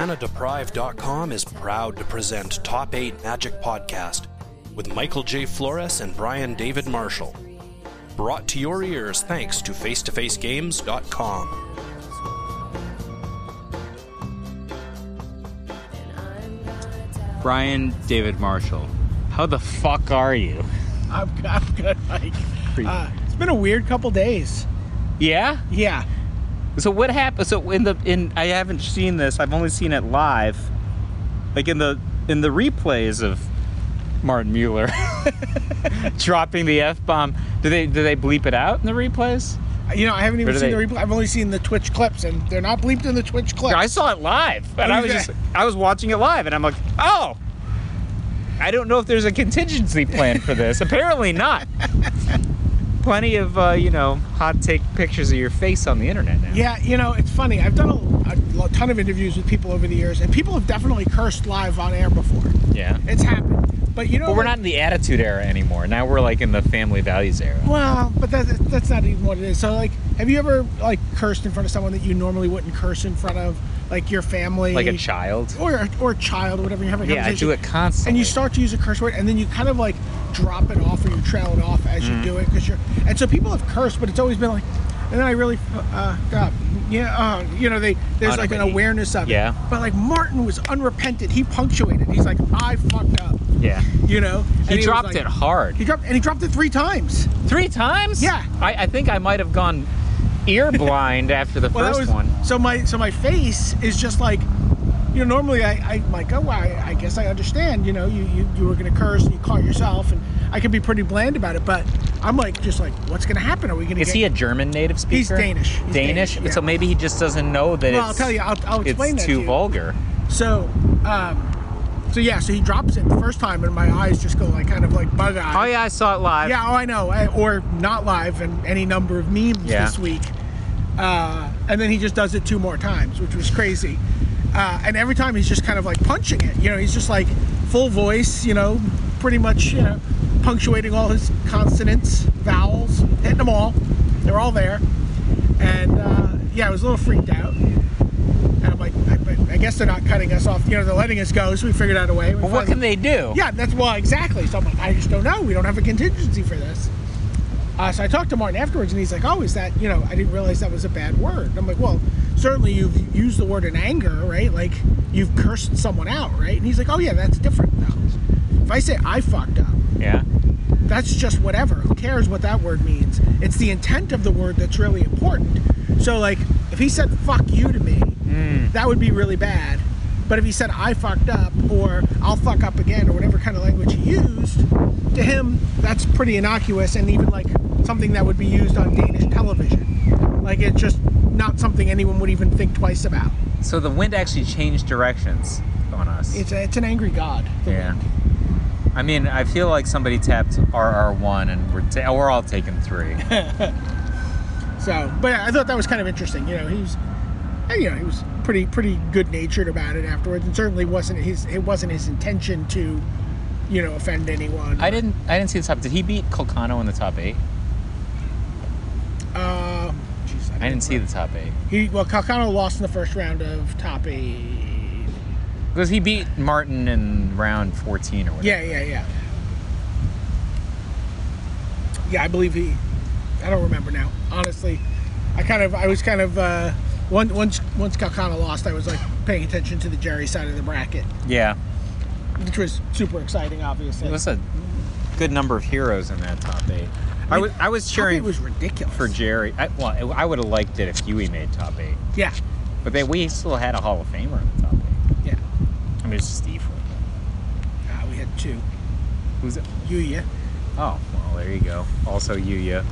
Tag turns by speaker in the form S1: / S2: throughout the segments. S1: ManaDeprived.com is proud to present Top 8 Magic Podcast with Michael J. Flores and Brian David Marshall. Brought to your ears thanks to FaceToFaceGames.com.
S2: Brian David Marshall. How the fuck are you?
S3: I'm, I'm good, Mike. Uh, it's been a weird couple days.
S2: Yeah?
S3: Yeah.
S2: So what happened so in the in I haven't seen this. I've only seen it live. Like in the in the replays of Martin Mueller dropping the F bomb. Do they do they bleep it out in the replays?
S3: You know, I haven't even
S2: Where do
S3: seen
S2: they-
S3: the replay. I've only seen the Twitch clips, and they're not bleeped in the Twitch clips.
S2: I saw it live. And I was just I was watching it live and I'm like, "Oh, I don't know if there's a contingency plan for this. Apparently not. Plenty of uh, you know hot take pictures of your face on the internet now.
S3: Yeah, you know, it's funny. I've done a, a lo- ton of interviews with people over the years, and people have definitely cursed live on air before.
S2: Yeah.
S3: It's happened. But you know,
S2: But we're
S3: what-
S2: not in the attitude era anymore. Now we're like in the family values era.
S3: Well, but that's that's not even what it is. So, like, have you ever like cursed in front of someone that you normally wouldn't curse in front of, like your family,
S2: Like a child.
S3: or or a child, or whatever? You have a
S2: Yeah, I
S3: conversation,
S2: do it constantly.
S3: and you start to use a curse word, and then you kind of like drop it off or you trail it off as
S2: Mm.
S3: you do it because you're. And so people have cursed, but it's always been like, and then I really, uh, God, yeah, uh, you know, they there's like an
S2: Unrepentant.
S3: awareness of
S2: Yeah.
S3: it. But like Martin was unrepentant. He punctuated. He's like, I fucked up.
S2: Yeah.
S3: You know, And
S2: He
S3: was
S2: dropped
S3: like-
S2: it hard.
S3: He dropped and he dropped it three times.
S2: Three times?
S3: Yeah.
S2: I, I think I might have gone ear blind after the
S3: Well,
S2: first
S3: that was
S2: one.
S3: so my so my face is just like you know normally I I am like oh I, I guess I understand you know you, you you were gonna curse and you caught yourself and I can be pretty bland about it but I'm like just like what's gonna happen are we gonna
S2: Is
S3: get
S2: he a German native speaker?
S3: He's Danish. He's
S2: Danish?
S3: Danish,
S2: So
S3: yeah.
S2: maybe he just doesn't know that
S3: well
S2: it's,
S3: I'll tell you I'll, I'll explain
S2: it's
S3: that
S2: too
S3: to you.
S2: vulgar.
S3: so um so yeah so he drops it the first time and my eyes just go like kind of like bug eyed
S2: Oh, yeah, I saw it live.
S3: Yeah, oh, I know. I- Or not live and any number of memes
S2: Yeah.
S3: this week. Uh, and then he just does it two more times, which was crazy. Uh, and every time he's just kind of like punching it. You know, he's just like full voice, you know, pretty much, you know, punctuating all his consonants, vowels, hitting them all. They're all there. And uh, yeah, I was a little freaked out. And I'm like, I, but I guess they're not cutting us off. You know, they're letting us go, so we figured out a way. We
S2: But what
S3: finally-
S2: can they do?
S3: yeah, that's well, exactly. So I'm like, I just don't know. We don't have a contingency for this. Uh, so I talked to Martin afterwards, and he's like, "Oh, is that you know? I didn't realize that was a bad word." And I'm like, "Well, certainly you've used the word in anger, right? Like you've cursed someone out, right?" And he's like, "Oh yeah, that's different though. If I say I fucked up,
S2: Yeah.
S3: that's just whatever. Who cares what that word means? It's the intent of the word that's really important. So, like, if he said "fuck you" to me, that would be really bad. But if he said "I fucked up" or "I'll fuck up again" or whatever kind of language he used, to him that's pretty innocuous and even like something that would be used on Danish television. Like, it's just not something anyone would even think twice about.
S2: So the wind actually changed directions on us.
S3: It's a, it's an angry god. the
S2: Yeah.
S3: wind.
S2: I mean, I feel like somebody tapped RR1 and we're, ta- we're all taking three.
S3: So, but I thought that was kind of interesting. You know, he was, and, you know, he was pretty pretty good natured about it afterwards, and certainly wasn't his it wasn't his intention to, you know, offend anyone.
S2: I didn't I didn't see the top. Did he beat Colcano in the top eight?
S3: Uh, jeez,
S2: I didn't see the top eight.
S3: He well, Calcano lost in the first round of top eight.
S2: Because he beat Martin in round 14 or whatever.
S3: Yeah, yeah, yeah. Yeah, I believe he. I don't remember now. Honestly, I kind of, I was kind of uh, once once once Calcano lost, I was like paying attention to the Jerry side of the bracket.
S2: Yeah.
S3: which was super exciting, obviously.
S2: It was a good number of heroes in that top eight. I was, I was
S3: It
S2: cheering
S3: was ridiculous.
S2: for Jerry. I, well, I would have liked it if Huey made top eight.
S3: yeah,
S2: But they, we still had a Hall of Famer in the top eight.
S3: yeah.
S2: I mean, it's just Ephraim.
S3: Ah, we had two.
S2: Who's it?
S3: Yuya.
S2: Oh, well, there you go. Also, Yuya.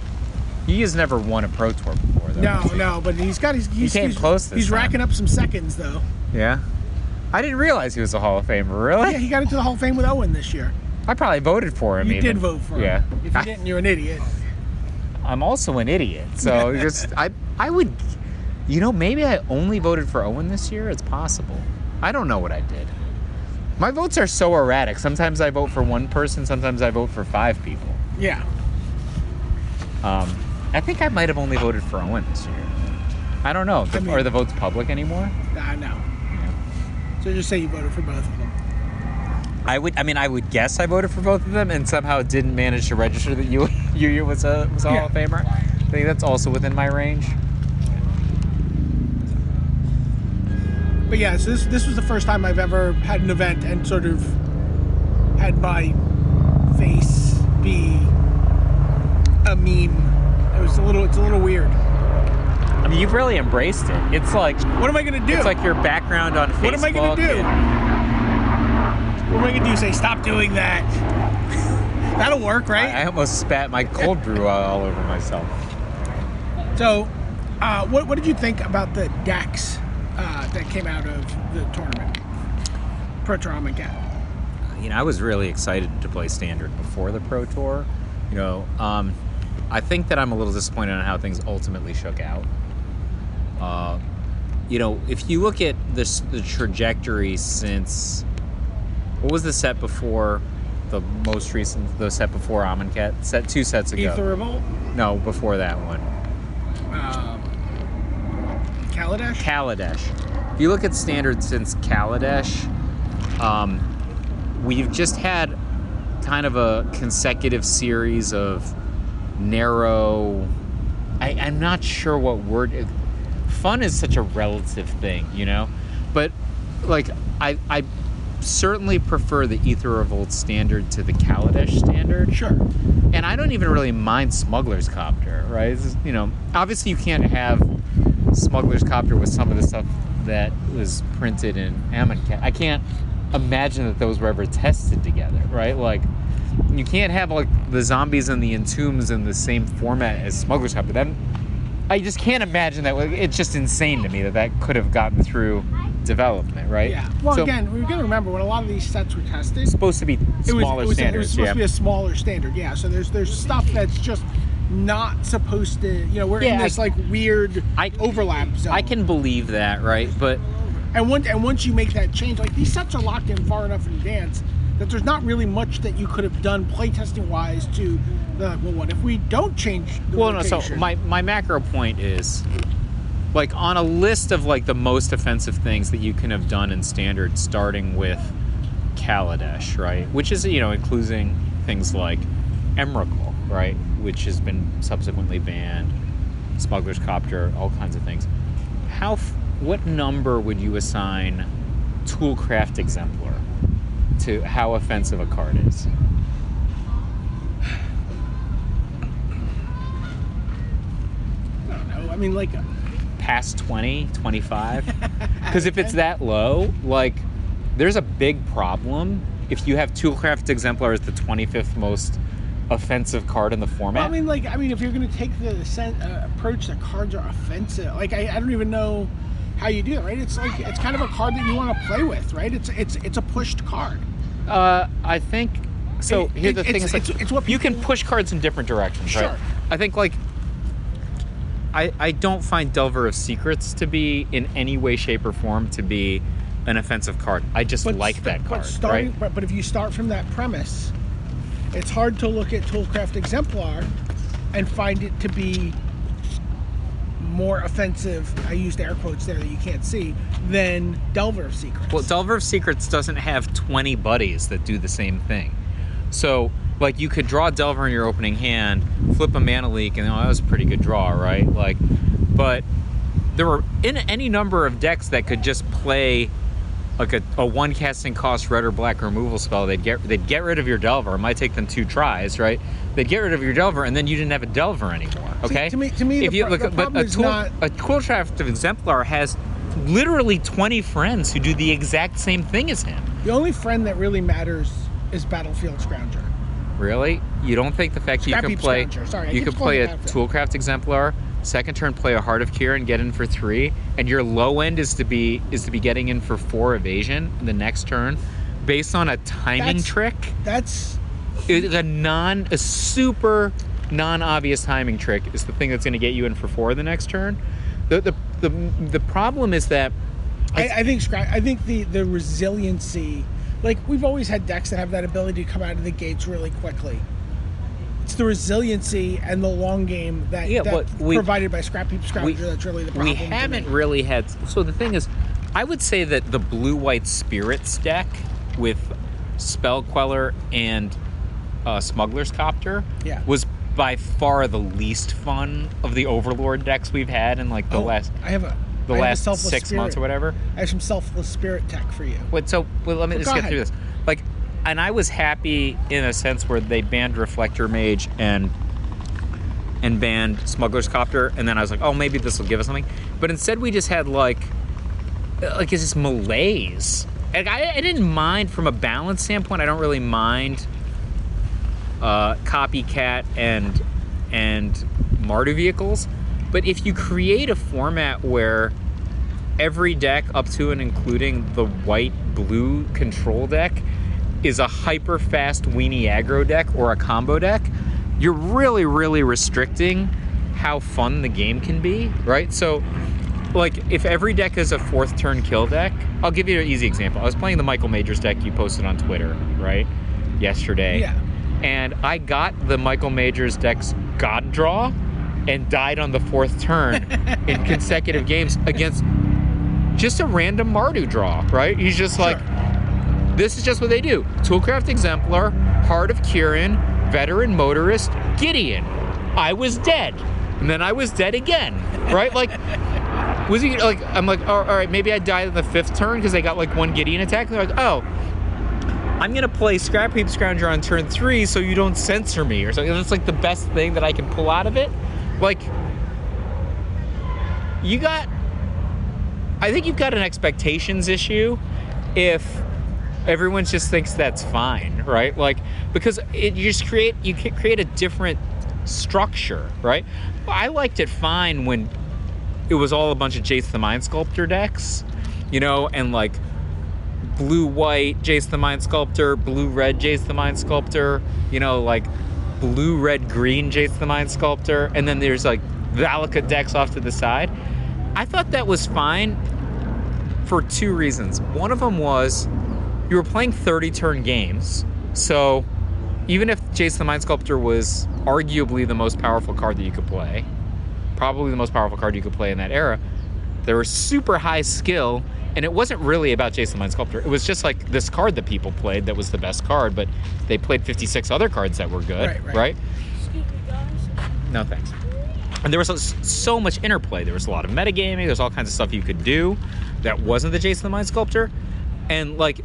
S2: Yuya's never won a Pro Tour before, though.
S3: No, no, but he's got his. He's,
S2: came
S3: he's,
S2: close this
S3: He's
S2: time.
S3: racking up some seconds though.
S2: Yeah? I didn't realize he was a Hall of Famer, really?
S3: Yeah, he got into the Hall of Fame with Owen this year.
S2: I probably voted for him.
S3: You
S2: even.
S3: did vote for him.
S2: Yeah.
S3: If you
S2: I-
S3: didn't, you're an idiot.
S2: I'm also an idiot. So just I I would you know, maybe I only voted for Owen this year. It's possible. I don't know what I did. My votes are so erratic. Sometimes I vote for one person, sometimes I vote for five people.
S3: Yeah.
S2: Um, I think I might have only voted for Owen this year. I don't know.
S3: I mean-
S2: are the votes public anymore?
S3: I know.
S2: Yeah.
S3: So just say you voted for both of them.
S2: I would. I mean, I would guess I voted for both of them, and somehow didn't manage to register that you Yu was a was a Hall of
S3: Yeah.
S2: Famer. I think that's also within my range.
S3: But yeah, so this this was the first time I've ever had an event and sort of had my face be a meme. It was a little it's a little weird.
S2: I mean, you've really embraced it. It's like
S3: What am I gonna do?
S2: it's like your background on Facebook.
S3: What am I gonna do?
S2: and-
S3: what am I gonna do? Say stop doing that. That'll work, right?
S2: I, I almost spat my cold brew all over myself.
S3: So, uh, what what did you think about the decks uh, that came out of the tournament? Pro Tour Armageddon.
S2: you know, I was really excited to play standard before the pro tour. You know, um, I think that I'm a little disappointed on how things ultimately shook out. Uh, you know, if you look at this the trajectory since what was the set before the most recent the set before Amonkhet set two sets ago.
S3: Ether Revolt,
S2: No, before that one.
S3: um, Kaladesh.
S2: Kaladesh. If you look at standard since Kaladesh, um, we've just had kind of a consecutive series of narrow. I, I'm not sure what word. Fun is such a relative thing, you know? But, like, I, I certainly prefer the Ether Revolt standard to the Kaladesh standard
S3: sure.
S2: and I don't even really mind Smuggler's Copter, right? It's just, you know, obviously you can't have Smuggler's Copter with some of the stuff that was printed in Amonkhet. I can't imagine that those were ever tested together, right? Like, you can't have like the zombies and the entombs in the same format as Smuggler's Copter. That I just can't imagine that. Like, It's just insane to me that that could have gotten through development, right?
S3: Yeah. Well,
S2: So,
S3: again, we've got to remember when a lot of these sets were tested,
S2: supposed to be
S3: it was,
S2: smaller
S3: it was,
S2: standards.
S3: it was supposed
S2: yeah.
S3: to be a smaller standard. Yeah. So there's there's stuff that's just not supposed to. You know, we're in
S2: Yeah, I-
S3: this like weird
S2: I-
S3: overlap zone.
S2: I can believe that, right? But
S3: And once and once you make that change, like these sets are locked in far enough in advance that there's not really much that you could have done playtesting wise to they're like, well, what if we don't change the
S2: well no
S3: rotation?
S2: so my, my macro point is like on a list of like the most offensive things that you can have done in standard starting with kaladesh right which is you know including things like emrakul right which has been subsequently banned smuggler's copter all kinds of things how f- what number would you assign toolcraft exemplar to how offensive a card is
S3: I don't know. I mean, like,
S2: past 20, 25. Because if it's that low, like, there's a big problem if you have Toolcraft Exemplar as the 25th most offensive card in the format.
S3: I mean, like, I mean, if you're gonna take the sen- uh, approach that cards are offensive, like, I, I don't even know how you do that, right? It's like it's kind of a card that you want to play with, right? It's it's it's a pushed card.
S2: uh, I think. So
S3: It-
S2: here's the
S3: it-
S2: thing:
S3: it's-
S2: is like,
S3: it's- it's what
S2: you can
S3: people-
S2: push cards in different directions,
S3: Sure.
S2: right? I think like I I don't find Delver of Secrets to be in any way, shape, or form to be an offensive card. I just like
S3: st-
S2: that card,
S3: But starting,
S2: right?
S3: but, but if you start from that premise, it's hard to look at Toolcraft Exemplar and find it to be more offensive. I used air quotes there that you can't see than Delver of Secrets.
S2: Well, Delver of Secrets doesn't have 20 buddies that do the same thing. So, like, you could draw Delver in your opening hand, flip a mana leak, and oh, that was a pretty good draw, right? Like, but there were in any number of decks that could just play like a, a one casting cost red or black removal spell. They'd get they'd get rid of your Delver. It might take them two tries, right? They'd get rid of your Delver, and then you didn't have a Delver anymore. Okay.
S3: to me- to me,
S2: if
S3: the
S2: you
S3: pro-
S2: look,
S3: the
S2: but
S3: problem
S2: a
S3: is
S2: tool,
S3: not-
S2: a Quillcraft of Exemplar has literally 20 friends who do the exact same thing as him.
S3: the only friend that really matters is Battlefield Scrounger.
S2: Really? You don't think the fact that you
S3: Scrap
S2: can
S3: heap
S2: play
S3: scavenger. Sorry, I
S2: you
S3: keep
S2: could
S3: calling
S2: play
S3: it
S2: a
S3: Battlefield.
S2: Toolcraft Exemplar, second turn play a Heart of Cure and get in for 3 and your low end is to be is to be getting in for 4 evasion the next turn based on a timing
S3: That's-
S2: trick?
S3: That's
S2: It- a non a super non-obvious timing trick is the thing that's going to get you in for 4 the next turn. The the the, the problem is that
S3: I, I think Scra- I think the the resiliency, like we've always had decks that have that ability to come out of the gates really quickly. It's the resiliency and the long game that,
S2: Yeah,
S3: that
S2: but we-
S3: provided by Scrap Heap Scrounger
S2: we-
S3: that's really the problem.
S2: We
S3: to me.
S2: haven't really had. So the thing is, I would say that the blue white spirits deck with Spellqueller and uh, Smuggler's Copter
S3: Yeah.
S2: was by far the least fun of the Overlord decks we've had in like the
S3: Oh,
S2: last
S3: I have a
S2: the
S3: I have a
S2: last
S3: selfless
S2: six months or
S3: spirit.
S2: whatever.
S3: I have some selfless spirit tech for you.
S2: Wait, so well, let me
S3: Well,
S2: just
S3: go
S2: get through
S3: ahead.
S2: this. Like, and I was happy in a sense where they banned Reflector Mage and and banned Smuggler's Copter, and then I was like, oh, maybe this will give us something. But instead, we just had like like it's just malaise. Like, I, I didn't mind from a balance standpoint. I don't really mind uh, copycat and and martyr vehicles. But if you create a format where every deck up to and including the white blue control deck is a hyper fast weenie aggro deck or a combo deck, you're really, really restricting how fun the game can be, right? So, like, if every deck is a fourth turn kill deck, I'll give you an easy example. I was playing the Michael Majors deck you posted on Twitter, right? Yesterday.
S3: Yeah.
S2: And I got the Michael Majors deck's God Draw and died on the fourth turn in consecutive games against just a random Mardu draw, right? He's just like, this is just what they do. Toolcraft Exemplar, Heart of Kieran, Veteran Motorist, Gideon. I was dead. And then I was dead again, right? Like, was he like, I'm like, all all right, maybe I died on the fifth turn because I got like one Gideon attack. And they're like, oh, I'm gonna play Scrap Heap Scrounger on turn three so you don't censor me or something. That's like the best thing that I can pull out of it. Like, you got I think you've got an expectations issue if everyone just thinks that's fine, right? Like because it, you just create you ca- create a different structure, right? I liked it fine when it was all a bunch of Jace the Mind Sculptor decks, you know, and like blue white Jace the Mind Sculptor, blue red Jace the Mind Sculptor, you know, like blue red green Jace the Mind Sculptor, and then there's like Valaka decks off to the side. I thought that was fine for two reasons. One of them was you were playing 30 turn games, so even if Jace the Mind Sculptor was arguably the most powerful card that you could play, probably the most powerful card you could play in that era. There was super high skill, and it wasn't really about Jason Mind Sculptor. It was just like this card that people played that was the best card, but they played 56 other cards that were good,
S3: Right, right.
S4: Excuse me, guys.
S2: No thanks. And there was so- so much interplay. There was a lot of metagaming. There's all kinds of stuff you could do that wasn't the Jason the Mind Sculptor. And like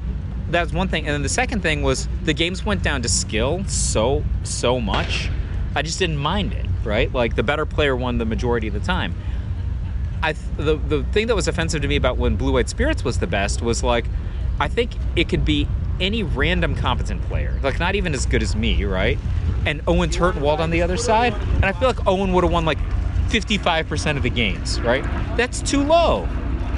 S2: that's one thing. And then the second thing was the games went down to skill so so much. I just didn't mind it, right? Like the better player won the majority of the time. I th- the the thing that was offensive to me about when Blue White Spirits was the best was like, I think it could be any random competent player, like not even as good as me, right? And Owen Turtwald on the other side, and I feel like Owen would have won like 55% of the games, right? That's too low.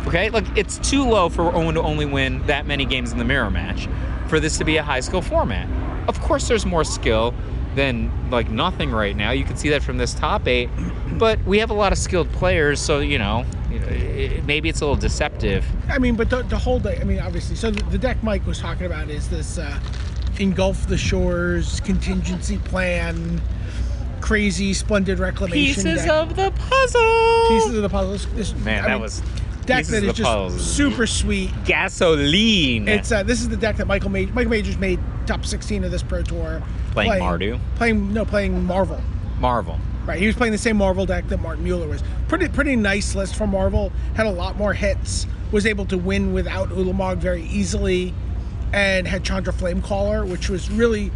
S2: Okay, like it's too low for Owen to only win that many games in the mirror match for this to be a high skill format. Of course, there's more skill than like nothing right now. You can see that from this top eight, but we have a lot of skilled players, so you know, you know, it- maybe it's a little deceptive.
S3: I mean, but the, the whole deck. I mean, obviously. So the, the deck Mike was talking about is this uh, engulf the shores contingency plan, crazy splendid reclamation
S2: Pieces
S3: deck.
S2: of the puzzle.
S3: pieces of the puzzle. This- This,
S2: Man,
S3: I
S2: that
S3: mean,
S2: was
S3: deck
S2: pieces of
S3: that is
S2: the
S3: just
S2: puzzle.
S3: super sweet.
S2: gasoline.
S3: It's uh, this is the deck that Michael Maj- Michael Majors made top 16 of this pro tour.
S2: Playing Mardu?
S3: Playing no, playing Marvel.
S2: Marvel.
S3: Right, he was playing the same Marvel deck that Martin Mueller was. Pretty pretty nice list for Marvel. Had a lot more hits. Was able to win without Ulamog very easily, and had Chandra Flamecaller, which was really,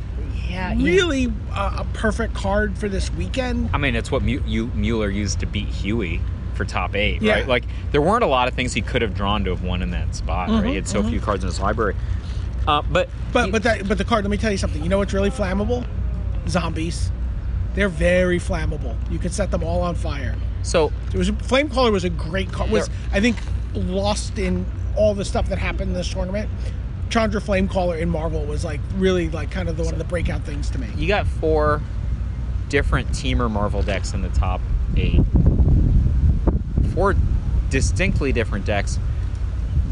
S2: Yeah,
S3: really uh, a perfect card for this weekend.
S2: I mean, it's what Mu- you, Mueller used to beat Huey for top eight,
S3: Yeah.
S2: right? Like, there weren't a lot of things he could have drawn to have won in that spot, right? He had so few cards in his library. Uh, but,
S3: But but that but the card. Let me tell you something. You know what's really flammable? Zombies. They're very flammable. You can set them all on fire.
S2: so
S3: It was Flamecaller was a great card. Was
S2: There-
S3: I think lost in all the stuff that happened in this tournament. Chandra Flamecaller in Marvel was like really like kind of the one of the breakout things to me.
S2: you got four different teamer Marvel decks in the top eight. Four distinctly different decks.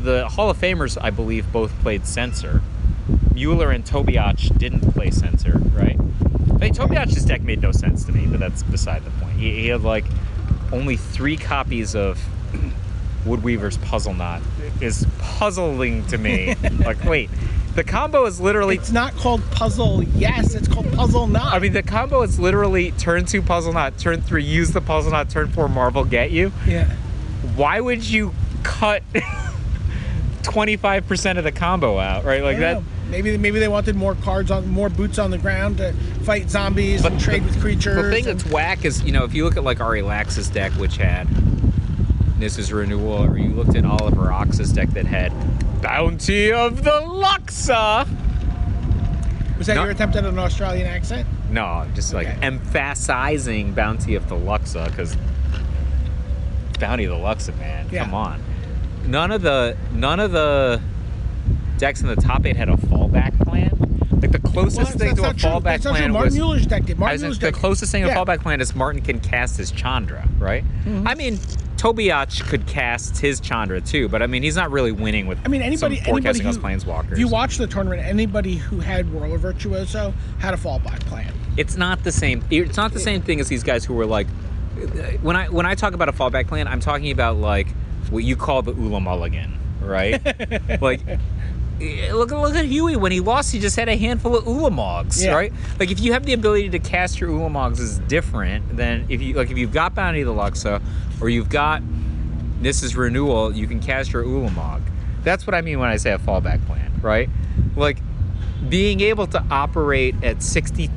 S2: The Hall of Famers, I believe, both played Censor. Mueller and Tobiach didn't play Censor, right? I mean, Tobiach's deck made no sense to me, but that's beside the point. He, he had like only three copies of Woodweaver's puzzle knot is puzzling to me. like, wait, the combo is literally.
S3: It's not called puzzle yes, it's called puzzle not.
S2: I mean, the combo is literally turn two puzzle knot, turn three use the puzzle knot, turn four marvel get you.
S3: yeah.
S2: Why would you cut 25% of the combo out, right? Like
S3: I
S2: that.
S3: don't know. Maybe maybe they wanted more cards on more boots on the ground to fight zombies
S2: But
S3: and trade with creatures.
S2: The thing
S3: and-
S2: that's whack is, you know, if you look at like Ari Lax's deck, which had this is renewal, or you looked at Oliver Ox's deck that had Bounty of the Luxa.
S3: was that
S2: no-
S3: your attempt at an Australian accent?
S2: No, just like
S3: Okay.
S2: emphasizing Bounty of the Luxa because Bounty of the Luxa, man,
S3: Yeah.
S2: come on. None of the none of the decks in the top eight had a fallback plan. Like the closest
S3: Well,
S2: thing to a
S3: not true.
S2: fallback
S3: That's not true.
S2: plan
S3: Martin
S2: was
S3: Mueller's deck did.
S2: I
S3: Martin
S2: was in-
S3: Mueller's
S2: the
S3: deck-
S2: closest thing a
S3: Yeah. Mm-hmm.
S2: fallback plan is Martin can cast his Chandra, right? I mean, Tobiach could cast his Chandra too, but I mean, he's not really winning with.
S3: I mean, anybody,
S2: some
S3: anybody
S2: forecasting
S3: who,
S2: us planeswalkers.
S3: If you watch the tournament, anybody who had Whirler Virtuoso had a fallback plan.
S2: it's not the same. It's not the same thing as these guys who were like, when I when I talk about a fallback plan, I'm talking about like what you call the Ula Mulligan, right? like. eh, Look, look at Huey. When he lost, he just had a handful of Ulamogs,
S3: Yeah.
S2: right? Like if you have the ability to cast your Ulamogs is different than if you like if you've got Bounty of the Luxa or you've got this is renewal, you can cast your Ulamog. That's what I mean when I say a fallback plan, right? Like being able to operate at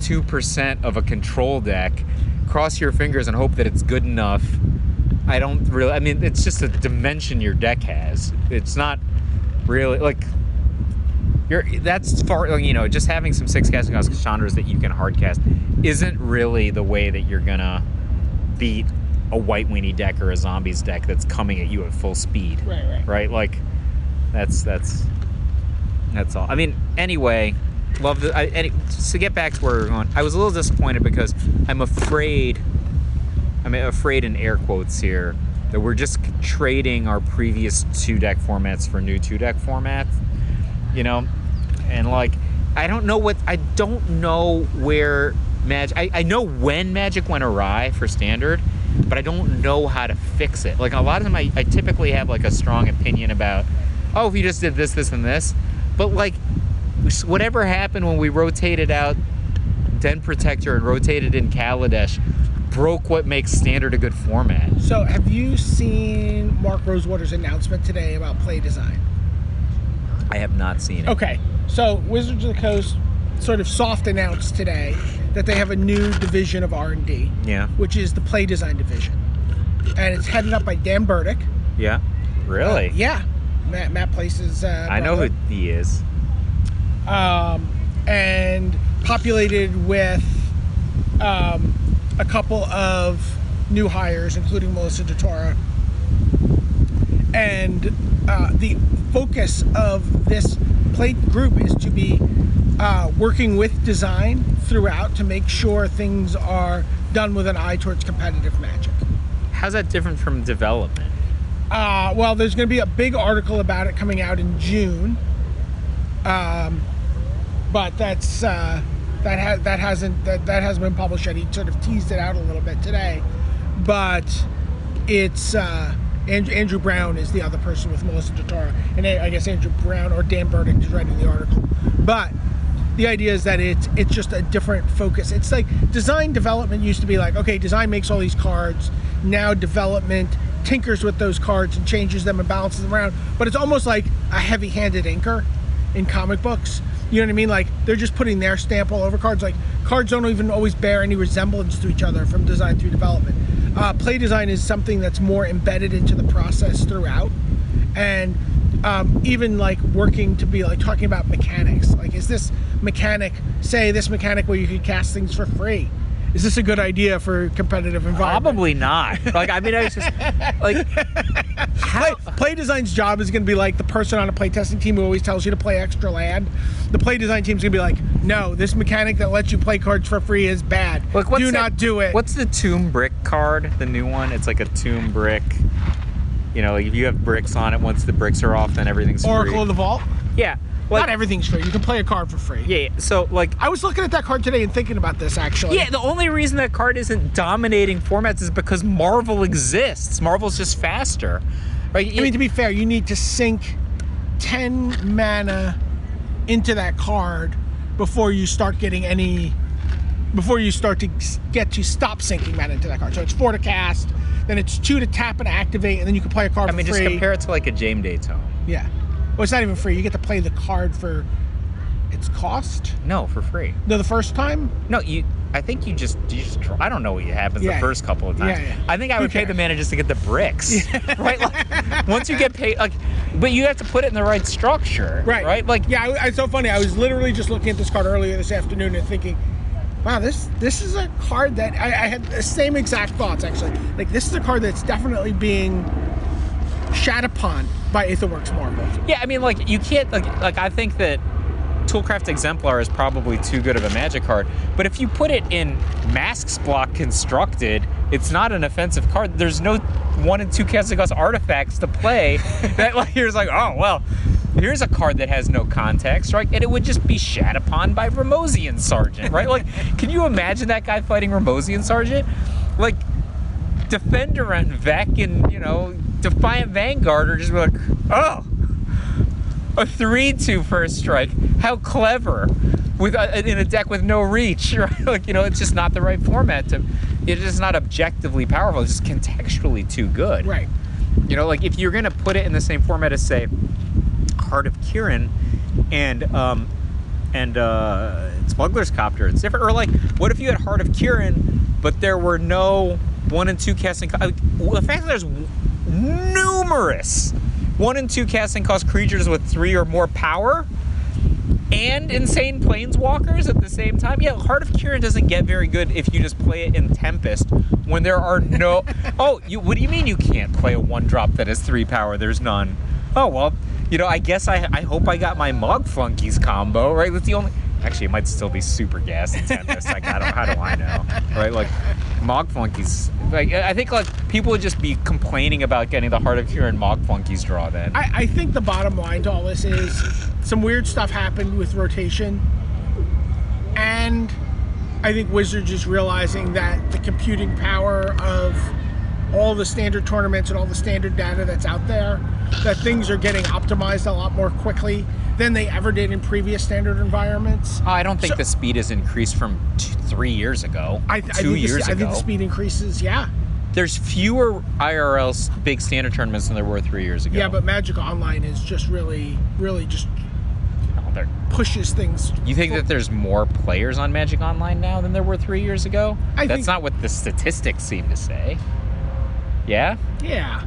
S2: 62% of a control deck, cross your fingers and hope that it's good enough. I don't really, I mean, it's just a dimension your deck has. It's not really like. You're, that's far, like, you know, just having some six casting Chandras that you can hard cast isn't really the way that you're gonna beat a white weenie deck or a zombies deck that's coming at you at full speed.
S3: Right, right.
S2: Right? Like that's that's that's all. I mean, anyway, love the I, any, just to get back to where we we're going. I was a little disappointed because I'm afraid I'm afraid in air quotes here that we're just trading our previous two deck formats for new two deck formats. You know, and like I don't know what I don't know where magic. I, I know when magic went awry for standard, but I don't know how to fix it. Like a lot of them, I, I typically have like a strong opinion about. Oh, if you just did this, this, and this, but like s- whatever happened when we rotated out Den Protector and rotated in Kaladesh broke what makes standard a good format.
S3: So, have you seen Mark Rosewater's announcement today about play design?
S2: I have not seen it.
S3: Okay, so Wizards of the Coast sort of soft announced today that they have a new division of R and D,
S2: Yeah.
S3: which is the play design division, and it's headed up by Dan Burdick.
S2: Uh, Yeah. Really?
S3: Yeah, Matt Matt places. Uh,
S2: I know
S3: brother.
S2: who he is.
S3: um, and populated with um, a couple of new hires, including Melissa DeTora. And uh, the focus of this play group is to be uh, working with design throughout to make sure things are done with an eye towards competitive magic.
S2: How's that different from development?
S3: Uh, well, there's going to be a big article about it coming out in June, um, but that's uh, that ha- that hasn't that, that hasn't been published yet. He sort of teased it out a little bit today, but it's uh, Andrew, Andrew Brown is the other person with Melissa Dotara, and I I guess Andrew Brown or Dan Burdick is writing the article. But the idea is that it's it's just a different focus. It's like design development used to be like okay, design makes all these cards. Now development tinkers with those cards and changes them and balances them around. But it's almost like a heavy-handed inker in comic books. You know what I mean? Like they're just putting their stamp all over cards. Like cards don't even always bear any resemblance to each other from design through development. Uh, play design is something that's more embedded into the process throughout, and um, even like working to be like talking about mechanics. Like, is this mechanic say this mechanic where you could cast things for free? Is this a good idea for competitive environment?
S2: Probably not. Like I mean, I was just like, how,
S3: play design's job is going to be like the person on a playtesting team who always tells you to play extra land. The play design team's going to be like, no, this mechanic that lets you play cards for free is bad.
S2: like what's
S3: do
S2: that-
S3: not do it.
S2: What's the tomb brick card? The new one. It's like a tomb brick. You know, like if you have bricks on it, once the bricks are off, then everything's
S3: Oracle
S2: free.
S3: of the Vault?
S2: yeah. Like,
S3: not everything's free. You can play a card for free.
S2: Yeah. yeah. So like.
S3: I was looking at that card today and thinking about this actually.
S2: Yeah, the only reason that card isn't dominating formats is because Marvel exists. Marvel's just faster. Right?
S3: I
S2: it-
S3: mean, to be fair, you need to sink 10 mana into that card before you start getting any. Before you start to s- get to stop sinking mana into that card. So it's four to cast, then it's two to tap and activate, and then you can play a card
S2: I
S3: for
S2: mean, just
S3: free.
S2: compare it to like a James Day tome.
S3: Yeah. Well, it's not even free. You get to play the card for its cost.
S2: No, for free.
S3: No, the first time?
S2: No, you. I think you just you just. Try, I don't know what happens
S3: Yeah.
S2: the first couple of times.
S3: Yeah, yeah.
S2: I think I
S3: Who
S2: would pay the
S3: cares?
S2: mana just to get the bricks, right? Like, once you get paid, like, but you have to put it in the right structure, Right? Like,
S3: yeah, I, it's so funny. I was literally just looking at this card earlier this afternoon and thinking, wow, this this is a card that I, I had the same exact thoughts actually. Like this is a card that's definitely being shat upon by Aetherworks Marvel.
S2: Yeah, I mean, like you can't like, like I think that Toolcraft Exemplar is probably too good of a magic card, but if you put it in Masks Block Constructed, it's not an offensive card. There's no one and two casting cost artifacts to play. that like here's like, oh well, here's a card that has no context, right? And it would just be shat upon by Ramosian Sergeant, right? Like, can you imagine that guy fighting Ramosian Sergeant? Like Defender and Vec and you know Defiant Vanguard are just like, oh, a three-two first strike. How clever! With uh, in a deck with no reach, right? like you know, it's just not the right format. To it's just not objectively powerful. It's just contextually too good.
S3: Right.
S2: You know, like if you're gonna put it in the same format as say Heart of Kieran and um and uh Smuggler's Copter, it's different. Or like, what if you had Heart of Kieran, but there were no one and two casting? Co- like, well, the fact that there's w- numerous one and two casting cost creatures with three or more power. And insane planeswalkers at the same time. Yeah, Heart of Kieran doesn't get very good if you just play it in Tempest when there are no. oh, you, what do you mean you can't play a one drop that has three power? There's none. Oh well, you know, I guess I I hope I got my Mog Flunkies combo right. That's the only. Actually, it might still be super gas in Tempest. like, I don't, how do I know? Right, like Mog Flunkies. Like, I think like people would just be complaining about getting the Heart of Kieran Mog Flunkies draw then.
S3: I, I think the bottom line to all this is some weird stuff happened with rotation. And I think Wizards is realizing that the computing power of all the standard tournaments and all the standard data that's out there, that things are getting optimized a lot more quickly than they ever did in previous standard environments.
S2: Oh, I don't think
S3: So-
S2: the speed has increased from t- three years ago.
S3: I, I
S2: two
S3: think
S2: years
S3: the,
S2: ago,
S3: I think the speed increases, yeah.
S2: there's fewer IRL 's big standard tournaments than there were three years ago.
S3: Yeah, but Magic Online is just really, really just
S2: Oh, they're-
S3: pushes things.
S2: you think that there's more players on Magic Online now than there were three years ago?
S3: I
S2: That's
S3: think-
S2: not what the statistics seem to say. Yeah,
S3: Yeah.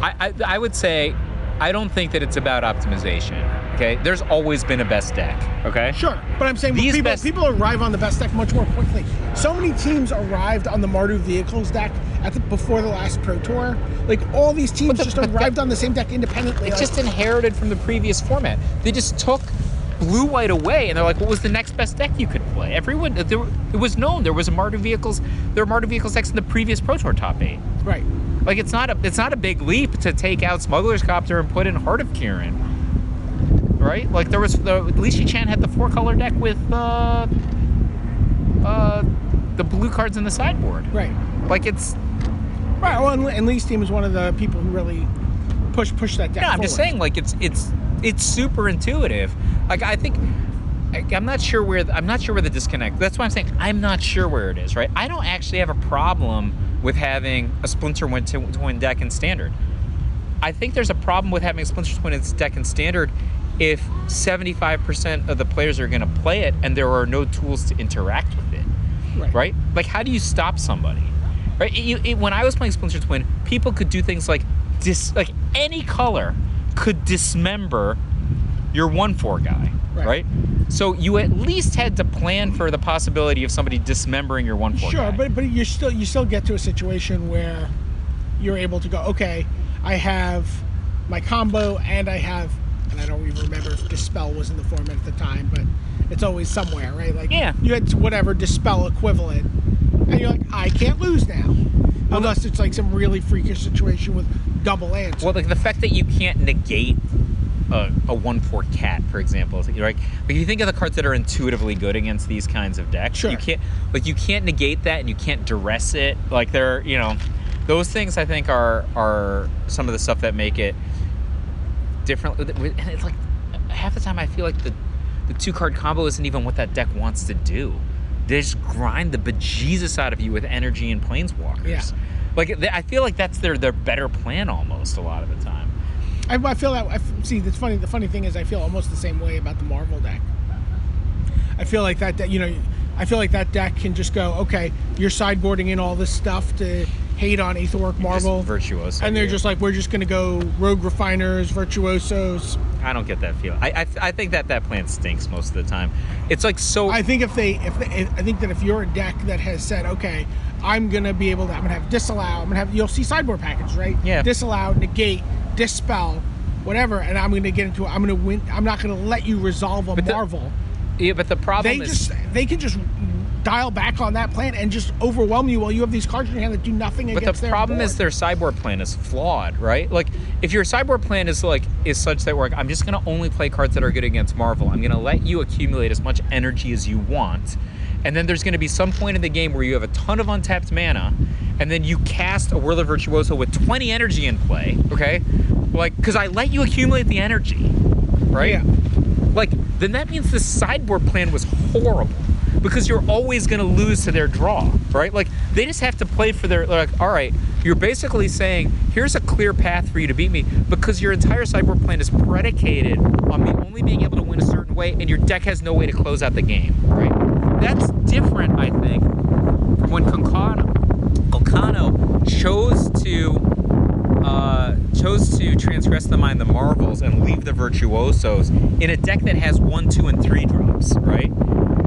S2: I, I I would say I don't think that it's about optimization. Okay, there's always been a best deck. Okay,
S3: Sure, but I'm saying
S2: These
S3: people,
S2: best-
S3: people arrive on the best deck much more quickly. So many teams arrived on the Mardu Vehicles deck at the, before the last Pro Tour. Like all these teams just arrived on the same deck independently.
S2: It's
S3: like-
S2: just inherited from the previous format. They just took blue white away, and they're like, "What was the next best deck you could play?" Everyone, uh, there, were- it was known there was a Mardu vehicles, there were Mardu vehicles decks in the previous Pro Tour top eight.
S3: right.
S2: Like it's not a, it's not a big leap to take out Smuggler's Copter and put in Heart of Kieran, right? Like there was, the, Lishi Chan had the four color deck with uh, uh, the blue cards in the sideboard.
S3: Right.
S2: Like it's
S3: Right. Well, and, and Lee's team is one of the people who really push push that deck.
S2: No, I'm just
S3: forward.
S2: saying, like it's it's it's super intuitive. Like I think I- I'm not sure where the, I'm not sure where the disconnect. That's why I'm saying I'm not sure where it is. Right? I don't actually have a problem with having a Splinter Twin, to, twin deck in standard. I think there's a problem with having a Splinter Twin in deck in standard if 75% of the players are going to play it and there are no tools to interact with it
S3: Right.
S2: right? Like, how do you stop somebody? Right? It- you- it- when I was playing Splinter Twin, people could do things like dis, like any color could dismember your one four guy, right.
S3: Right.
S2: So you at least had to plan for the possibility of somebody dismembering your one four.
S3: Sure,
S2: guy.
S3: but but you still you still get to a situation where you're able to go, okay, I have my combo and I have and I don't even remember if dispel was in the format at the time, but it's always somewhere, right? Like
S2: Yeah.
S3: you had whatever dispel equivalent. And you're like, I can't lose now. Unless it's like some really freakish situation with double answer.
S2: Well, like the fact that you can't negate a, a one four cat, for example, is, like like you think of the cards that are intuitively good against these kinds of decks,
S3: Sure.
S2: you can't like you can't negate that and you can't duress it. Like they're you know, those things I think are are some of the stuff that make it different. And it's like half the time I feel like the the two card combo isn't even what that deck wants to do. They just grind the bejesus out of you with energy and planeswalkers.
S3: Yeah.
S2: Like th- I feel like that's their their better plan almost a lot of the time.
S3: I, I feel that. I f- see, that's funny. The funny thing is, I feel almost the same way about the Marvel deck. I feel like that. de- You know, I feel like that deck can just go. Okay, you're sideboarding in all this stuff to hate on Aetherwork
S2: Just
S3: Marvel,
S2: virtuoso.
S3: and they're
S2: here.
S3: just like, we're just gonna go rogue refiners, virtuosos.
S2: I don't get that feeling. I, I I think that that plan stinks most of the time. It's like so.
S3: I think if they, if they, I think that if you're a deck that has said, okay, I'm gonna be able to, I'm gonna have disallow, I'm gonna have, you'll see sideboard packages, right?
S2: Yeah.
S3: Disallow, negate, dispel, whatever, and I'm gonna get into, I'm gonna win, I'm not gonna let you resolve a
S2: But the
S3: Marvel.
S2: yeah, but the problem
S3: They
S2: is
S3: just, they can just dial back on that plan and just overwhelm you while you have these cards in your hand that do nothing
S2: But the
S3: against their
S2: problem is
S3: board.
S2: their cyborg plan is flawed, right? Like if your cyborg plan is like is such that we're like, I'm just gonna only play cards that are good against Marvel. I'm gonna let you accumulate as much energy as you want. And then there's gonna be some point in the game where you have a ton of untapped mana, and then you cast a Whirler Virtuoso with 20 energy in play, okay? Like, cause I let you accumulate the energy. Right?
S3: Yeah.
S2: Like, then that means the sideboard plan was horrible because you're always going to lose to their draw, right? Like, they just have to play for their, like, all right, you're basically saying, here's a clear path for you to beat me because your entire sideboard plan is predicated on me only being able to win a certain way and your deck has no way to close out the game, right? That's different, I think, from when Concano, Concano chose to uh, chose to transgress the mind the marvels and leave the virtuosos in a deck that has one two and three drops right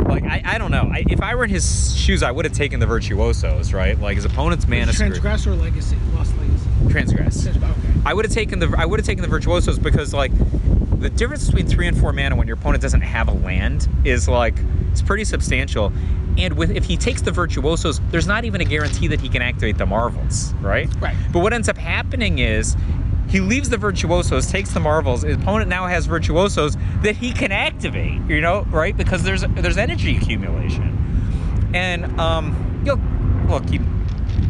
S2: like i, I don't know I, if i were in his shoes i would have taken the virtuosos right like his opponent's mana screw-
S3: transgressor legacy, lost legacy.
S2: transgress
S3: Okay.
S2: i would have taken the i would have taken the virtuosos because like the difference between three and four mana when your opponent doesn't have a land is like it's pretty substantial and with if he takes the virtuosos there's not even a guarantee that he can activate the marvels right
S3: Right.
S2: but what ends up happening is he leaves the virtuosos, takes the marvels. His opponent now has virtuosos that he can activate. You know, right? Because there's there's energy accumulation. And um, you know, look, he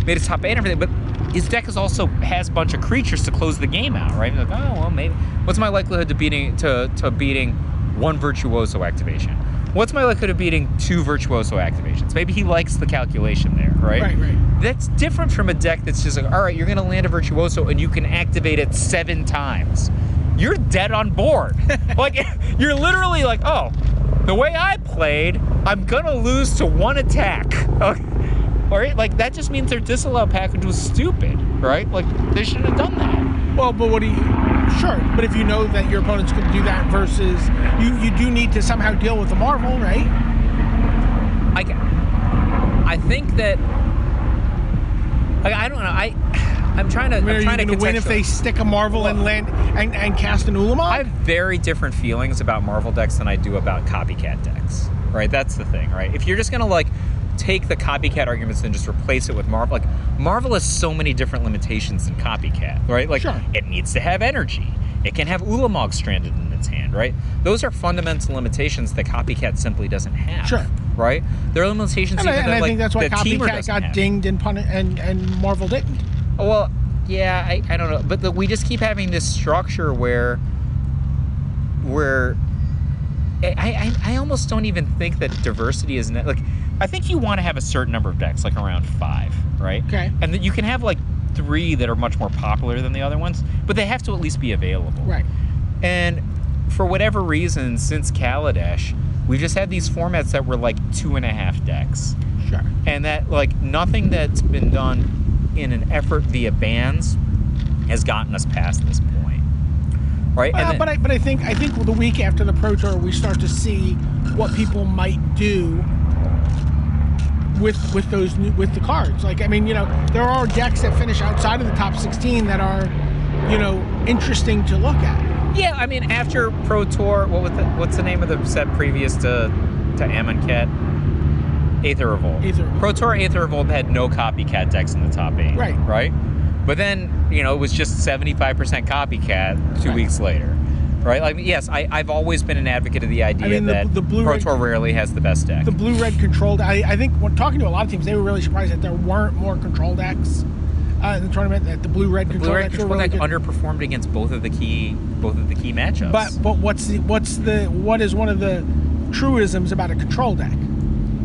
S2: made a top eight and everything, but his deck is also has a bunch of creatures to close the game out, right? You're like, oh well, maybe. What's my likelihood to beating to to beating one virtuoso activation? What's my likelihood of beating two virtuoso activations? Maybe he likes the calculation there, right?
S3: Right, right.
S2: That's different from a deck that's just like, all right, you're going to land a Virtuoso and you can activate it seven times. You're dead on board. like, you're literally like, oh, the way I played, I'm going to lose to one attack. Okay. All right, like, that just means their disallow package was stupid, right? Like, they shouldn't have done that.
S3: Well, but what do you? Sure, but if you know that your opponent's going to do that versus you, you do need to somehow deal with the Marvel, right?
S2: I, I think that. Like, I don't know. I, I'm trying to.
S3: I mean,
S2: I'm
S3: are you
S2: trying
S3: going to win if
S2: contextualize.
S3: they stick a Marvel and land and, and cast an Ulamog?
S2: I have very different feelings about Marvel decks than I do about copycat decks. Right? That's the thing, right? If you're just gonna like take the copycat arguments and just replace it with Marvel, like Marvel has so many different limitations than copycat, right? Like
S3: Sure.
S2: it needs to have energy. It can have Ulamog stranded in its hand, right? Those are fundamental limitations that copycat simply doesn't have.
S3: Sure.
S2: Right? There are limitations
S3: and I,
S2: even
S3: and
S2: that,
S3: I
S2: like,
S3: think that's why
S2: the teamer
S3: Copycat
S2: doesn't
S3: got
S2: have.
S3: dinged and pun and and Marvel didn't.
S2: Well, yeah, I, I don't know, but the, we just keep having this structure where where I, I, I almost don't even think that diversity is ne- like I think you want to have a certain number of decks, like around five, right?
S3: Okay.
S2: And that you can have like three that are much more popular than the other ones, but they have to at least be available.
S3: Right.
S2: And for whatever reason, since Kaladesh, we've just had these formats that were like two and a half decks
S3: Sure.
S2: and that like nothing that's been done in an effort via bans has gotten us past this point right
S3: Well,
S2: then-
S3: but I but I think I think the week after the Pro Tour, we start to see what people might do with with those new, with the cards. Like I mean, you know, there are decks that finish outside of the top 16 that are, you know, interesting to look at.
S2: yeah i mean after pro tour what was the, what's the name of the set previous to to amonkhet aether revolt
S3: Aether Revolt.
S2: pro tour aether revolt had no copycat decks in the top eight
S3: Right.
S2: right but then you know it was just 75% copycat two weeks later right like yes I, i've always been an advocate of the idea
S3: mean, the-
S2: that
S3: the blue
S2: pro
S3: red-
S2: tour rarely has the best deck
S3: The blue red control. I, I think when talking to a lot of teams, they were really surprised that there weren't more control decks. uh, in the tournament that the blue red control
S2: Blue Red
S3: decks were
S2: Control
S3: really
S2: Deck
S3: good.
S2: underperformed against both of the key both of the key matchups.
S3: But but what's the what's the what is one of the truisms about a control deck?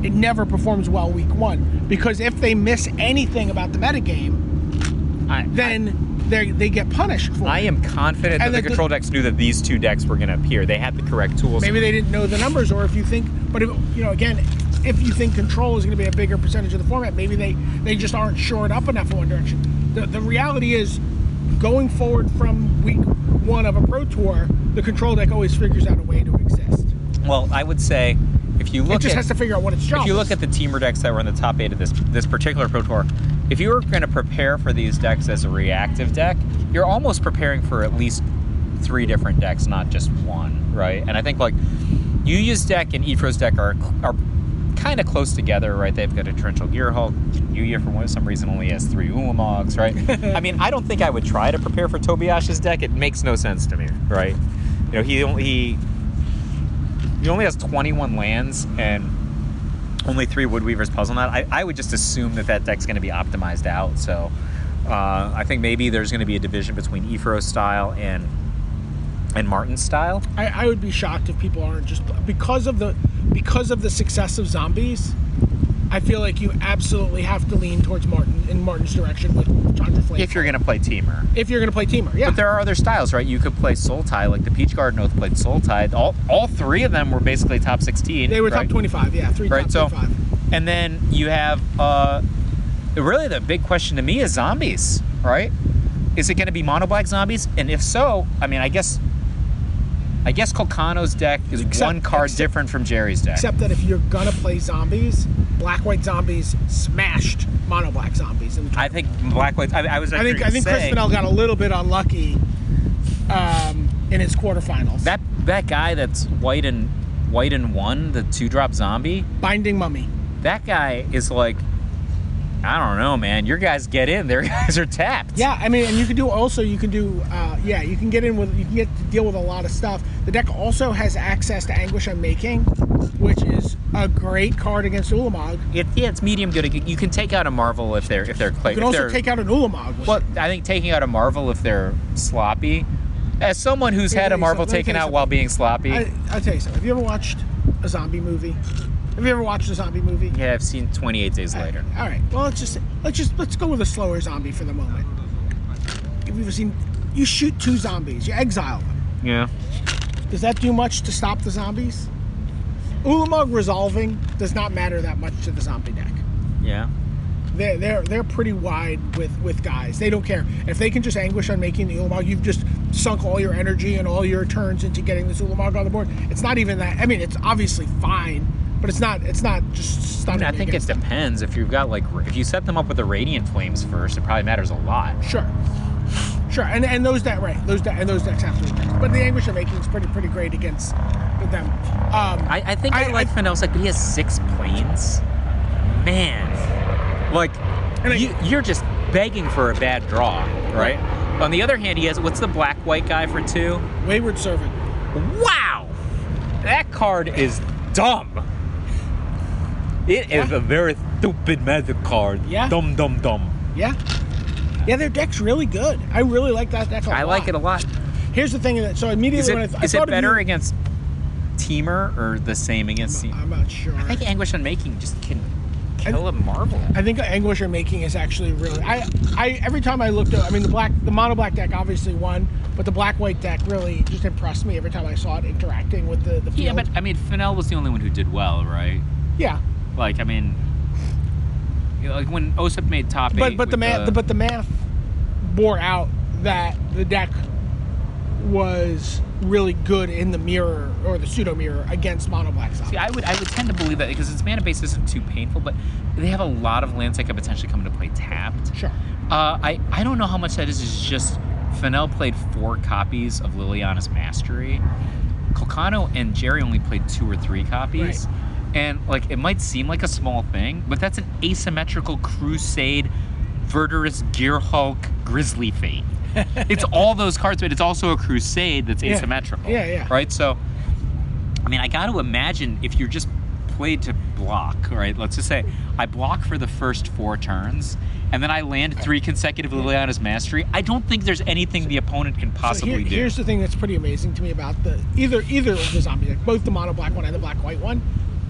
S3: It never performs well week one because if they miss anything about the metagame,
S2: I,
S3: then they they get punished for
S2: I, I
S3: it.
S2: am confident that
S3: And
S2: the
S3: the-
S2: control decks knew that these two decks were going to appear. They had the correct tools.
S3: Maybe they didn't know the numbers, or if you think, but if, you know, again, if you think control is going to be a bigger percentage of the format, maybe they they just aren't shored up enough in one direction. The, the reality is, going forward from week one of a pro tour, the control deck always figures out a way to exist.
S2: well, I would say if you look
S3: it just
S2: at
S3: has to figure out what its job.
S2: if you look
S3: is.
S2: at the teamer decks that were in the top eight of this this particular pro tour if you were going to prepare for these decks as a reactive deck you're almost preparing for at least three different decks not just one right and i think like you use deck and Etro's deck are are kind of close together right they've got a torrential gear hulk yuya for some reason only has three ulamogs right i mean i don't think i would try to prepare for tobiash's deck it makes no sense to me right you know he only he, he only has 21 lands and only three Woodweaver's puzzle knot. I, I would just assume that that deck's going to be optimized out. So uh, I think maybe there's going to be a division between Ephro style and and Martin style.
S3: I, I would be shocked if people aren't just because of the because of the success of zombies. I feel like you absolutely have to lean towards Martin in Martin's direction with Chandra Flame.
S2: If you're going to play teamer.
S3: if you're going to play teamer, yeah.
S2: But there are other styles, right? You could play Soul Tie, like the Peach Garden Oath played Soul Tie. All, all three of them were basically top 16.
S3: they were
S2: right?
S3: top twenty-five, yeah, three
S2: right?
S3: top
S2: So,
S3: twenty-five.
S2: and then you have uh, really the big question to me is zombies, right? Is it going to be mono black zombies? And if so, I mean, I guess, I guess Colcano's deck is
S3: Except-
S2: one card
S3: except-
S2: different from Jerry's deck.
S3: Except that if you're gonna play zombies, black white zombies smashed mono black zombies. And
S2: I think black white. I, I was.
S3: I think I think Chris
S2: saying,
S3: Fennell got a little bit unlucky um, in his quarterfinals.
S2: that that guy that's white and white and one, the two drop zombie.
S3: binding mummy.
S2: That guy is like, I don't know, man. Your guys get in. Their guys are tapped.
S3: Yeah, I mean, and you can do also you can do uh, yeah you can get in with you can get to deal with a lot of stuff. The deck also has access to Anguish on Making, which is a great card against Ulamog. You
S2: It, yeah, it's medium good. You can take out a marvel if they're if they're. You
S3: can also take out an Ulamog. With
S2: Well,
S3: it.
S2: I think taking out a Marvel if they're sloppy. As someone who's had a
S3: Let me
S2: Marvel
S3: tell you
S2: taken out
S3: something.
S2: while being sloppy,
S3: I, I'll tell you something. Have you ever watched a zombie movie? Have you ever watched a zombie movie?
S2: yeah, I've seen 28 days later.
S3: All right. Well, let's just let's just let's go with a slower zombie for the moment. Have you ever seen? You shoot two zombies. You exile them.
S2: Yeah.
S3: Does that do much to stop the zombies? Ulamog resolving does not matter that much to the zombie deck.
S2: Yeah.
S3: They're they're they're pretty wide with with guys. They don't care if they can just anguish on making the Ulamog. You've just sunk all your energy and all your turns into getting this Ulamog on the board. It's not even that. I mean, it's obviously fine, but it's not. It's not just
S2: I
S3: stunning.
S2: mean, I think it
S3: against-
S2: depends. If you've got like, if you set them up with the Radiant Flames first, it probably matters a lot.
S3: Sure. Sure, and, and those that right, those that, and those decks have to. But the anguish of making is pretty pretty great against them. Um,
S2: I, I think I,
S3: I-
S2: like
S3: I-
S2: Fennel's like, but he has six planes. Man. Like,
S3: And I-
S2: you, you're just begging for a bad draw, right? On the other hand, he has, what's the black white guy for two?
S3: Wayward servant.
S2: Wow! That card is dumb. It is a very stupid magic card.
S3: Yeah.
S2: Dumb, dumb, dumb.
S3: Yeah. Yeah, their deck's really good. I really like that deck. I
S2: I like it a lot.
S3: Here's the thing that so immediately
S2: Is it,
S3: when I, th-
S2: is
S3: I
S2: it
S3: thought
S2: better
S3: Of
S2: against Teamer or the same against
S3: you,
S2: Teamer?
S3: I'm not sure.
S2: I think Anguish on Making just can kill a marble.
S3: I think Anguish are making is actually really. I, I every time I looked at, I mean the black, the mono black deck obviously won, but the black white deck really just impressed me every time I saw it interacting with the the field.
S2: Yeah, but I mean, Fennel was the only one who did well, right?
S3: yeah.
S2: Like, I mean, you know, like when Osip made top
S3: but
S2: eight.
S3: but the
S2: with
S3: math but the math bore out that the deck was really good in the mirror or the pseudo mirror against mono black
S2: See,
S3: zombie.
S2: I would I would tend to believe that because its mana base isn't too painful, but they have a lot of lands that could potentially come into play tapped.
S3: Sure.
S2: Uh, I I don't know how much that is. Is just Fennel played four copies of Liliana's Mastery. Colcano and Jerry only played two or three copies. And like it might seem like a small thing, but that's an asymmetrical crusade, Verderous Gear Hulk Grizzly Fate. it's all those cards, but it's also a crusade that's
S3: Yeah.
S2: asymmetrical.
S3: Yeah, yeah.
S2: Right? So I mean, I got to imagine if you're just played to block, right? Let's just say I block for the first four turns, and then I land three consecutively on his mastery, I don't think there's anything the opponent can
S3: So
S2: possibly
S3: here-
S2: do.
S3: Here's the thing that's pretty amazing to me about the either either of the zombies, like both the mono black one and the black white one,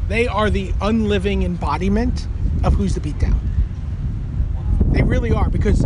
S3: they are the unliving embodiment of who's the beatdown. They really are because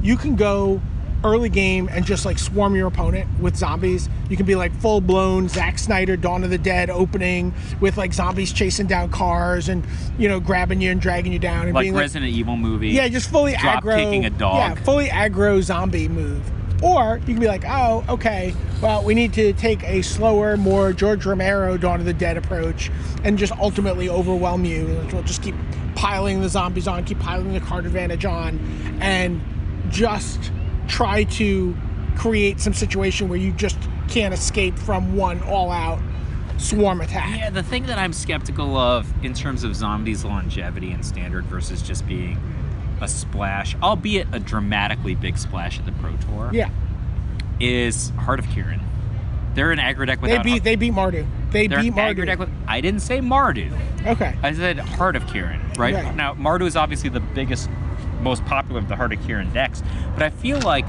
S3: you can go early game and just like swarm your opponent with zombies. You can be like full blown Zack Snyder Dawn of the Dead opening with like zombies chasing down cars and you know grabbing you and dragging you down and
S2: like
S3: being
S2: Resident Evil movie.
S3: yeah, just fully
S2: drop
S3: aggro.
S2: kicking a dog.
S3: Yeah, fully aggro zombie move. Or you can be like, oh, okay, well, we need to take a slower, more George Romero Dawn of the Dead approach and just ultimately overwhelm you. And We'll just keep piling the zombies on, keep piling the card advantage on, and just try to create some situation where you just can't escape from one all out swarm attack.
S2: Yeah, the thing that I'm skeptical of in terms of zombies' longevity and standard versus just being a splash, albeit a dramatically big splash at the Pro Tour,
S3: Yeah.
S2: is Heart of Kieran. They're an aggro deck
S3: They
S2: without.
S3: beat they beat Mardu. They
S2: they're an
S3: beat
S2: aggro deck
S3: Mardu.
S2: with. I didn't say Mardu.
S3: Okay.
S2: I said Heart of Kieran, right?
S3: Right.
S2: Now, Mardu is obviously the biggest, most popular of the Heart of Kieran decks, but I feel like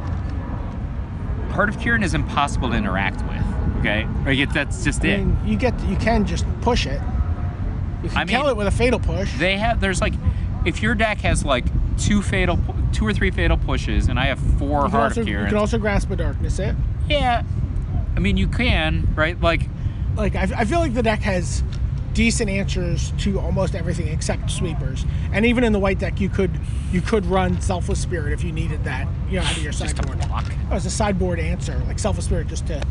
S2: Heart of Kieran is impossible to interact with, okay? Like, it, that's just
S3: I
S2: it.
S3: mean, you get you can just push it. You can
S2: I
S3: kill
S2: mean-
S3: it with a fatal push.
S2: They have, there's like, if your deck has like two fatal, pu- two or three fatal pushes, and I have four
S3: you, can
S2: Heart
S3: also,
S2: of
S3: you
S2: Kieran,
S3: can also grasp a darkness it.
S2: yeah, I mean, you can, right? Like,
S3: Like I, I feel like the deck has decent answers to almost everything except sweepers. And even in the white deck, you could you could run selfless spirit if you needed that. You know, out of your
S2: just
S3: sideboard.
S2: a block.
S3: Oh, it's a sideboard answer, like selfless spirit, just to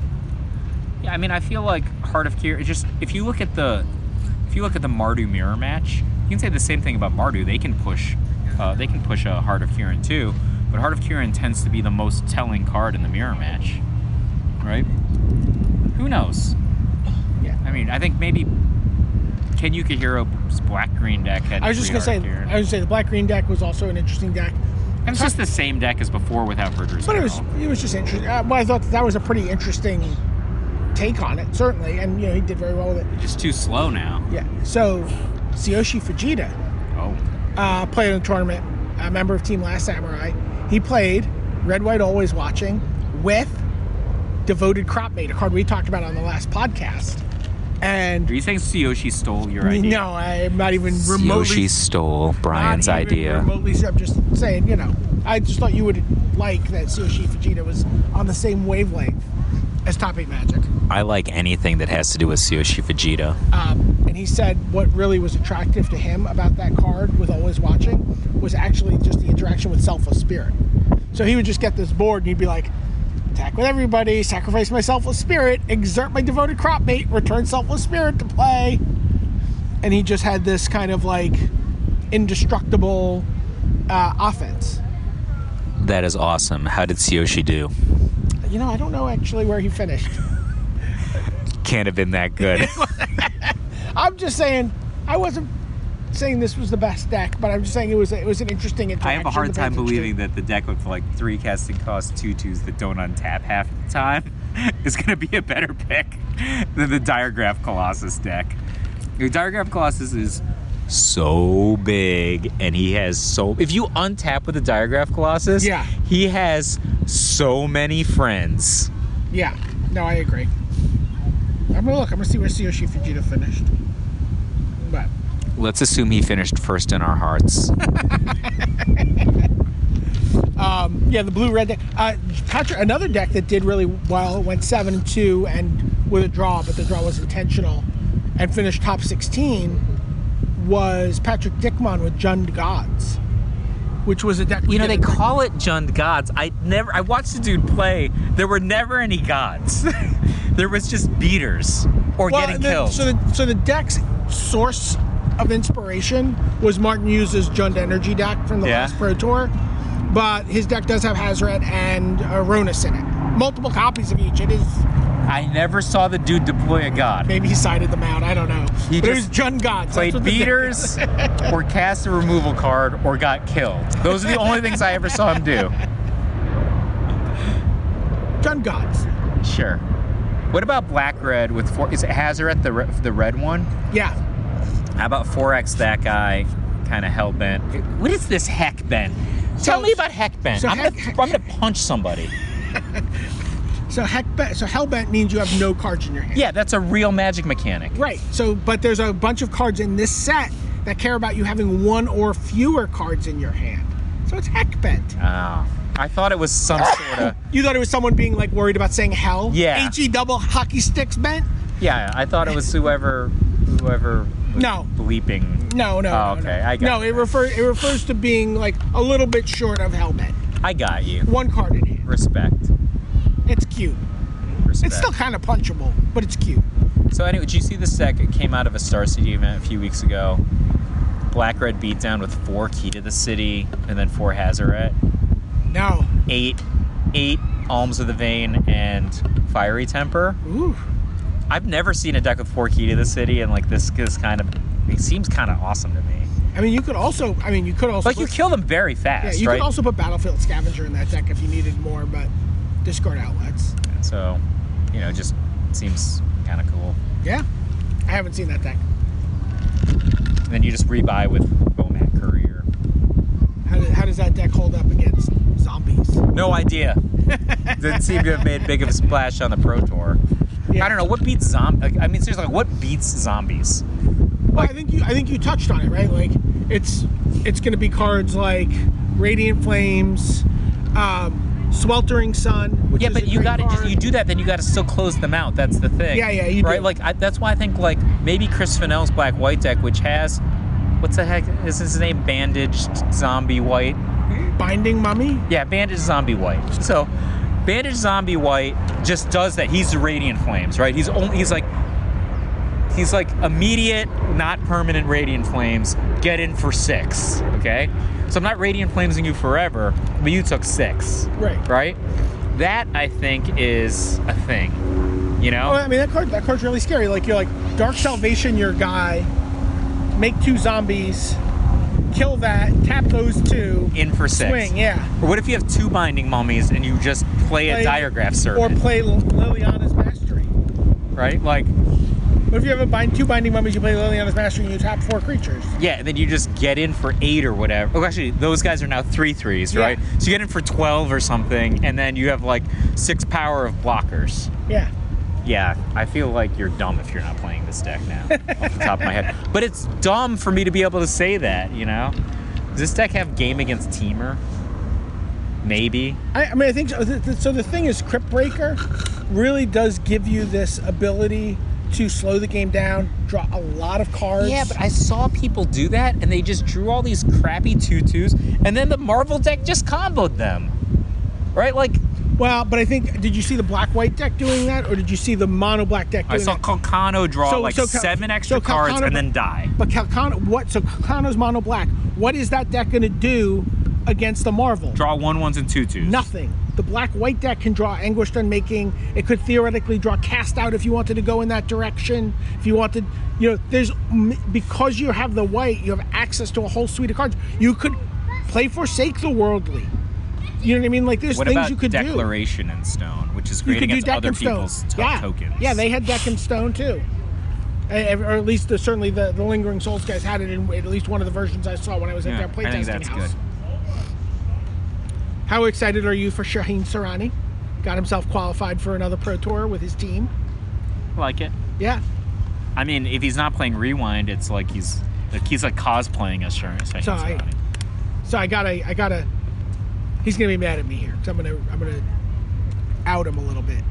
S2: Yeah, I mean, I feel like Heart of Kieran. Just if you look at the, if you look at the Mardu mirror match, you can say the same thing about Mardu. They can push, uh, they can push a Heart of Kieran too, but Heart of Kieran tends to be the most telling card in the mirror match, right? Who knows?
S3: Yeah.
S2: I mean, I think maybe Ken Yukihira's black green deck had.
S3: I was just
S2: three
S3: gonna say
S2: Heart of Kieran.
S3: I was gonna say the black green deck was also an interesting deck.
S2: And it's just the same deck as before without Verger's
S3: But it was
S2: Herald.
S3: it was just interesting. Uh, well, I thought that, that was a pretty interesting take on it, certainly. And you know, he did very well with it.
S2: It's too slow now.
S3: Yeah. So, Tsuyoshi Fujita
S2: Oh,
S3: uh, played in the tournament, a member of Team Last Samurai. He played Red White Always Watching with Devoted Crop Mate, a card we talked about on the last podcast. And
S2: are you saying Tsuyoshi stole your idea?
S3: no, I'm not even remotely.
S5: Yoshi stole
S3: not
S5: Brian's
S3: even
S5: idea.
S3: Remotely, sure. I'm just saying, you know, I just thought you would like that Tsuyoshi Fujita was on the same wavelength as Top 8 Magic.
S5: I like anything that has to do with Yoshi Fujita.
S3: Um, and he said what really was attractive to him about that card with Always Watching was actually just the interaction with Selfless Spirit. So he would just get this board and he'd be like, attack with everybody, sacrifice my Selfless Spirit, exert my devoted crop mate, return Selfless Spirit to play. And he just had this kind of like indestructible uh, offense.
S5: That is awesome. How did Yoshi do?
S3: You know, I don't know actually where he finished.
S5: Can't have been that good.
S3: I'm just saying, I wasn't saying this was the best deck, but I'm just saying it was it was an interesting interaction.
S2: I have a hard
S3: that
S2: time
S3: was interesting.
S2: believing that the deck with like three casting cost two twos that don't untap half the time is going to be a better pick than the Diagraph Colossus deck. The Diagraph Colossus is
S5: so big, and he has so. If you untap with the Diagraph Colossus,
S3: Yeah.
S5: he has so many friends.
S3: Yeah, no, I agree. I'm gonna look. I'm gonna see where Tsuyoshi Fujita finished. But
S5: Let's assume he finished first in our hearts.
S3: um, yeah, the blue red deck. Uh, contra- another deck that did really well went seven and two and with a draw, but the draw was intentional, and finished top sixteen was Patrick Dickmon with Jund Gods, which was a deck. we
S2: you know
S3: did
S2: they
S3: a deck-
S2: call it Jund gods. I never I watched the dude play. There were never any gods. there was just beaters or
S3: Well,
S2: getting
S3: the-
S2: killed.
S3: So the, so the deck's source of inspiration was Martin Hughes' Jund Energy deck from the
S2: Yeah.
S3: last Pro Tour, but his deck does have Hazret and uh, Ronus in it. Multiple copies of each. It is
S2: I never saw the dude deploy a god.
S3: maybe he sided them out. I don't know.
S2: He
S3: but it was
S2: just
S3: Jund Gods. That's
S2: played
S3: what the deck
S2: beaters
S3: is.
S2: or cast a removal card or got killed. Those are the only things I ever saw him do.
S3: Jund Gods.
S2: Sure. What about black red with four? Is it Hazaret the re- the red one?
S3: Yeah.
S2: How about four X that guy? Kind of hell bent. What is this heck bent? Tell me about Heckbent.
S3: so
S2: I'm,
S3: Heck-
S2: gonna, I'm gonna punch somebody.
S3: So heck, so hellbent means you have no cards in your hand.
S2: Yeah, that's a real magic mechanic.
S3: Right. So, but there's a bunch of cards in this set that care about you having one or fewer cards in your hand. So it's heck bent.
S2: Oh. I thought it was some sort of.
S3: You thought it was someone being like worried about saying hell?
S2: Yeah.
S3: H E double hockey sticks bent?
S2: Yeah, I thought it was whoever, whoever. was
S3: No.
S2: Bleeping.
S3: No, no.
S2: Oh,
S3: no,
S2: okay,
S3: No,
S2: I got
S3: no
S2: it.
S3: it refers it refers to being like a little bit short of hell bent.
S2: I got you.
S3: One card in hand.
S2: Respect.
S3: It's cute.
S2: Respect.
S3: It's still kind of punchable, but it's cute.
S2: So anyway, did you see this deck? It came out of a Star City event a few weeks ago. Black Red Beatdown with four Key to the City and then four Hazaret,
S3: No.
S2: eight, eight Alms of the Vein and Fiery Temper.
S3: Ooh.
S2: I've never seen a deck with four Key to the City and like this is kind of. It seems kind of awesome to me.
S3: I mean, you could also. I mean, you could also.
S2: Like you
S3: put-
S2: kill them very
S3: Yeah,
S2: fast,
S3: you
S2: right?
S3: could also put Battlefield Scavenger in that deck if you needed more, but discard outlets.
S2: so, you know, just seems kind of cool.
S3: Yeah, I haven't seen that deck.
S2: And then you just rebuy with Womack Courier.
S3: How, do, how does that deck hold up against zombies?
S2: No idea. Didn't seem to have made big of a splash on the Pro Tour.
S3: Yeah.
S2: I don't know what beats zombies. Like, I mean, seriously, like, what beats zombies?
S3: Well, I think you I think you touched on it, right? Like it's it's going to be cards like Radiant Flames, um, Sweltering Sun. Which
S2: yeah,
S3: is
S2: but
S3: a
S2: you
S3: great
S2: got to
S3: card.
S2: you do that, then you got to still close them out. That's the thing.
S3: Yeah, yeah, you do.
S2: right. Like I, that's why I think like maybe Chris Fennell's Black White deck, which has what's the heck is his name? Bandaged Zombie White.
S3: Binding Mummy.
S2: Yeah, Bandage Zombie White. So, Bandage Zombie White just does that. He's the Radiant Flames, right? He's only he's like he's like immediate, not permanent Radiant Flames. Get in for six, okay? So I'm not Radiant Flamesing you forever, but you took six,
S3: Right.
S2: right? That I think is a thing, you know?
S3: Oh, I mean that card that card's really scary. Like you're like Dark Salvation, your guy, make two zombies, kill that, tap those two,
S2: in for six.
S3: swing, yeah.
S2: Or what if you have two binding mummies and you just play,
S3: Play-
S2: a diagraph
S3: or
S2: servant,
S3: play Lil- Liliana's Mastery.
S2: right? Like,
S3: But if you have a bind, two binding mummies, you play Liliana's Mastery and you tap four creatures.
S2: Yeah, and then you just get in for eight or whatever. Oh, actually, those guys are now three threes,
S3: Yeah.
S2: right? So you get in for 12 or something, and then you have like six power of blockers.
S3: Yeah.
S2: Yeah, I feel like you're dumb if you're not playing this deck now, off the top of my head. But it's dumb for me to be able to say that, you know? Does this deck have game against teamer? Maybe.
S3: I, I mean, I think so. Th- th- So the thing is, Crypt Breaker really does give you this ability to slow the game down, draw a lot of cards.
S2: Yeah, but I saw people do that, and they just drew all these crappy tutus, and then the Marvel deck just comboed them. Right? Like,
S3: well, but I think did you see the black white deck doing that, or did you see the mono black deck?
S2: I
S3: Doing
S2: saw
S3: that?
S2: Colcano draw
S3: So-
S2: like
S3: so Cal-
S2: seven extra
S3: so
S2: cards
S3: Calcano-
S2: and then die.
S3: But Calcano, what? So Calcano's mono black. What is that deck going to do against the Marvel?
S2: Draw one ones and two twos.
S3: Nothing. The black white deck can draw anguished unmaking. It could theoretically draw cast out if you wanted to go in that direction. If you wanted, you know, there's m- because you have the white, you have access to a whole suite of cards. You could play forsake the worldly. You know what I mean? Like there's
S2: What
S3: things
S2: about
S3: you could do.
S2: Declaration in Stone, which is
S3: You
S2: great
S3: could do
S2: against
S3: deck
S2: other
S3: and stone.
S2: people's to-
S3: yeah.
S2: tokens?
S3: Yeah, they had deck and stone too. Eh, eh, Or at least the, certainly the, the lingering souls guys had it in at least one of the versions I saw when I was
S2: Yeah,
S3: at their
S2: I
S3: playtesting
S2: think that's
S3: house.
S2: good.
S3: How excited are you for Shaheen Sarani? Got himself qualified for another pro tour with his team.
S2: Like it.
S3: Yeah.
S2: I mean, if he's not playing Rewind, it's like he's like he's like cosplaying as Sharon. So
S3: So I- So I gotta, I gotta. He's gonna be mad at me here because I'm gonna, I'm gonna out him a little bit.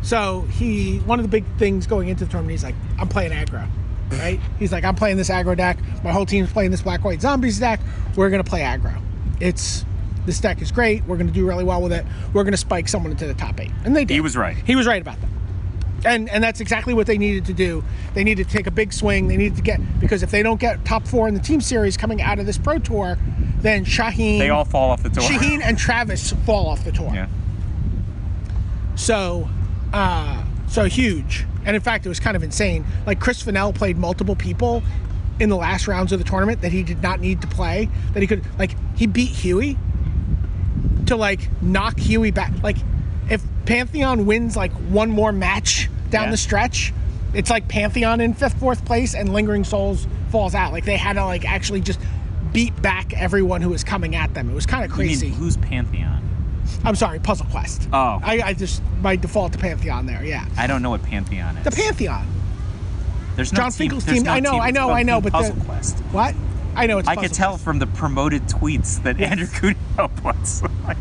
S3: So he, one of the big things going into the tournament, he's like, I'm playing aggro, right? He's like, I'm playing this aggro deck. My whole team's playing this black white zombies deck. We're gonna play aggro. It's this deck is great. We're gonna do really well with it. We're gonna spike someone into the top eight, and they did.
S2: He was right.
S3: He was right about that. And and that's exactly what they needed to do. They needed to take a big swing. They needed to get because if they don't get top four in the team series coming out of this pro tour, then Shaheen,
S2: They all fall off the tour.
S3: Shaheen and Travis fall off the tour.
S2: yeah.
S3: So, uh, so huge. And in fact, it was kind of insane. Like Chris Fennell played multiple people in the last rounds of the tournament that he did not need to play. That he could like he beat Huey to like knock Huey back. Like if Pantheon wins like one more match down
S2: Yeah.
S3: the stretch, it's like Pantheon in fifth, fourth place, and Lingering Souls falls out. Like they had to like actually just beat back everyone who was coming at them. It was kind of
S2: You
S3: crazy.
S2: mean who's Pantheon?
S3: I'm sorry, Puzzle Quest.
S2: Oh.
S3: I, I just my default to Pantheon there. Yeah,
S2: I don't know what Pantheon is.
S3: the Pantheon.
S2: There's no
S3: John
S2: team-
S3: Finkel's
S2: there's
S3: team.
S2: no
S3: I know, I
S2: It's
S3: know,
S2: called
S3: I know,
S2: Team
S3: but the-
S2: Puzzle Quest.
S3: What? I know it's.
S2: I
S3: Puzzle
S2: could tell
S3: Quest.
S2: from the promoted tweets that Andrew Cuneo puts, like,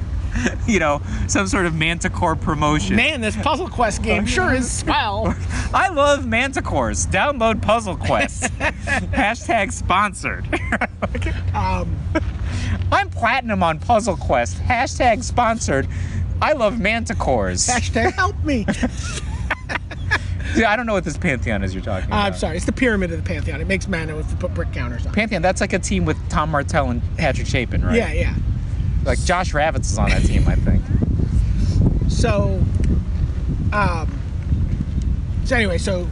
S2: you know, some sort of Manticore promotion.
S3: Man, this Puzzle Quest game sure is swell.
S2: I love Manticores. Download Puzzle Quest. Hashtag sponsored.
S3: Um,
S2: I'm platinum on Puzzle Quest. Hashtag sponsored. I love Manticores.
S3: hashtag help me. Uh,
S2: Dude, I don't know what this Pantheon is you're talking about.
S3: I'm sorry. It's the pyramid of the Pantheon. It makes mana if you put brick counters on. it.
S2: Pantheon, that's like a team with Tom Martell and Patrick Chapin, right?
S3: Yeah, yeah.
S2: Like Josh Ravitz is on that team, I think.
S3: So, um, so anyway, so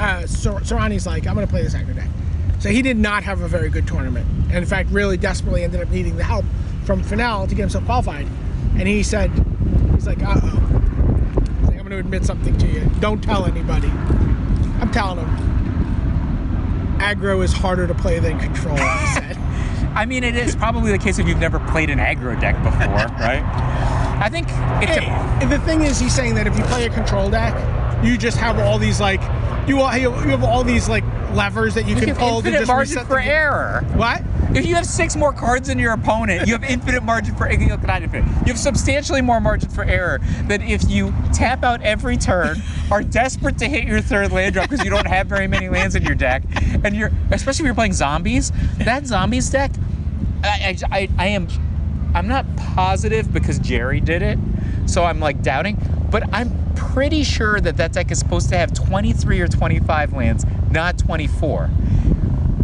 S3: uh, Sor- Sorani's like, I'm gonna play this actor deck. So he did not have a very good tournament, and in fact, really desperately ended up needing the help from Finel to get himself qualified. And he said, he's like, uh oh. He's like, I'm gonna admit something to you. Don't tell anybody. I'm telling him. Aggro is harder to play than control. He said.
S2: I mean, it is probably the case if you've never played an aggro deck before, right? I think it de-
S3: Hey, the thing is, he's saying that if you play a control deck, you just have all these like you all, you have all these like levers that you,
S2: you
S3: can
S2: have
S3: pull to
S2: infinite
S3: just
S2: margin
S3: reset
S2: for
S3: the game.
S2: error.
S3: What?
S2: If you have six more cards than your opponent, you have infinite margin for you know, not infinite. You have substantially more margin for error than if you tap out every turn, are desperate to hit your third land drop because you don't have very many lands in your deck, and you're especially if you're playing zombies. That zombies deck, I, I, I, I am, I'm not positive because Jerry did it, so I'm like doubting, but I'm pretty sure that that deck is supposed to have 23 or 25 lands, not 24.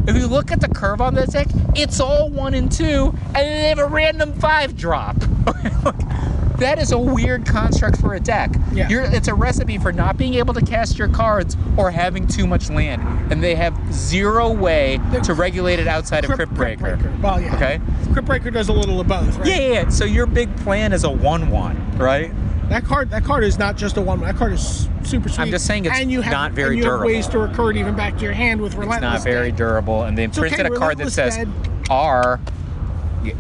S2: If you look at the curve on this deck, it's all one and two, and then they have a random five drop. that is a weird construct for a deck.
S3: Yeah.
S2: You're, it's a recipe for not being able to cast your cards or having too much land, and they have zero way to regulate it outside of Crypt Breaker.
S3: Well, yeah.
S2: Okay.
S3: Crypt Breaker does a little of both, right?
S2: Yeah, yeah, yeah. So your big plan is a one-one, right?
S3: That card, that card is not just a one. That card is super sweet.
S2: just saying it's
S3: and you have,
S2: not very
S3: and you
S2: durable.
S3: Have ways to recur it even back to your hand with
S2: It's
S3: relentless.
S2: not very
S3: Dead.
S2: durable, and they
S3: okay,
S2: printed a card that
S3: Relentless
S2: says
S3: Dead.
S2: R. y-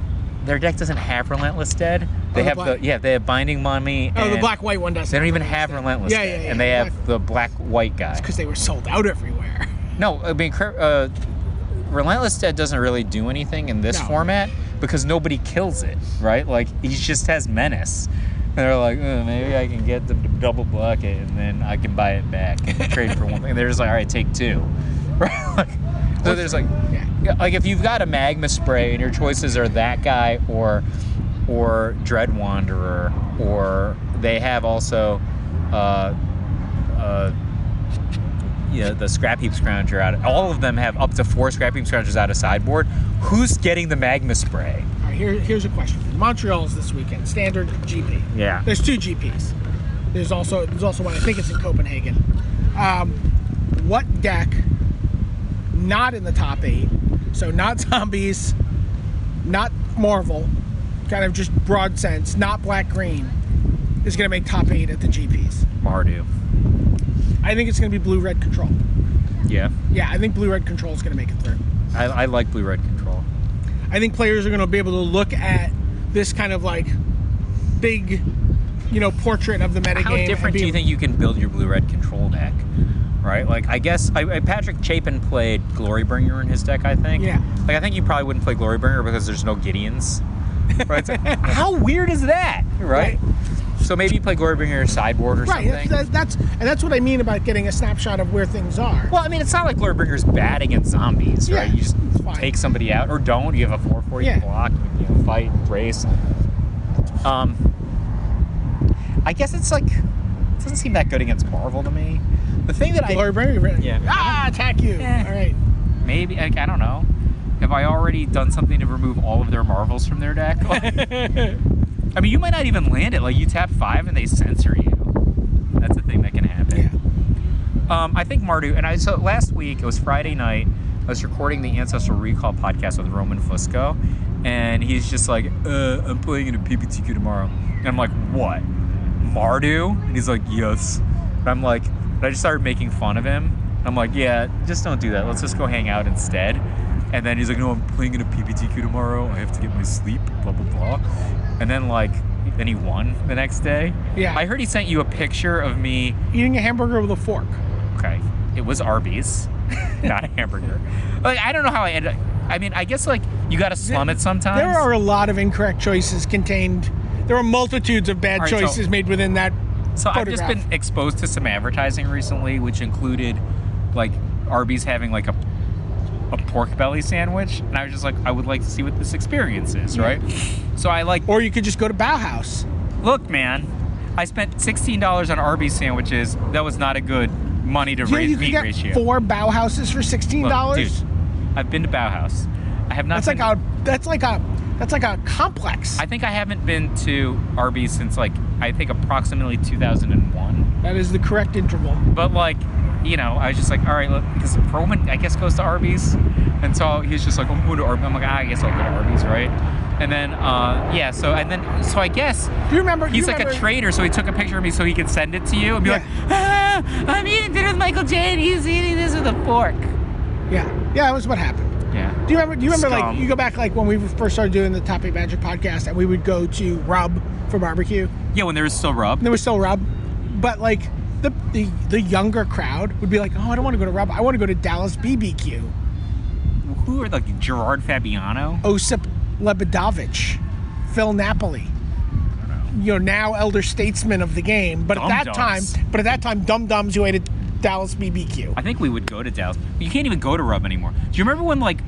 S2: Their deck doesn't have Relentless Dead. They
S3: Oh, the
S2: have
S3: black-
S2: the yeah, they have Binding Mummy.
S3: Oh, the
S2: and-
S3: black white one does.
S2: They don't even have relentless.
S3: Yeah,
S2: Dead,
S3: yeah, yeah,
S2: And they
S3: yeah.
S2: have the black white guy.
S3: because they were sold out everywhere.
S2: No, I mean, cri- uh, relentless dead doesn't really do anything in this
S3: No.
S2: format because nobody kills it, right? Like he just has menace. And they're like, "Uh, maybe I can get them to double block it, and then I can buy it back and trade for one thing. And they're just like, all right, take two. Right? Like, so there's like,
S3: Yeah.
S2: yeah, like if you've got a magma spray and your choices are that guy or or dread wanderer or they have also uh, uh, yeah, the scrap heap scrounger out. All of them have up to four scrap heap scroungers out of sideboard. Who's getting the magma spray?
S3: All right, here, here's a question. Montreal's this weekend. Standard GP.
S2: Yeah.
S3: There's two GPs. There's also there's also one I think it's in Copenhagen. Um, what deck? Not in the top eight. So not zombies, not Marvel. Kind of just broad sense. Not black green. Is going to make top eight at the GPs.
S2: Mardu.
S3: I think it's going to be blue red control.
S2: Yeah,
S3: Yeah, I think blue red control is going to make it through.
S2: I, I like blue red control.
S3: I think players are going to be able to look at this kind of like big, you know, portrait of the metagame.
S2: How
S3: and
S2: different
S3: be-
S2: do you think you can build your blue red control deck? Right, like I guess I, I, Patrick Chapin played Glorybringer in his deck. I think.
S3: Yeah.
S2: Like I think you probably wouldn't play Glorybringer because there's no Gideons. Right. So how weird is that? Right. So maybe you play Glorybringer sideboard or
S3: Right,
S2: something.
S3: that's, that's, that's and that's what I mean about getting a snapshot of where things are.
S2: Well, I mean, it's not like Glorbringer's bad against zombies, right?
S3: Yeah,
S2: you just
S3: it's fine.
S2: take somebody out, or don't. You have a 440
S3: Yeah.
S2: block, you know, fight, race. Um, I guess it's like, it doesn't seem that good against Marvel to me. The thing that
S3: Glory Berry, right?
S2: Yeah.
S3: Ah, attack you.
S2: Yeah.
S3: All right.
S2: I maybe like, I don't know. Have I already done something to remove all of their Marvels from their deck? I mean, you might not even land it. Like you tap five and they censor you. That's a thing that can happen.
S3: Yeah.
S2: Um, I think Mardu and I. So last week it was Friday night. I was recording the Ancestral Recall podcast with Roman Fusco, and he's just like, uh, "I'm playing in a PPTQ tomorrow," and I'm like, "What, Mardu?" And he's like, "Yes." And I'm like, and I just started making fun of him. I'm like, "Yeah, just don't do that. Let's just go hang out instead." And then he's like, no, I'm playing in a PBTQ tomorrow. I have to get my sleep, blah, blah, blah. And then, like, then he won the next day.
S3: Yeah.
S2: I heard he sent you a picture of me
S3: Eating a hamburger with a fork.
S2: Okay. It was Arby's, not a hamburger. Like I don't know how I ended. I mean, I guess like you got to slum it sometimes.
S3: There are a lot of incorrect choices contained. There are multitudes of bad
S2: All right, so-
S3: choices made within that.
S2: so I've just
S3: photograph.
S2: been exposed to some advertising recently, which included like Arby's having like a a pork belly sandwich, and I was just like, I would like to see what this experience is, right? So I like
S3: Or you could just go to Bauhaus.
S2: look, man. I spent sixteen dollars on Arby's sandwiches. That was not a good money to
S3: Yeah,
S2: raise
S3: you could
S2: meat
S3: get
S2: ratio.
S3: four Bauhauses for sixteen
S2: Look,
S3: dollars.
S2: dude, I've been to Bauhaus. I have not.
S3: That's like
S2: been to-
S3: a that's like a that's like a complex.
S2: I think I haven't been to Arby's since like I think approximately 2001.
S3: that is the correct interval.
S2: But like, you know, I was just like, all right, look, because Roman I guess goes to Arby's, and so he's just like, I'm going to Arby's. I'm like, ah, I guess I'll go to Arby's, right? And then, uh, yeah, so and then so I guess
S3: Do you remember? do
S2: he's
S3: you
S2: like a
S3: remember-
S2: traitor, so he took a picture of me so he could send it to you and be
S3: Yeah.
S2: like, ah, I'm eating dinner with Michael J. and he's eating this with a fork.
S3: Yeah, yeah, that was what happened.
S2: Yeah.
S3: Do you remember? Do you remember?
S2: Scum.
S3: Like you go back like when we first started doing the Top Eight Magic podcast, and we would go to Rub for barbecue.
S2: Yeah, when there was still rub.
S3: and there was still Rob, but like the, the the younger crowd would be like, oh, I don't want to go to Rob. I want to go to Dallas BBQ.
S2: Who are like Gerard Fabiano?
S3: Osip Lebedovich, Phil Napoli. You know, now elder statesman of the game, but at that
S2: Dum-dums.
S3: time, but at that time, dum dums who ate at Dallas BBQ.
S2: I think we would go to Dallas. You can't even go to Rub anymore. Do you remember when like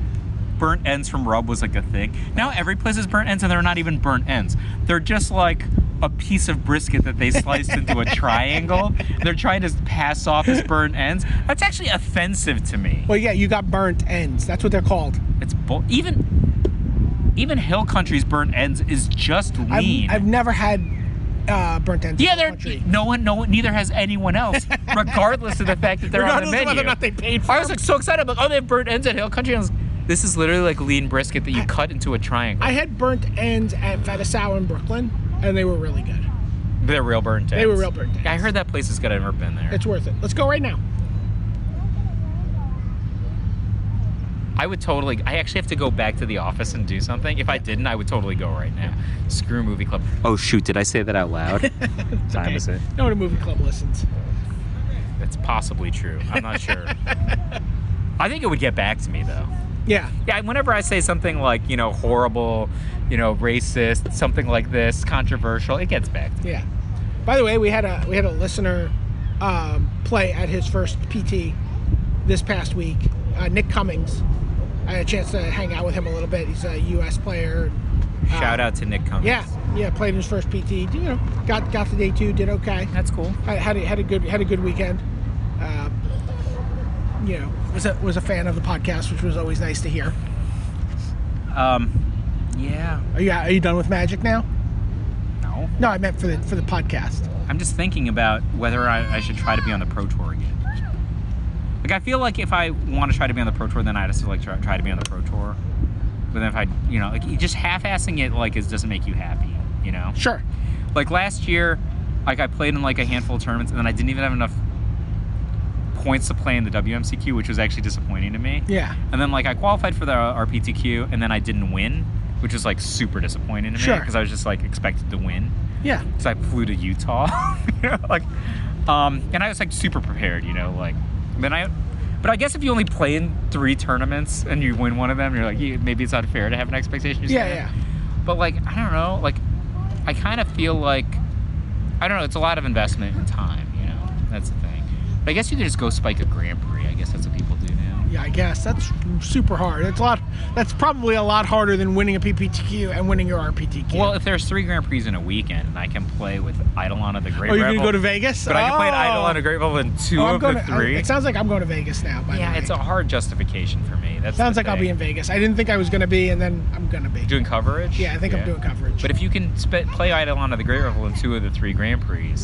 S2: burnt ends from Rub was like a thing? Now every place is burnt ends, and they're not even burnt ends. They're just like a piece of brisket that they sliced into a triangle. They're trying to pass off as burnt ends. That's actually offensive to me.
S3: Well, yeah, you got burnt ends. That's what they're called.
S2: It's bull. Even even Hill Country's burnt ends is just
S3: I've,
S2: lean.
S3: I've never had uh, burnt ends. in
S2: yeah,
S3: the
S2: they're
S3: country.
S2: no one, no one, neither has anyone else, regardless of the fact that they're on the
S3: Regardless
S2: menu.
S3: of whether or not they paid for
S2: I was like so excited. I'm like, oh, they have burnt ends at Hill Country. I was, this is literally like lean brisket that you cut into a triangle.
S3: I had burnt ends at Fatisau in Brooklyn, and they were really good.
S2: They're real burnt ends.
S3: They were real burnt ends.
S2: I heard that place is good. I've never been there.
S3: It's worth it. Let's go right now.
S2: I would totally. I actually have to go back to the office and do something. If I didn't, I would totally go right now. Screw movie club. Oh shoot! Did I say that out loud? time is it?
S3: No one at movie club listens.
S2: That's possibly true. I'm not sure. I think it would get back to me though.
S3: Yeah.
S2: Yeah, whenever I say something like you know horrible, you know racist, something like this, controversial, it gets back to me.
S3: Yeah. By the way, we had a we had a listener um, play at his first PT this past week. Uh, Nick Cummings. I had a chance to hang out with him a little bit. He's a U.S. player.
S2: Shout out to Nick Cummings.
S3: Yeah, yeah. Played his first PT. You know, got got to day two. Did okay.
S2: That's cool.
S3: Had had a, had a good had a good weekend. Uh, you know, was a was a fan of the podcast, which was always nice to hear.
S2: Um, yeah.
S3: Are you are you done with magic now?
S2: No.
S3: No, I meant for the for the podcast.
S2: I'm just thinking about whether I, I should try to be on the pro tour again. Like I feel like if I want to try to be on the pro tour, then I just like try, try to be on the pro tour. But then if I, you know, like you just half-assing it like it doesn't make you happy, you know.
S3: Sure.
S2: Like last year, like I played in like a handful of tournaments, and then I didn't even have enough points to play in the WMCQ, which was actually disappointing to me.
S3: Yeah.
S2: And then like I qualified for the RPTQ, and then I didn't win, which was like super disappointing to me
S3: Sure.
S2: because I was just like expected to win
S3: Yeah.
S2: because I flew to Utah, you know, like, um, and I was like super prepared, you know, like, then I, but I guess if you only play in three tournaments and you win one of them, you're like, yeah, maybe it's unfair to have an expectation. you
S3: Yeah,
S2: set.
S3: yeah.
S2: But like, I don't know, like, I kind of feel like, I don't know, it's a lot of investment in time, you know, that's the thing. But I guess you could just go spike a Grand Prix. I guess that's what people do now.
S3: Yeah, I guess that's super hard. It's a lot. That's probably a lot harder than winning a PPTQ and winning your RPTQ.
S2: Well, if there's three Grand Prix in a weekend and I can play with Eidolon of the Great
S3: oh, you're
S2: Rebel,
S3: gonna go to Vegas?
S2: but I can play an
S3: Oh.
S2: Eidolon of Great Rebel in two
S3: Oh, I'm
S2: of the
S3: going to- I-
S2: three.
S3: it sounds like I'm going to Vegas now. By
S2: Yeah,
S3: the way.
S2: it's a hard justification for me. That's
S3: sounds
S2: the
S3: like I'll be
S2: thing.
S3: in Vegas. I didn't think I was gonna be, and then I'm gonna be.
S2: doing coverage.
S3: yeah, I think I'm doing coverage.
S2: But if you can sp- play Eidolon of the Great Revel in two of the three Grand Prix,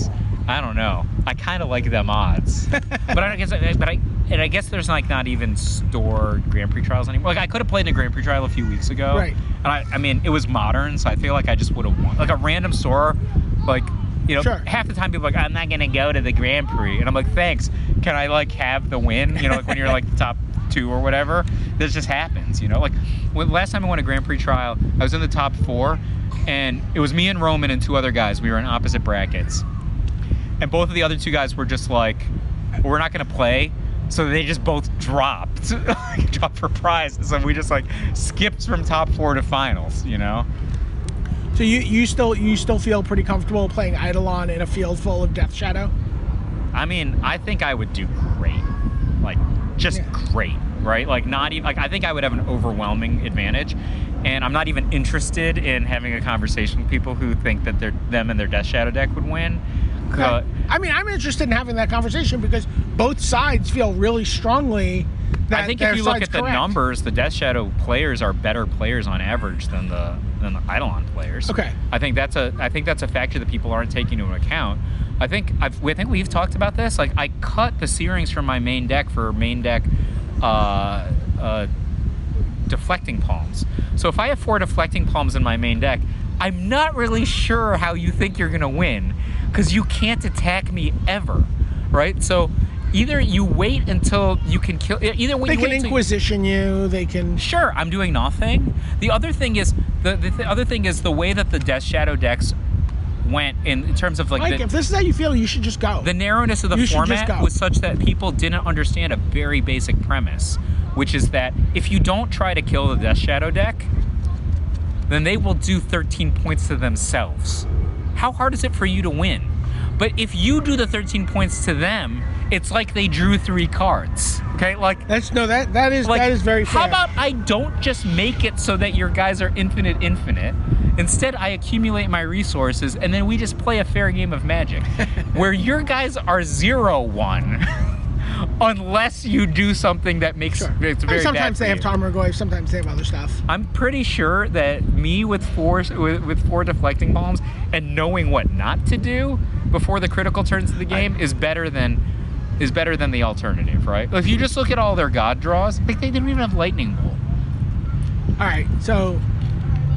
S2: I don't know. I kind of like them odds. but I guess, but I and I guess there's like not even stored Grand Prix trials anymore. Like I could have played in a Grand Prix trial a few weeks ago.
S3: Right.
S2: And I, I mean, it was modern, so I feel like I just would have won. Like a random store, like. You know,
S3: Sure.
S2: half the time people are like, I'm not gonna go to the Grand Prix, and I'm like, thanks. Can I like have the win? You know, like when you're like the top two or whatever. This just happens, you know. Like when, last time I won a Grand Prix trial, I was in the top four, and it was me and Roman and two other guys. We were in opposite brackets, and both of the other two guys were just like, "We're not gonna play." So they just both dropped, dropped for prizes, and we just like skipped from top four to finals, you know.
S3: So you, you still you still feel pretty comfortable playing Eidolon in a field full of Death Shadow?
S2: I mean, I think I would do great. Like, just
S3: Yeah.
S2: great, right? Like, not even, like, I think I would have an overwhelming advantage. And I'm not even interested in having a conversation with people who think that they're, them and their Death Shadow deck would win. Uh,
S3: I mean, I'm interested in having that conversation because both sides feel really strongly that
S2: I think
S3: their
S2: if you look
S3: side's
S2: at the
S3: correct.
S2: numbers, the Death Shadow players are better players on average than the than the Eidolon players.
S3: Okay.
S2: I think that's a I think that's a factor that people aren't taking into account. I think I've, I think we've talked about this. Like I cut the searings from my main deck for main deck uh, uh, deflecting palms. So if I have four deflecting palms in my main deck, I'm not really sure how you think you're gonna win, because you can't attack me ever, right? So either you wait until you can kill. e-, Either when
S3: They
S2: you
S3: can
S2: wait till-
S3: inquisition you. They can.
S2: sure i'm doing nothing the other thing is the, the th- other thing is the way that the death shadow decks went in, in terms of like
S3: Mike,
S2: the,
S3: if this is how you feel, you should just go.
S2: the narrowness of the
S3: You should just
S2: format
S3: go.
S2: was such that people didn't understand a very basic premise which is that if you don't try to kill the death shadow deck then they will do 13 points to themselves how hard is it for you to win but if you do the 13 points to them it's like they drew three cards okay like
S3: That's no. That that is that is very fair.
S2: how about I don't just make it so that your guys are infinite, infinite. Instead, I accumulate my resources, and then we just play a fair game of Magic, where your guys are zero one, unless you do something that makes
S3: Sure.
S2: it's
S3: I mean,
S2: very. bad
S3: sometimes
S2: for
S3: they have
S2: you.
S3: Tarmogoyf. Sometimes they have other stuff.
S2: I'm pretty sure that me with four with, with four deflecting bombs and knowing what not to do before the critical turns of the game is better than is better than the alternative, right? If you just look at all their god draws, like they don't even have lightning bolt.
S3: All right. So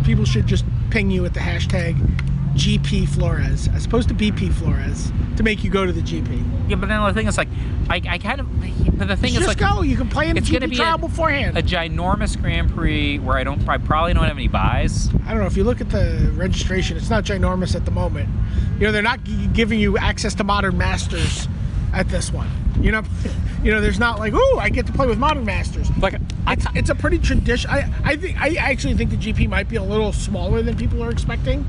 S3: people should just ping you with the hashtag GP Flores as opposed to BP Flores to make you go to the GP.
S2: Yeah, but then the thing is like, I, I kind of, but the thing is
S3: just
S2: like,
S3: go. You can play in the
S2: it's gonna
S3: GP
S2: be
S3: trial
S2: a-
S3: beforehand.
S2: a ginormous Grand Prix where I don't, I probably don't have any buys.
S3: I don't know if you look at the registration, it's not ginormous at the moment. You know, they're not g- giving you access to modern masters at this one. You know, you know, there's not like, ooh, I get to play with modern masters.
S2: Like, I,
S3: It's, it's a pretty tradition. I, I think I actually think the GP might be a little smaller than people are expecting.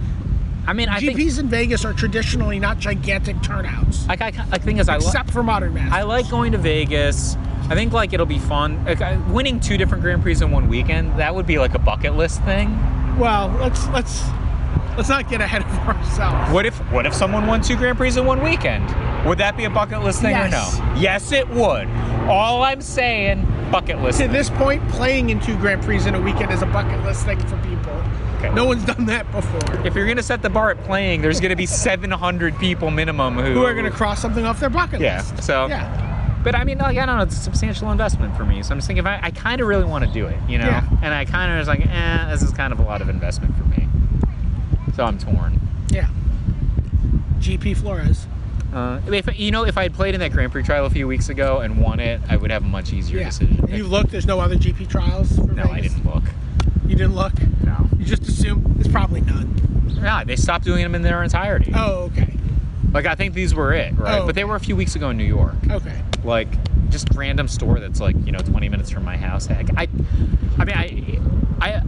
S2: I mean, I
S3: GPs
S2: think,
S3: in Vegas are traditionally not gigantic turnouts,
S2: like, I, like, thing is, I, lo-
S3: except for modern masters.
S2: I like going to Vegas. I think like it'll be fun. Like, I- winning two different Grand Prix in one weekend, that would be like a bucket list thing.
S3: Well, let's let's let's not get ahead of ourselves.
S2: What if, what if someone won two Grand Prix in one weekend? Would that be a bucket list thing or
S3: Yes.
S2: no? Yes, it would. All I'm saying, bucket list.
S3: To this point, playing in two Grand Prix in a weekend is a bucket list thing for people.
S2: Okay.
S3: No one's done that before.
S2: If you're gonna set the bar at playing, there's gonna be 700 people minimum who,
S3: who are going to cross something off their bucket
S2: Yeah.
S3: list.
S2: So.
S3: yeah,
S2: But I mean, like I don't know, it's a substantial investment for me. So I'm just thinking, if I, I kind of really want to do it, you know,
S3: Yeah.
S2: and I kind of was like, eh, this is kind of a lot of investment for me. So I'm torn.
S3: yeah. GP Flores.
S2: Uh, if you know, if I had played in that Grand Prix trial a few weeks ago and won it, I would have a much easier
S3: Yeah.
S2: decision.
S3: You looked. There's no other GP trials. For
S2: no, I
S3: Vegas?
S2: didn't look.
S3: You didn't look.
S2: No.
S3: You just assumed there's probably none.
S2: Yeah, they stopped doing them in their entirety.
S3: Oh, okay,
S2: Like I think these were it, right?
S3: Oh.
S2: But they were a few weeks ago in New York.
S3: okay.
S2: like just random store that's like you know 20 minutes from my house heck i i mean i i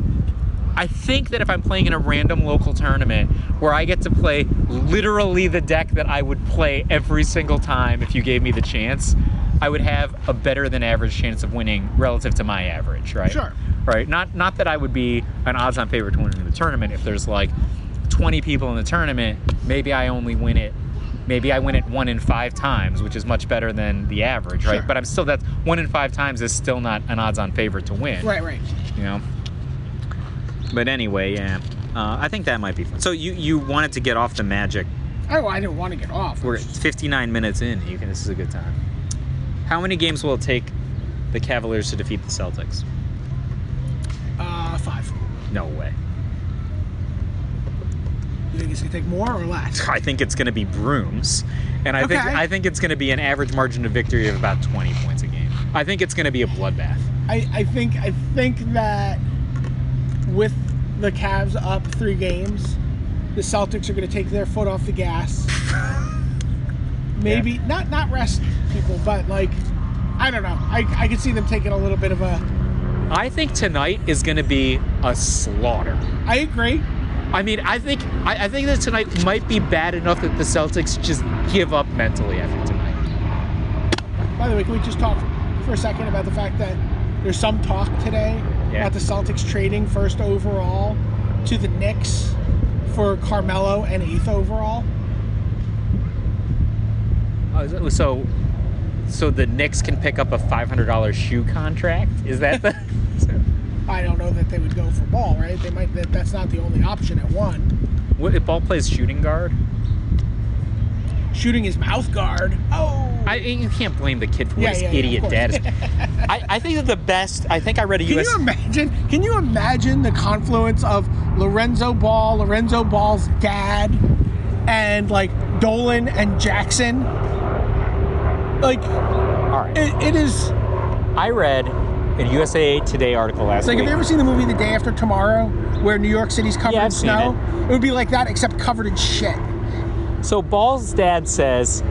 S2: I think that if I'm playing in a random local tournament where I get to play literally the deck that I would play every single time if you gave me the chance, I would have a better than average chance of winning relative to my average, right?
S3: Sure.
S2: Right. Not not that I would be an odds-on favorite to win in the tournament. If there's like 20 people in the tournament, maybe I only win it. Maybe I win it one in five times, which is much better than the average, right?
S3: Sure.
S2: But I'm still that's one in five times is still not an odds-on favorite to win
S3: Right, right.
S2: you know. But anyway, yeah, uh, I think that might be fun. So you you wanted to get off the magic?
S3: Oh, I didn't want to get off.
S2: We're 59 minutes in. You can this is a good time. How many games will it take the Cavaliers to defeat the Celtics?
S3: uh, five.
S2: No way.
S3: You think it's gonna take more or less?
S2: I think it's going to be brooms, and I think
S3: Okay.
S2: I think it's going to be an average margin of victory of about 20 points a game. I think it's going to be a bloodbath.
S3: I, I think I think that with the Cavs up three games, the Celtics are going to take their foot off the gas. Maybe not not rest people, but like I don't know. I I could see them taking a little bit of a.
S2: I think tonight is going to be a slaughter.
S3: I agree.
S2: I mean, I think I, I think that tonight might be bad enough that the Celtics just give up mentally after tonight.
S3: By the way, can we just talk for a second about the fact that there's some talk today
S2: Yeah.
S3: about the Celtics trading first overall to the Knicks for Carmelo and eighth overall?
S2: Uh, So, so the Knicks can pick up a five hundred dollars shoe contract. Is that the?
S3: I don't know that they would go for ball, right? They might. That, that's not the only option at one.
S2: what, if ball plays shooting guard,
S3: Shooting his mouth guard. Oh,
S2: I you can't blame the kid for what
S3: Yeah,
S2: his
S3: yeah, yeah, of
S2: idiot
S3: course.
S2: dad is. I, I think that the best. I think I read a
S3: can
S2: US.
S3: you imagine? Can you imagine the confluence of Lorenzo Ball, Lorenzo Ball's dad, and like Dolan and Jackson? Like,
S2: all right.
S3: it, it is.
S2: I read a USA Today article last
S3: It's like,
S2: week.
S3: have you ever seen the movie The Day After Tomorrow, where New York City's covered
S2: Yeah,
S3: in
S2: I've seen
S3: snow? It. would be like that, except covered in shit.
S2: So Ball's dad says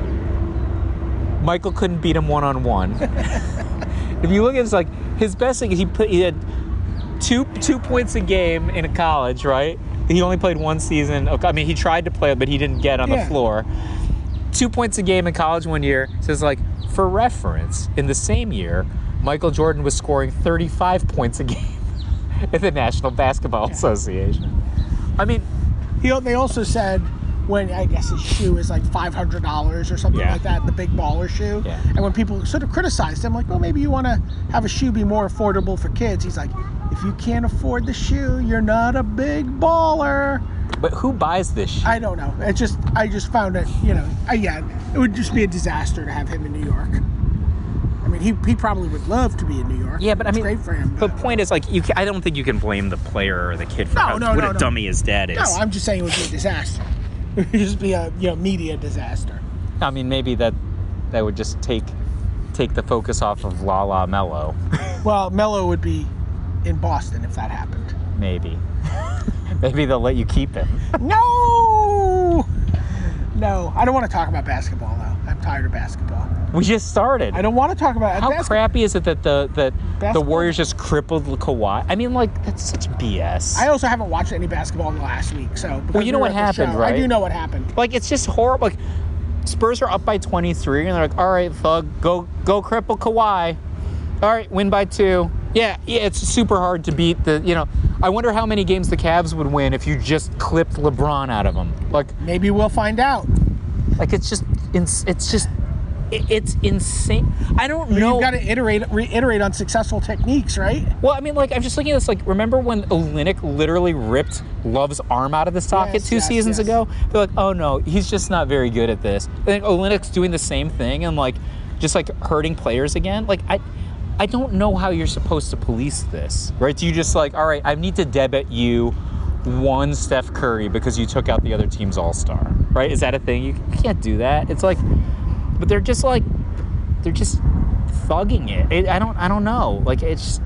S2: Michael couldn't beat him one on one. If you look at it, it's like his best thing is he put, he had two two points a game in college, right? He only played one season. of- I mean, he tried to play, but he didn't get on
S3: Yeah.
S2: the floor. Two points a game in college one year. Says like for reference, in the same year, Michael Jordan was scoring 35 points a game at the National Basketball Association. I mean,
S3: He, they also said when I guess his shoe is like five hundred dollars or something
S2: Yeah.
S3: like that, the big baller shoe.
S2: Yeah.
S3: And when people sort of criticized him, like, well, maybe you want to have a shoe be more affordable for kids. He's like, if you can't afford the shoe, you're not a big baller.
S2: but who buys this? Shit?
S3: I don't know. It just I just found it. You know, I, yeah, it would just be a disaster to have him in New York. I mean, he, he probably would love to be in New York.
S2: Yeah, but I
S3: It's
S2: mean,
S3: great for him.
S2: The
S3: but-
S2: point is, like, you ca I don't think you can blame the player or the kid for
S3: No,
S2: how,
S3: no,
S2: what
S3: no,
S2: a
S3: no.
S2: dummy his dad is.
S3: No, I'm just saying it would be a disaster. It would just be a you know media disaster.
S2: I mean, maybe that that would just take take the focus off of La La Mello,
S3: Well, Mello would be in Boston if that happened.
S2: maybe. maybe they'll let you keep him.
S3: No, no, I don't want to talk about basketball though. I'm tired of basketball.
S2: We just started.
S3: I don't want to talk about
S2: How
S3: basket-
S2: crappy is it that the that the
S3: Basketball?
S2: Warriors just crippled Kawhi? I mean, like, that's such BS.
S3: I also haven't watched any basketball in the last week, so because
S2: Well, you know
S3: we were
S2: what
S3: at the
S2: happened,
S3: show-
S2: right?
S3: I do know what happened.
S2: like, it's just horrible. Like, Spurs are up by 23, and they're like, all right, thug, go go cripple Kawhi. All right, win by two. Yeah, yeah, it's super hard to beat the, you know, I wonder how many games the Cavs would win if you just clipped LeBron out of them. Like,
S3: Maybe we'll find out.
S2: like it's just, ins- it's just, it- it's insane. I don't
S3: But
S2: know.
S3: You've got to iterate, reiterate on successful techniques, right?
S2: well, I mean, like, I'm just looking at this. Like, remember when Olenek literally ripped Love's arm out of the socket
S3: Yes,
S2: two
S3: yes,
S2: seasons
S3: yes.
S2: ago? They're like, oh no, he's just not very good at this. And then Olenek's doing the same thing and like, just like hurting players again. Like, I, I don't know how you're supposed to police this, right? Do you just like, all right, I need to debit you one Steph Curry because you took out the other team's All Star, right? Is that a thing? You can't do that. It's like, but they're just like, they're just thugging it. it I don't, I don't know. Like, it's.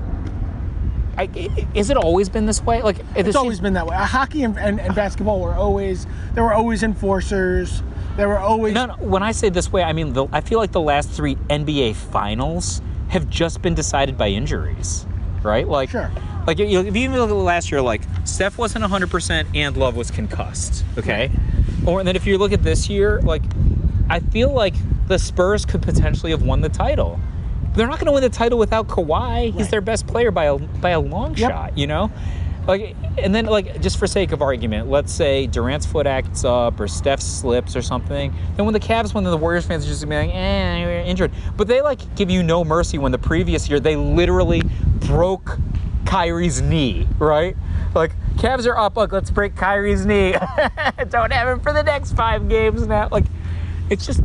S2: I, i- is it always been this way? Like it
S3: It's always been that way. Uh, Hockey and, and, and basketball were always there were always enforcers. There were always
S2: No, no. When I say this way, I mean the, I feel like the last three NBA finals have just been decided by injuries, right? Like,
S3: Sure.
S2: Like you know, if you even look at last year, like Steph wasn't 100 percent and Love was concussed. Okay, or and then if you look at this year, like I feel like the Spurs could potentially have won the title. They're not going to win the title without Kawhi. He's
S3: Right.
S2: their best player by a by a long
S3: Yep.
S2: shot. You know. Like and then like just for sake of argument, let's say Durant's foot acts up or Steph slips or something. Then when the Cavs win, then the Warriors fans are just gonna be like, eh, you're injured. But they like give you no mercy when the previous year they literally broke Kyrie's knee, right? Like Cavs are up, like let's break Kyrie's knee. Don't have him for the next five games now. Like it's just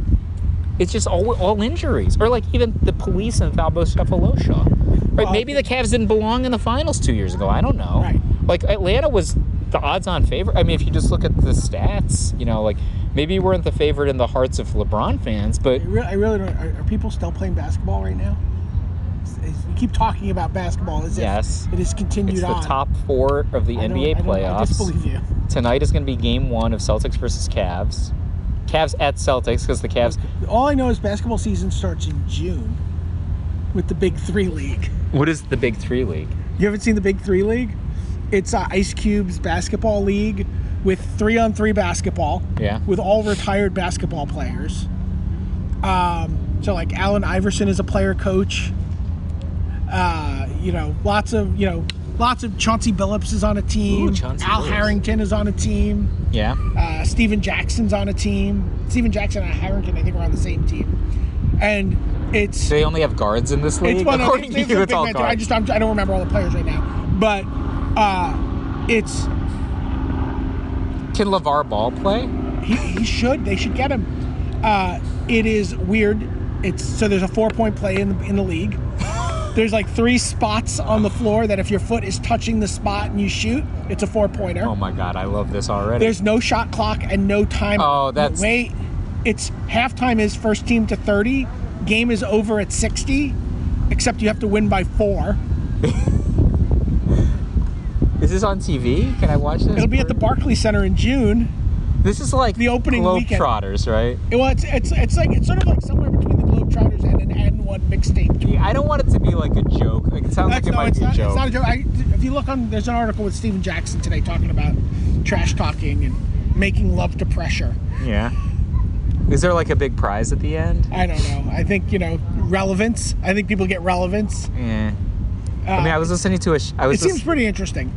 S2: it's just all all injuries or like even the police and Thalbo Cephalosha. Right? Maybe the Cavs didn't belong in the finals two years ago. I don't know.
S3: Right.
S2: Like Atlanta was the odds-on favorite. I mean, if you just look at the stats, you know, like maybe you weren't the favorite in the hearts of LeBron fans, but
S3: I really, I really don't. Are, are people still playing basketball right now? is- you keep talking about basketball as
S2: Yes.
S3: if it is continued
S2: It's the
S3: on.
S2: top four of the
S3: I don't-
S2: NBA
S3: I don't- I
S2: playoffs.
S3: disbelieve you.
S2: Tonight is going to be game one of Celtics versus Cavs. Cavs at Celtics because the Cavs.
S3: All I know is basketball season starts in June with the Big Three League.
S2: What is the Big Three League?
S3: You haven't seen the Big Three League? It's uh, Ice Cube's basketball league with three on three basketball.
S2: Yeah.
S3: With all retired basketball players. Um, so like Allen Iverson is a player coach. Uh, you know, lots of you know, lots of Chauncey Billups is on a team.
S2: Ooh, Chauncey
S3: Al
S2: Billups.
S3: Harrington is on a team.
S2: Yeah.
S3: Uh, Steven Jackson's on a team. Steven Jackson and Harrington, I think, are on the same team. And it's
S2: Do they only have guards in this league?
S3: it's one of
S2: According
S3: it's,
S2: to
S3: it's
S2: you,
S3: a
S2: it's
S3: big
S2: all
S3: match. I
S2: guards.
S3: just I'm, I don't remember all the players right now, but uh, it's
S2: Can LeVar Ball play?
S3: he, he should they should get him. Uh, it is weird. It's so there's a four point play in the, in the league. There's like three spots on the floor that if your foot is touching the spot and you shoot, it's a four pointer.
S2: Oh my God, I love this already.
S3: There's no shot clock and no time.
S2: Oh, that's-
S3: wait. It's halftime is first team to 30. Game is over at 60, except you have to win by four.
S2: Is this on TV? Can I watch this?
S3: It'll be at the Barclay Center in June.
S2: This is like
S3: the opening weekend.
S2: Globetrotters, right?
S3: It- Well, it's, it's it's like it's sort of like somewhere between the Globetrotters and an N one mixtape.
S2: Yeah, I don't want it to be like a joke. Like it sounds like it
S3: no,
S2: might
S3: it's
S2: be
S3: not,
S2: a joke.
S3: It's not a joke. I, if you look on, there's an article with Steven Jackson today talking about trash talking and making love to pressure.
S2: yeah. Is there like a big prize at the end?
S3: I don't know. I think you know relevance. I think people get relevance. Uh,
S2: Yeah. I mean, I was listening to a. Sh- I
S3: It
S2: was. lis-
S3: seems pretty interesting.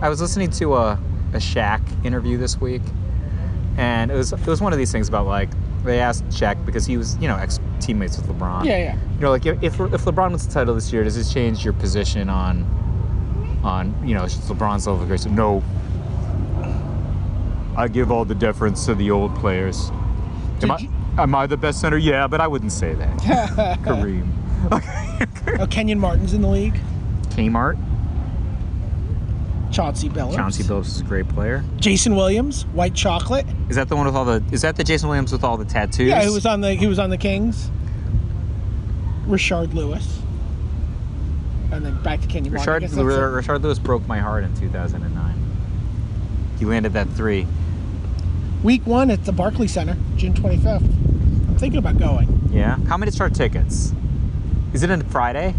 S2: I was listening to a a Shaq interview this week, and it was it was one of these things about like they asked Shaq because he was you know ex teammates with LeBron.
S3: Yeah, yeah.
S2: You know, like if if LeBron wins the title this year, does this change your position on on you know LeBron's level of grace? No. I give all the deference to the old players. Am I,
S3: Did you-
S2: am I the best center? Yeah, but I wouldn't say that. Kareem.
S3: Oh, Kenyon Martin's in the league.
S2: Kmart.
S3: Chauncey Billups.
S2: Chauncey Billups is a great player.
S3: Jason Williams, White Chocolate.
S2: Is that the one with all the? Is that the Jason Williams with all the tattoos?
S3: Yeah, he was on the he was on the Kings. Richard Lewis. And then back to Kenyon Martin. I
S2: Richard,
S3: guess that's it.
S2: Richard Lewis broke my heart in 2009. He landed that three.
S3: Week one at the Barclay Center, June 25th. I'm thinking about going.
S2: Yeah. How many star tickets? Is it on Friday?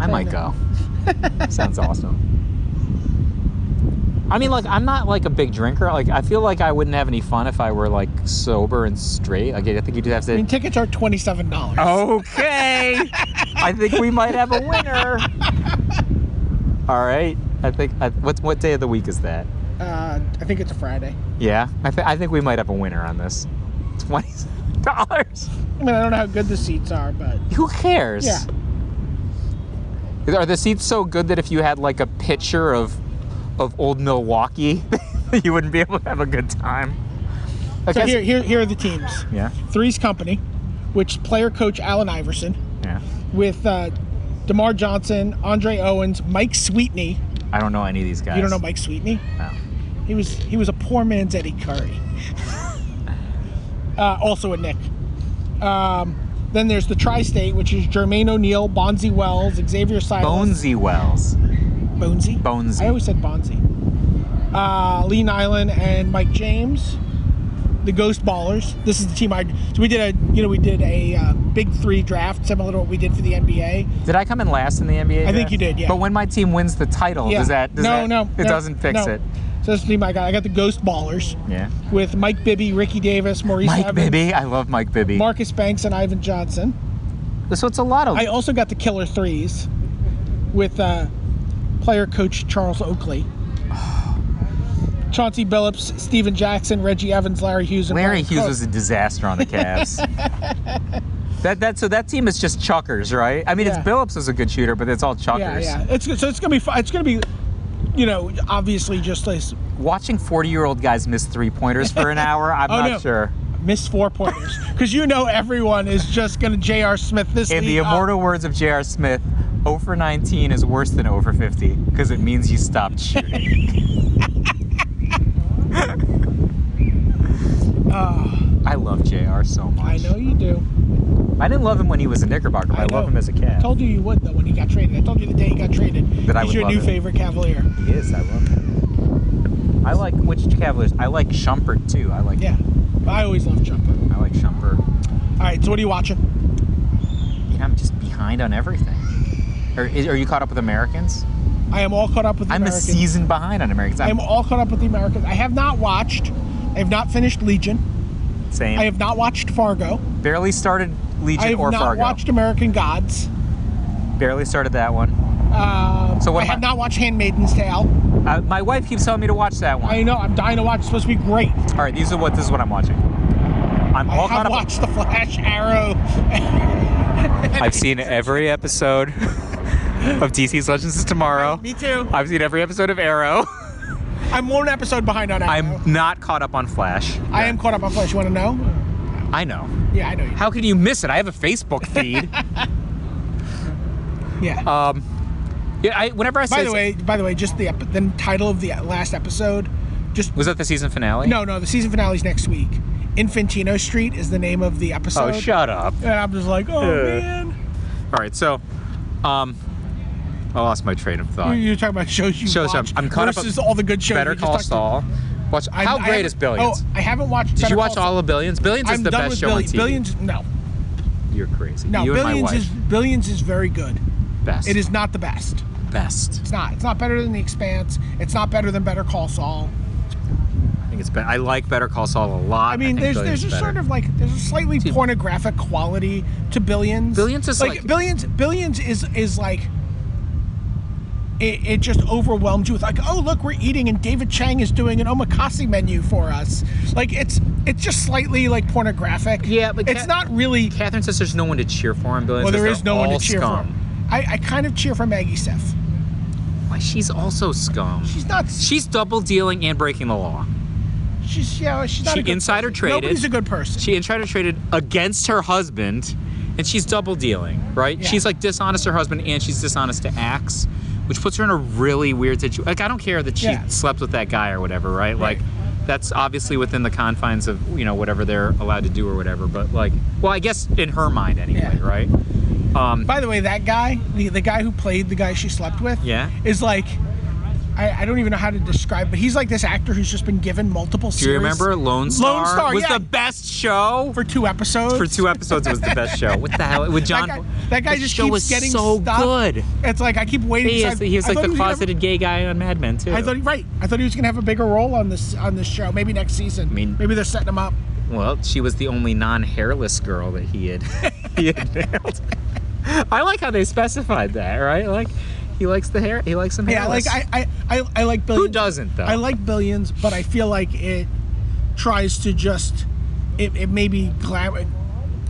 S2: I might go. Sounds awesome. I mean, like, I'm not like a big drinker. Like, I feel like I wouldn't have any fun if I were like sober and straight. Like, I think you do have to.
S3: I mean, tickets are $27.
S2: Oh. Okay. I think we might have a winner. All right. I think. I, what what day of the week is that?
S3: Uh, I think it's a Friday.
S2: Yeah. I think I think we might have a winner on this. Twenty dollars.
S3: I mean, I don't know how good the seats are, but
S2: Who cares?
S3: Yeah.
S2: Are the seats so good that if you had like a picture of of old Milwaukee, you wouldn't be able to have a good time? I
S3: so
S2: guess-
S3: here, here, here are the teams.
S2: yeah.
S3: Three's Company, which player coach Allen Iverson,
S2: Yeah.
S3: with uh, DeMar Johnson, Andre Owens, Mike Sweetney.
S2: I don't know any of these guys.
S3: You don't know Mike Sweetney?
S2: No.
S3: He was he was a poor man's Eddie Curry. uh, also a Nick. Um, then there's the Tri-State, which is Jermaine O'Neal, Bonzi Wells, Xavier Silas,
S2: Bonesy Wells.
S3: Bonesy.
S2: Bonesy.
S3: I always said Bonzi. Uh, Lee Nyland and Mike James, the Ghost Ballers. This is the team I. So we did a you know we did a uh, big three draft similar to what we did for the NBA.
S2: Did I come in last in the NBA?
S3: I think
S2: draft?
S3: you did, yeah.
S2: But when my team wins the title,
S3: Yeah.
S2: does that? Does
S3: no,
S2: that-
S3: no,
S2: It
S3: no,
S2: doesn't fix
S3: no.
S2: it.
S3: So that's the team I got. I got the Ghost Ballers.
S2: Yeah.
S3: with Mike Bibby, Ricky Davis, Maurice
S2: Mike
S3: Evans,
S2: Bibby, I love Mike Bibby.
S3: Marcus Banks, and Ivan Johnson.
S2: so it's a lot of.
S3: I also got the killer threes with uh, player coach Charles Oakley. Chauncey Billups, Steven Jackson, Reggie Evans, Larry Hughes, and
S2: Larry
S3: Ryan
S2: Hughes
S3: Cook.
S2: was a disaster on the Cavs. that that so that team is just chuckers, right? I mean,
S3: Yeah.
S2: it's Billups is a good shooter, but it's all
S3: yeah,
S2: chuckers.
S3: yeah. It's so it's gonna be fun. it's gonna be, you know, obviously just this
S2: Watching forty-year-old guys miss three-pointers for an hour, I'm
S3: Oh,
S2: not
S3: no.
S2: sure.
S3: missed four pointers because you know everyone is just gonna J.R. Smith this
S2: In the
S3: league up.
S2: immortal words of J.R. Smith, 0 for 19 is worse than 0 for 50 because it means you stopped shooting. I love J.R. so much.
S3: Ah. I know you do.
S2: I didn't love him when he was a Knickerbocker, but I, love
S3: know.
S2: him as a cat.
S3: I told you you would though when he got traded. I told you the day he got traded.
S2: That I
S3: he's
S2: would
S3: your
S2: love
S3: new
S2: him.
S3: favorite Cavalier.
S2: he is. I love him. I like which Cavaliers? I like Shumpert too. I like.
S3: Yeah, I always love Jumper.
S2: I like Shumpert.
S3: All right, so what are you watching?
S2: You know, I'm just behind on everything. Are, is, are you caught up with Americans?
S3: I am all caught up with the
S2: I'm
S3: Americans.
S2: a season behind on Americans.
S3: I am
S2: I'm
S3: all caught up with the Americans. I have not watched. I have not finished Legion.
S2: same.
S3: I have not watched Fargo.
S2: barely started Legion
S3: I have
S2: or
S3: not
S2: Fargo.
S3: watched American Gods.
S2: barely started that one.
S3: Um,
S2: So what
S3: I have
S2: hap-
S3: not watched Handmaiden's Tale.
S2: Uh, my wife keeps telling me to watch that one.
S3: I know I'm dying to watch. It's supposed to be great.
S2: All right, these are what this is what I'm watching. I'm
S3: I
S2: all caught
S3: have
S2: up.
S3: watched The Flash, Arrow.
S2: I've seen every episode of DC's Legends of Tomorrow.
S3: Me too.
S2: I've seen every episode of Arrow.
S3: I'm one episode behind on Arrow.
S2: I'm not caught up on Flash.
S3: I am caught up on Flash. You want to know?
S2: I know.
S3: Yeah, I know. You.
S2: How can you miss it? I have a Facebook feed.
S3: Yeah.
S2: um, yeah, I, whenever I
S3: by
S2: say
S3: the way, by the way, just the ep- the title of the last episode. Just
S2: was that the season finale?
S3: no, no. The season finale's next week. Infantino Street is the name of the
S2: Oh,
S3: episode.
S2: shut up.
S3: And I'm just like, oh
S2: Yeah.
S3: man.
S2: All right, so um, I lost my train of thought.
S3: You're talking about shows you
S2: Shows I'm-
S3: watch
S2: I'm caught up on
S3: versus all the good shows.
S2: Better
S3: we just
S2: Call
S3: talked to-
S2: Saul. Watch
S3: I'm-
S2: how
S3: I
S2: great
S3: haven't-
S2: is Billions?
S3: Oh, I haven't watched.
S2: Did
S3: Better
S2: you watch
S3: Call
S2: all
S3: Saul.
S2: of Billions? Billions
S3: I'm
S2: is the
S3: done
S2: best
S3: with
S2: show
S3: Billions.
S2: on TV.
S3: Billions, no,
S2: You're crazy.
S3: no.
S2: you and my
S3: billions
S2: wife.
S3: is billions is very good.
S2: best.
S3: It is not the best.
S2: best.
S3: It's not. It's not better than The Expanse. It's not better than Better Call Saul.
S2: I think it's better. I like Better Call Saul a lot.
S3: I mean,
S2: think
S3: there's
S2: Billions
S3: there's a
S2: is better.
S3: sort of like there's a slightly pornographic quality to billions.
S2: Billions is like-
S3: billions. Billions is is like it, it just overwhelmed you with like oh look we're eating and David Chang is doing an omakase menu for us. Like it's it's just slightly like pornographic.
S2: Yeah, but
S3: it's
S2: Ca-
S3: not really.
S2: Catherine says there's no one to cheer for on Billions.
S3: Well, there
S2: 'cause
S3: is
S2: they're
S3: no one to
S2: all
S3: cheer
S2: scum.
S3: for. I, I kind of cheer for Maggie Seth.
S2: Why she's also scum.
S3: She's not.
S2: She's double dealing and breaking the law.
S3: She's yeah. She's not.
S2: She
S3: a good
S2: insider
S3: person.
S2: traded.
S3: Nobody's a good person.
S2: She insider traded against her husband, and she's double dealing, right?
S3: Yeah.
S2: She's like dishonest to her husband, and she's dishonest to Axe, which puts her in a really weird situation. Like I don't care that she
S3: Yeah.
S2: slept with that guy or whatever, right? Like that's obviously within the confines of you know whatever they're allowed to do or whatever. But like, well, I guess in her mind anyway,
S3: Yeah.
S2: right? Um,
S3: By the way, that guy, the, the guy who played the guy she slept with,
S2: Yeah.
S3: is like, I, I don't even know how to describe, but he's like this actor who's just been given multiple.
S2: do you remember Lone Star?
S3: Lone Star,
S2: was
S3: yeah.
S2: the best show
S3: for two episodes?
S2: for two episodes. It was the best show. What the hell? With John,
S3: that guy, that guy
S2: the
S3: just
S2: show
S3: keeps
S2: was
S3: getting
S2: so
S3: stuff.
S2: good.
S3: It's like I keep waiting.
S2: He
S3: so
S2: is,
S3: I-
S2: he was
S3: I
S2: like
S3: thought
S2: the
S3: gonna-
S2: closeted gay guy on Mad Men too.
S3: I thought he, right. I thought he was gonna have a bigger role on this on this show. Maybe next season.
S2: mean-
S3: maybe they're setting him up.
S2: well, she was the only non-hairless girl that he had he had nailed. I like how they specified that, right? Like he likes the hair. He likes some
S3: Yeah,
S2: hairless.
S3: like I I, I, I like billions.
S2: Who doesn't though?
S3: I like billions, but I feel like it tries to just it, it maybe glam.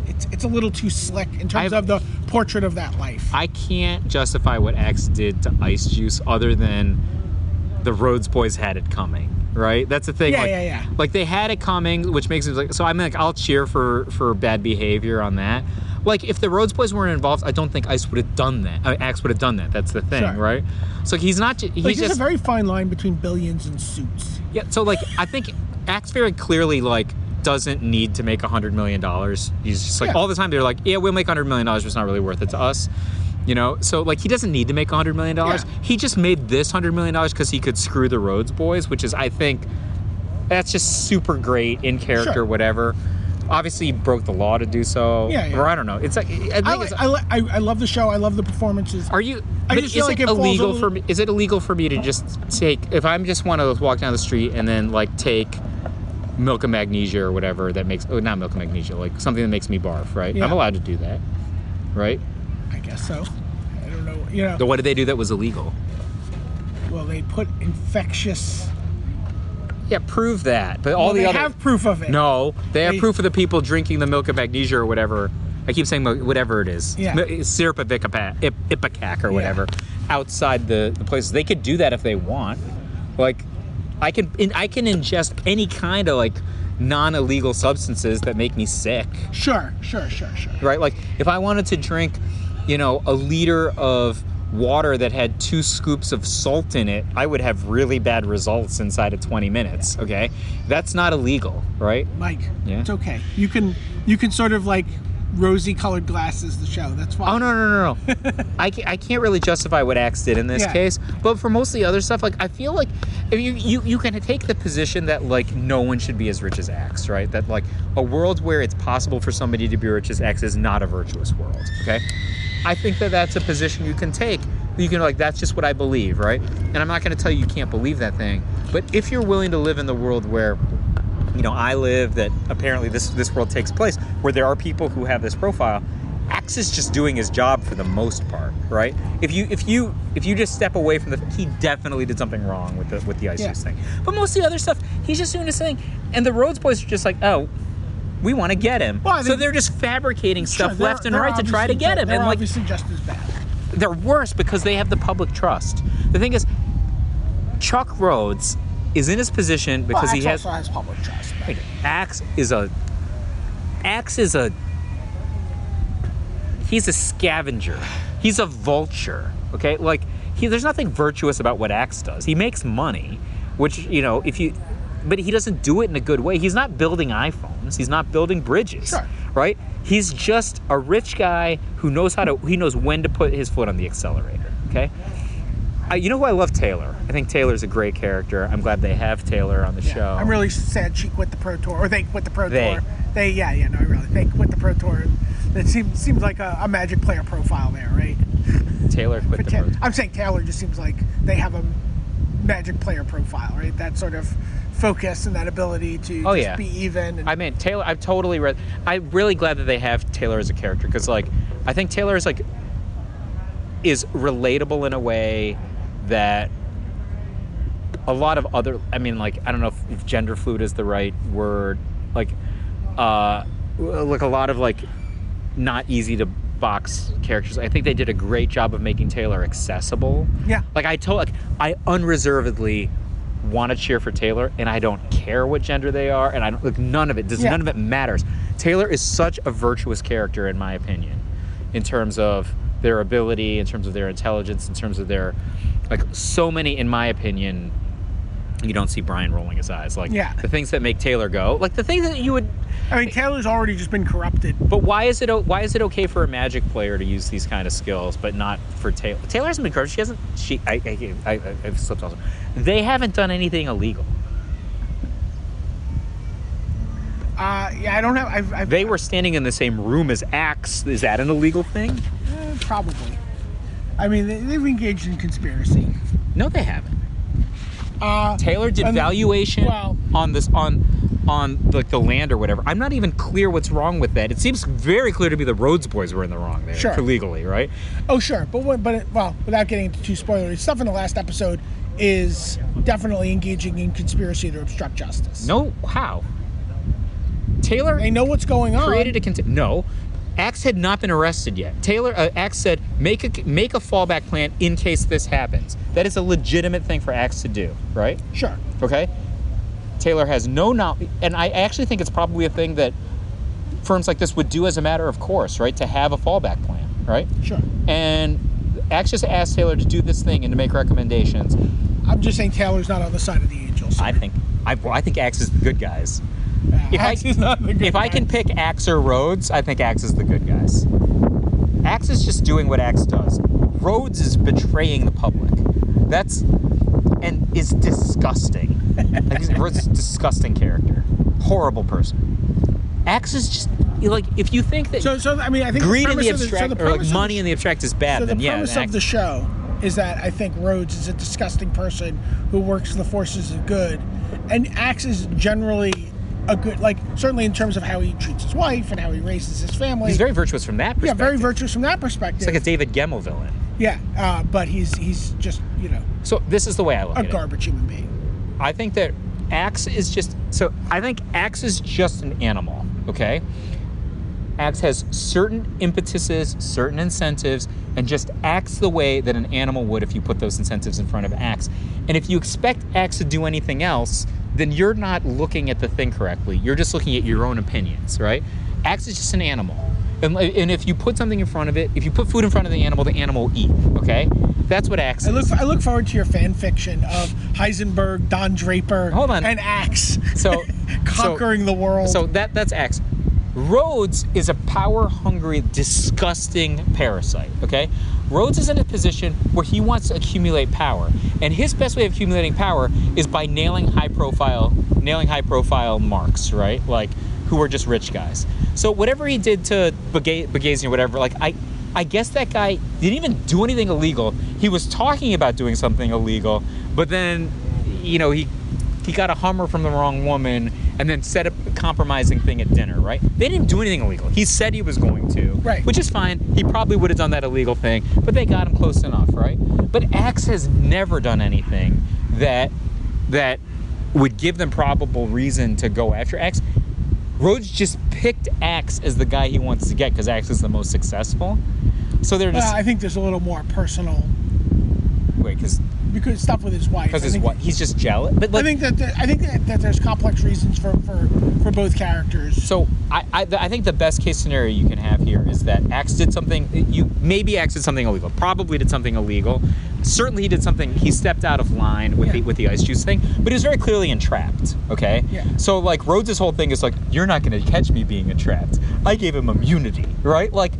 S3: It's it's a little too slick in terms
S2: I've-
S3: of the portrait of that life.
S2: I can't justify what Axe did to Ice Juice other than the Rhodes boys had it coming, right? That's the thing.
S3: Yeah,
S2: like,
S3: yeah, yeah.
S2: Like they had it coming, which makes it like so. I'm like, I'll cheer for for bad behavior on that. Like if the Rhodes boys weren't involved, I don't think Ice would have done that. Uh, Axe would have done that. That's the thing,
S3: Sure.
S2: right? So he's not. ju- He's
S3: like, there's
S2: just
S3: a very fine line between billions and suits.
S2: yeah. So like I think Axe very clearly like doesn't need to make a hundred million dollars. He's just like
S3: Yeah.
S2: all the time they're like, yeah, we'll make a hundred million dollars, but it's not really worth it to us. You know, so like he doesn't need to make a hundred million dollars.
S3: Yeah.
S2: He just made this hundred million dollars because he could screw the Rhodes boys, which is I think that's just super great in character,
S3: Sure.
S2: whatever. Obviously, he broke the law to do so.
S3: Yeah, yeah.
S2: Or I don't know. It's like I think
S3: I,
S2: it's,
S3: like, I, li- I, I love the show. I love the performances.
S2: are you?
S3: I
S2: but
S3: just
S2: is
S3: feel like
S2: it
S3: it falls
S2: illegal
S3: a
S2: for me? Is it illegal for me to just take if I'm just want to walk down the street and then like take milk and magnesia or whatever that makes oh not milk and magnesia like something that makes me barf right?
S3: Yeah.
S2: I'm allowed to do that, right?
S3: I guess so. I don't know. You know.
S2: But what did they do that was illegal?
S3: well, they put infectious.
S2: Yeah, prove that. But all
S3: well,
S2: the
S3: they
S2: other
S3: have proof of it.
S2: no, they have
S3: They-
S2: proof of the people drinking the milk and magnesia or whatever. I keep saying mo- whatever it is,
S3: Yeah.
S2: Mi- syrup of Ipecac Ip- Ipecac or whatever, outside the, the places. They could do that if they want. Like, I can in, I can ingest any kind of like non-illegal substances that make me sick,
S3: Sure, sure, sure, sure.
S2: right? Like, if I wanted to drink, you know, a liter of water that had two scoops of salt in it, I would have really bad results inside of 20 minutes. Okay, that's not illegal, right?
S3: Mike,
S2: Yeah.
S3: it's okay. You can you can sort of like rosy colored glasses the show. That's fine.
S2: Oh no no no no! I can't, I can't really justify what Axe did in this
S3: Yeah.
S2: case, but for most of the other stuff, like I feel like if you, you you can take the position that like no one should be as rich as Axe, right? That like a world where it's possible for somebody to be rich as Axe is not a virtuous world. Okay, I think that that's a position you can take. You can like that's just what I believe, right? And I'm not going to tell you you can't believe that thing, but if you're willing to live in the world where you know I live that apparently this this world takes place where there are people who have this profile Axe is just doing his job for the most part right if you if you if you just step away from the he definitely did something wrong with the with the ISIS
S3: Yeah.
S2: thing but most of the other stuff he's just doing his thing and the Rhodes boys are just like oh we want to get him
S3: Well, I
S2: so
S3: mean-
S2: they're just fabricating
S3: Sure,
S2: stuff
S3: they're-
S2: left and
S3: they're
S2: right to try to
S3: obviously-
S2: get him
S3: they're
S2: and like
S3: obviously just as bad.
S2: they're worse because they have the public trust the thing is Chuck Rhodes is in his position
S3: Well,
S2: because he
S3: Axe
S2: has
S3: also has public trust. but-
S2: Wait, Axe is a Axe is a he's a scavenger. He's a vulture. Okay? Like he there's nothing virtuous about what Axe does. He makes money, which, you know, if you but he doesn't do it in a good way. He's not building iPhones. He's not building bridges.
S3: Sure.
S2: Right? He's just a rich guy who knows how to he knows when to put his foot on the accelerator. Okay? I, you know who I love Taylor. I think Taylor's a great character. I'm glad they have Taylor on the show.
S3: I'm really sad she quit the pro tour, or they quit the pro
S2: They.
S3: tour. They, yeah, yeah, no, I really, they quit the pro tour. It seems seems like a, a magic player profile there, right?
S2: Taylor quit
S3: But
S2: the
S3: Ta-
S2: Rhodes.
S3: I'm saying Taylor just seems like they have a magic player profile, right? That sort of focus and that ability to
S2: Oh,
S3: just
S2: yeah.
S3: be even. And,
S2: I mean, Taylor. I've totally read. I'm really glad that they have Taylor as a character because, like, I think Taylor is like is relatable in a way that a lot of other. I mean, like, I don't know if, if gender fluid is the right word. Like, uh, like a lot of like not easy to box characters. I think they did a great job of making Taylor accessible.
S3: Yeah.
S2: Like I told, like I unreservedly want to cheer for Taylor, and I don't care what gender they are, and I don't like none of it. Does
S3: Yeah.
S2: none of it matters. Taylor is such a virtuous character, in my opinion, in terms of their ability, in terms of their intelligence, in terms of their like so many, in my opinion. You don't see Brian rolling his eyes, like
S3: Yeah.
S2: the things that make Taylor go, like the things that you would
S3: I mean, Taylor's already just been corrupted.
S2: but why is it o- why is it okay for a magic player to use these kind of skills, but not for Taylor? Taylor hasn't been corrupt. She hasn't. She I I, I, I I've slipped also. They haven't done anything illegal.
S3: Uh, yeah, I don't have. I've, I've,
S2: They were standing in the same room as Axe. Is that an illegal thing?
S3: eh, probably. I mean, they, they've engaged in conspiracy.
S2: No, they haven't.
S3: Uh,
S2: Taylor did
S3: And-
S2: valuation
S3: well-
S2: on this on on like the land or whatever. I'm not even clear what's wrong with that. It seems very clear to me the Rhodes boys were in the wrong there
S3: Sure.
S2: legally, right?
S3: Oh, sure, but what- but it, well, without getting into too spoilery, stuff in the last episode is definitely engaging in conspiracy to obstruct justice.
S2: No, how? Taylor
S3: they know what's going on.
S2: created a cont- no axe had not been arrested yet taylor uh, axe said make a make a fallback plan in case this happens that is a legitimate thing for axe to do right
S3: sure.
S2: okay taylor has no knowledge and i actually think it's probably a thing that firms like this would do as a matter of course right to have a fallback plan right
S3: Sure.
S2: and axe just asked taylor to do this thing and to make recommendations
S3: I'm just saying Taylor's not on the side of the angels.
S2: i think i, well, I think axe is the good guys if I-
S3: Axe is not the good
S2: if I can
S3: guy.
S2: pick Axe or Rhodes, I think Axe is the good guys. Axe is just doing what Axe does. Rhodes is betraying the public. That's and is disgusting. Like, he's- Rhodes is a disgusting character, horrible person. Axe is just like if you think that
S3: So, so I mean, I think
S2: greed
S3: the
S2: in
S3: premise
S2: the
S3: of
S2: abstract
S3: so the
S2: or like
S3: premise of the-
S2: money in the abstract is bad,
S3: So the
S2: then yeah.
S3: premise
S2: then
S3: of
S2: Axe-
S3: the show is that I think Rhodes is a disgusting person who works the forces of good, and Axe is generally a good, like certainly in terms of how he treats his wife and how he raises his family.
S2: he's very virtuous from that
S3: yeah,
S2: perspective.
S3: very virtuous from that perspective.
S2: It's like a David Gemmell villain.
S3: yeah, uh, but he's he's just you know
S2: So this is the way I look
S3: a
S2: at it.
S3: garbage human being.
S2: I think that Axe is just so I think Axe is just an animal, okay? Axe has certain impetuses, certain incentives, and just acts the way that an animal would if you put those incentives in front of Axe. And if you expect Axe to do anything else, then you're not looking at the thing correctly. You're just looking at your own opinions, right? Axe is just an animal. And, li- and if you put something in front of it, if you put food in front of the animal, the animal will eat, okay? That's what Axe
S3: I
S2: is.
S3: look I look forward to your fan fiction of Heisenberg, Don Draper,
S2: Hold on.
S3: and Axe
S2: So- so-
S3: conquering the world.
S2: So that that's Axe. Rhodes is a power hungry, disgusting parasite, okay? Rhodes is in a position where he wants to accumulate power. And his best way of accumulating power is by nailing high profile nailing high profile marks, right? Like who are just rich guys. So whatever he did to Baga- Bagazian or whatever, like I I guess that guy didn't even do anything illegal. He was talking about doing something illegal, but then you know, he he got a Hummer from the wrong woman and then set up a compromising thing at dinner, right? They didn't do anything illegal. He said he was going to,
S3: Right.
S2: Which is fine. He probably would have done that illegal thing, but they got him close enough, right? But Axe has never done anything that that would give them probable reason to go after Axe. Rhodes just picked Axe as the guy he wants to get because Axe is the most successful. So they're just
S3: Well, Uh, I think there's a little more personal
S2: wait because
S3: because stuff with his wife.
S2: because
S3: I
S2: his
S3: think-
S2: what he's just jealous. But like,
S3: I think that the, I think that, that there's complex reasons for, for, for both characters.
S2: So I, I, th- I think the best case scenario you can have here is that Axe did something. You maybe Axe did something illegal. Probably did something illegal. Certainly he did something. He stepped out of line with the with the ice juice thing. But he was very clearly entrapped. Okay.
S3: Yeah.
S2: So like Rhodes' whole thing is like, you're not going to catch me being entrapped. I gave him immunity, right? Like,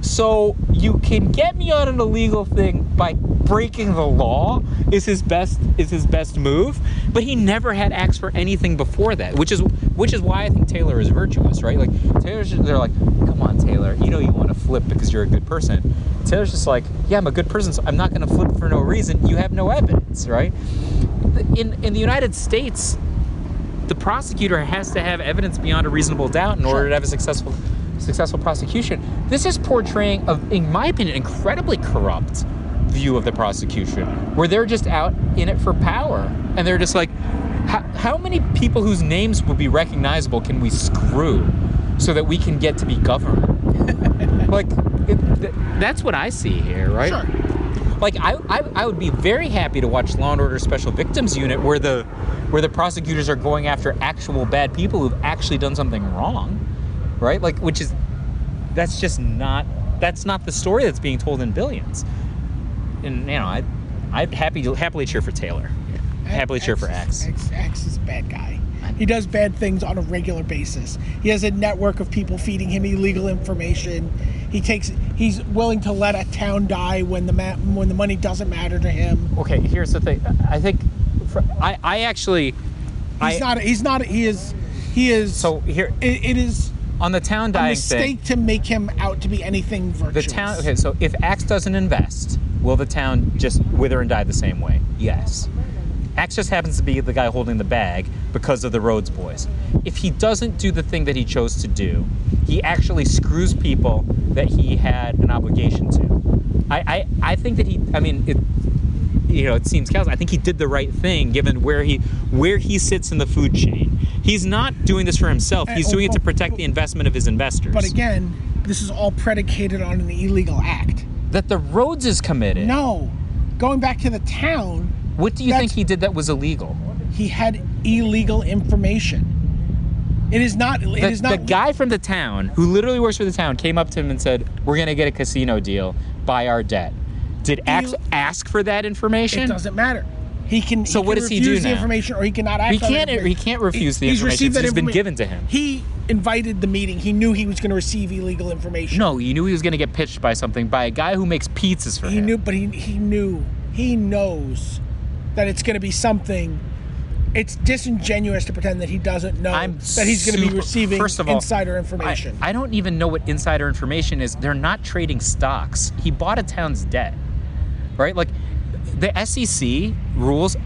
S2: so you can get me on an illegal thing by breaking the law is his best is his best move, but he never had acts for anything before that, which is which is why I think Taylor is virtuous, right? Like Taylor's just, they're like, come on Taylor, you know you want to flip because you're a good person. Taylor's just like, yeah, I'm a good person, so I'm not gonna flip for no reason. You have no evidence, right? In in the United States, the prosecutor has to have evidence beyond a reasonable doubt in order to have a successful successful prosecution. This is portraying a, in my opinion, incredibly corrupt view of the prosecution, where they're just out in it for power. And they're just like, how, how many people whose names would be recognizable can we screw so that we can get to be governed? like, it, th- that's what I see here, right?
S3: Sure.
S2: like I, I I would be very happy to watch Law and Order Special Victims Unit where the where the prosecutors are going after actual bad people who've actually done something wrong, right? Like which is that's just not that's not the story that's being told in Billions. And you know, I I'd happy to happily cheer for Taylor. Happily cheer for Axe.
S3: X, X is a bad guy. He does bad things on a regular basis. He has a network of people feeding him illegal information. He takes. He's willing to let a town die when the ma- when the money doesn't matter to him.
S2: Okay, here's the thing. I think for, I I actually
S3: He's
S2: I,
S3: not. He's not. He is. He is.
S2: so here
S3: it, it is
S2: on the town
S3: a
S2: dying thing.
S3: mistake to make him out to be anything
S2: The
S3: virtuous.
S2: town. Okay, so if Axe doesn't invest, will the town just wither and die the same way? Yes. Axe just happens to be the guy holding the bag because of the Rhodes boys. If he doesn't do the thing that he chose to do, he actually screws people that he had an obligation to. I, I, I think that he. I mean, it, you know, it seems cows. I think he did the right thing given where he where he sits in the food chain. He's not doing this for himself. He's doing it to protect the investment of his investors.
S3: Uh, But again, this is all predicated on an illegal act.
S2: that the Rhodes is committed.
S3: No, going back to the town,
S2: What do you
S3: That's-
S2: think he did that was illegal?
S3: he had illegal information. It is not. It is
S2: The,
S3: not.
S2: the guy from the town, who literally works for the town, came up to him and said, "We're gonna get a casino deal, buy our debt." Did Axe
S3: You-
S2: ask for that
S3: It
S2: information?
S3: doesn't matter. He can.
S2: So
S3: he
S2: what
S3: can
S2: does he
S3: refuse
S2: do
S3: the
S2: now?
S3: information, or he cannot act.
S2: He
S3: on the
S2: can't- he
S3: information.
S2: can't refuse the
S3: He's
S2: information.
S3: received
S2: It's
S3: that
S2: just been
S3: informa-
S2: given to him.
S3: He invited the meeting. He knew he was going to receive illegal information.
S2: No, you knew he was gonna get pitched by something by a guy who makes pizzas for
S3: he
S2: him.
S3: knew, but he he knew. He knows that it's going to be something. It's disingenuous to pretend that he doesn't know
S2: I'm
S3: that he's going to be
S2: super-
S3: receiving
S2: first of all,
S3: insider
S2: I,
S3: information.
S2: I don't even know what insider information is. They're not trading stocks. He bought a town's debt, right? Like the SEC rules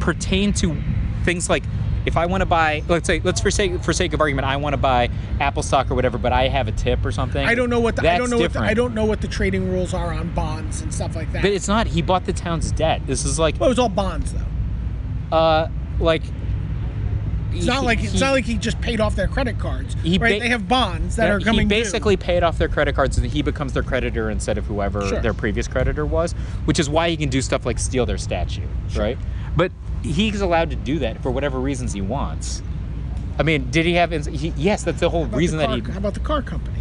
S2: pertain to things like if I want to buy, let's say, let's for sake for sake of argument, I want to buy Apple stock or whatever, but I have a tip or something.
S3: I don't know what the, I
S2: That's
S3: don't know what the,
S2: different.
S3: I don't know what the trading rules are on bonds and stuff like that.
S2: But it's not. He bought the town's debt. This is like,
S3: well, it was all bonds though.
S2: uh, like.
S3: It's not like it's not like he just paid off their credit cards.
S2: He
S3: right?
S2: ba-
S3: they have bonds that
S2: Yeah,
S3: are coming.
S2: He
S3: due.
S2: basically paid off their credit cards, and he becomes their creditor instead of whoever
S3: Sure.
S2: their previous creditor was, which is why he can do stuff like steal their statue, right? But he's allowed to do that for whatever reasons he wants. I mean, did he have? ins- He, yes, that's the whole
S3: How about
S2: reason
S3: the
S2: that he.
S3: car- How about the car company?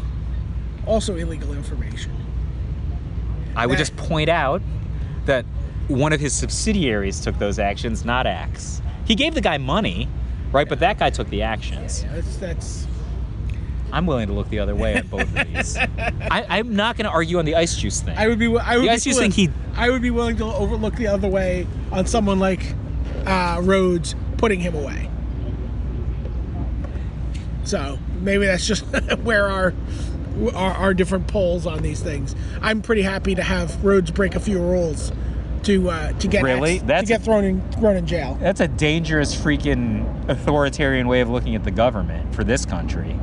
S3: Also illegal information.
S2: I would
S3: that-
S2: just point out that one of his subsidiaries took those actions, not Axe. He gave the guy money, right? But that guy took the actions.
S3: Yeah, that's that's.
S2: I'm willing to look the other way at both of these. I, I'm not going to argue on the ice juice thing.
S3: I would be. wi- I would.
S2: You guys
S3: be
S2: just think
S3: willing-
S2: he-
S3: I would be willing to overlook the other way on someone like uh, Rhodes putting him away. So maybe that's just where our, our our different polls on these things. I'm pretty happy to have Rhodes break a few rules to uh, to get
S2: Really?
S3: that's to
S2: That's
S3: get
S2: a-
S3: thrown in thrown in jail.
S2: That's a dangerous, freaking authoritarian way of looking at the government for this country.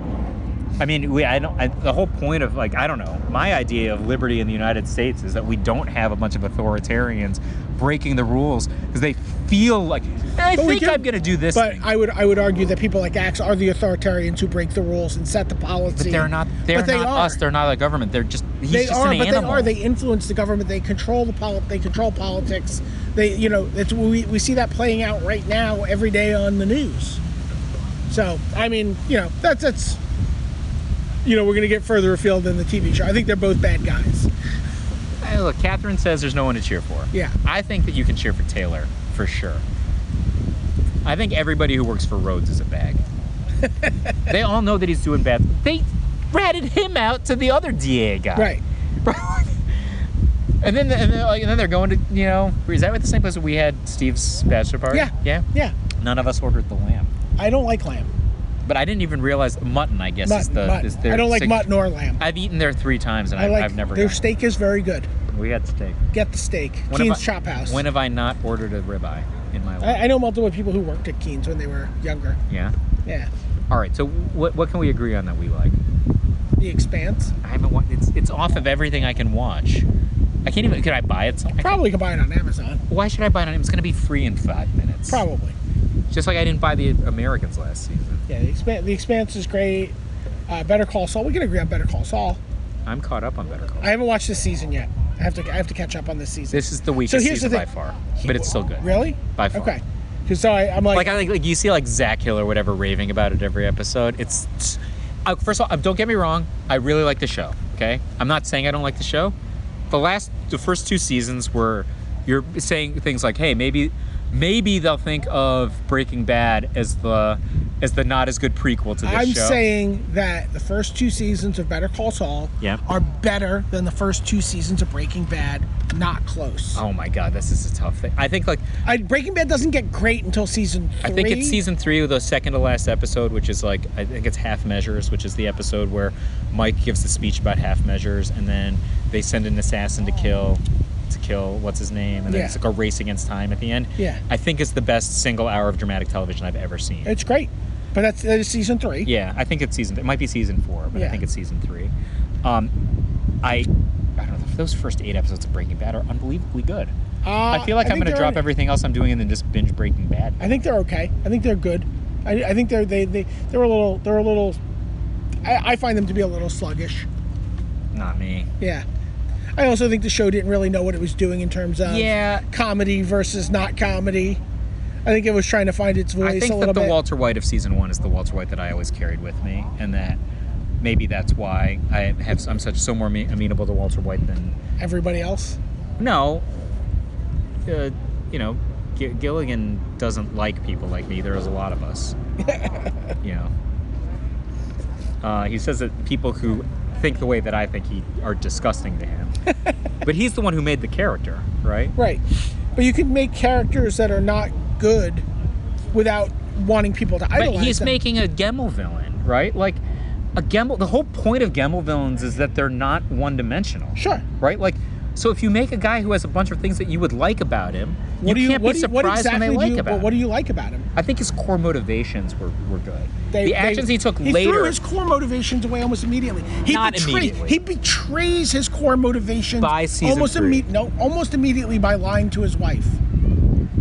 S2: I mean, we, I don't, I, the whole point of, like, I don't know, my idea of liberty in the United States is that we don't have a bunch of authoritarians breaking the rules because they feel like, I
S3: But we
S2: think
S3: do-
S2: I'm going to do this.
S3: But
S2: thing."
S3: I would I would argue that people like Axe are the authoritarians who break the rules and set the policy.
S2: But they're not, they're
S3: But they
S2: not
S3: are.
S2: us, they're not the government. They're just, he's
S3: they
S2: just
S3: are,
S2: an
S3: but
S2: animal.
S3: they are. They influence the government. They control the pol- They control politics. They, you know, it's we, we see that playing out right now every day on the news. So I mean, you know, that's that's, you know, we're gonna get further afield than the TV show. I think they're both bad guys.
S2: Hey, look, Catherine says there's no one to cheer for.
S3: Yeah.
S2: I think that you can cheer for Taylor for sure. I think everybody who works for Rhodes is a bag. they all know that he's doing bad. They ratted him out to the other DA guy.
S3: Right.
S2: And then, and then, like, and then they're going to, you know, is that at the same place we had Steve's bachelor party?
S3: Yeah.
S2: Yeah.
S3: Yeah.
S2: None of us ordered the lamb.
S3: I don't like lamb.
S2: But I didn't even realize mutton. I guess is
S3: Mutton.
S2: the
S3: mutton.
S2: is their
S3: I don't like
S2: sig-
S3: mutton or lamb.
S2: I've eaten there three times and
S3: I
S2: I
S3: like
S2: have never.
S3: their
S2: gotten
S3: steak is very good.
S2: it. We had steak.
S3: Get the steak.
S2: When have
S3: Keen's
S2: I-
S3: Chop House. Uh,
S2: When have I not ordered a ribeye in my life?
S3: I, I know multiple people who worked at Keen's when they were younger.
S2: yeah.
S3: Yeah.
S2: All right. So what what can we agree on that we like?
S3: The Expanse.
S2: I haven't watched. It's it's off of everything I can watch. I can't even. Could I buy it? Somewhere?
S3: Probably can buy it on Amazon.
S2: Why should I buy it? It's going to be free in five minutes.
S3: Probably.
S2: Just like I didn't buy the Americans last season.
S3: Yeah, the expanse, the expanse is great. Uh, Better Call Saul. We can agree on Better Call Saul.
S2: I'm caught up on Better Call.
S3: I haven't watched this season yet. I have to I have to catch up on this season.
S2: this is the weakest
S3: here's
S2: season
S3: the
S2: by
S3: thing.
S2: far, but it's still good.
S3: really?
S2: By far.
S3: Okay. Because so I, I'm like,
S2: Like I like, like you see like Zach Hill or whatever raving about it every episode. It's, it's- uh, first of all, don't get me wrong. I really like the show. Okay, I'm not saying I don't like the show. The last, the first two seasons were you're saying things like, hey, maybe, maybe they'll think of Breaking Bad as the as the not as good prequel to this
S3: I'm
S2: show.
S3: saying that the first two seasons of Better Call Saul
S2: Yeah.
S3: are better than the first two seasons of Breaking Bad. Not close.
S2: oh my god, this is a tough thing. I think like
S3: I, Breaking Bad doesn't get great until season three.
S2: I think it's season three of the second to last episode, which is like I think it's half measures, which is the episode where Mike gives the speech about half measures, and then they send an assassin to kill, to kill what's his name, and then
S3: Yeah.
S2: it's like a race against time at the end.
S3: Yeah.
S2: I think it's the best single hour of dramatic television I've ever seen.
S3: It's great, but that's that is season three.
S2: yeah, I think it's season. It might be season four, but
S3: Yeah.
S2: I think it's season three. Um, I, I don't know. Those first eight episodes of Breaking Bad are unbelievably good.
S3: Uh,
S2: I feel like I am going to
S3: think they're
S2: drop
S3: on-
S2: everything else I'm doing and then just binge Breaking Bad.
S3: I think they're okay. I think they're good. I, I think they're they they they're a little they're a little. I, I find them to be a little sluggish.
S2: Not me.
S3: Yeah. I also think the show didn't really know what it was doing in terms of
S2: Yeah.
S3: comedy versus not comedy. I think it was trying to find its voice
S2: I
S3: a
S2: think
S3: little
S2: that the
S3: bit.
S2: Walter White of season one is the Walter White that I always carried with me, and that maybe that's why I have I'm such so more ame- amenable to Walter White than
S3: Everybody else.
S2: no. Uh, you know, G- Gilligan doesn't like people like me. There is a lot of us. you know, uh, he says that people who think the way that I think he are disgusting to him. but he's the one who made the character, right?
S3: Right. But you can make characters that are not good without wanting people to idolize
S2: But he's
S3: them.
S2: making a Gemmel villain, right? Like a Gemmel. The whole point of Gemmel villains is that they're not one-dimensional,
S3: Sure.
S2: right? Like, so if you make a guy who has a bunch of things that you would like about him,
S3: What do
S2: you
S3: you
S2: can't
S3: what
S2: be
S3: do you- what
S2: surprised
S3: exactly
S2: when they
S3: do
S2: like
S3: you,
S2: about
S3: what, what do
S2: him.
S3: you like about him?
S2: I think his core motivations were, were good.
S3: They-
S2: the
S3: they-
S2: actions he took
S3: he
S2: later.
S3: threw his core motivations away almost immediately. He
S2: Not
S3: betray-
S2: immediately.
S3: He betrays his core motivations
S2: By season
S3: almost
S2: three.
S3: imme- no, almost immediately by lying to his wife.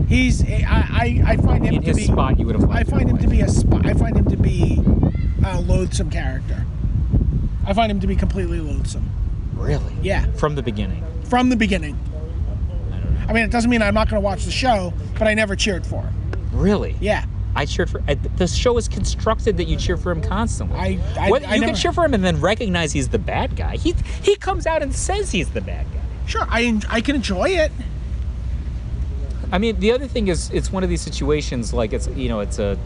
S3: He's I I, I find him
S2: in
S3: to
S2: his
S3: be
S2: spot, you would have liked
S3: I find him to be a sp- I find him to be a loathsome character. I find him to be completely loathsome.
S2: really
S3: Yeah,
S2: from the beginning.
S3: from the beginning. I mean, it doesn't mean I'm not going to watch the show, but I never cheered for him.
S2: Really?
S3: Yeah.
S2: I cheered for. I, the show is constructed that you cheer for him constantly.
S3: I- I-
S2: What- you
S3: I
S2: can
S3: never-
S2: cheer for him and then recognize he's the bad guy. He he comes out and says he's the bad guy.
S3: Sure, I en- I can enjoy it.
S2: I mean, the other thing is, it's one of these situations like it's you know, it's a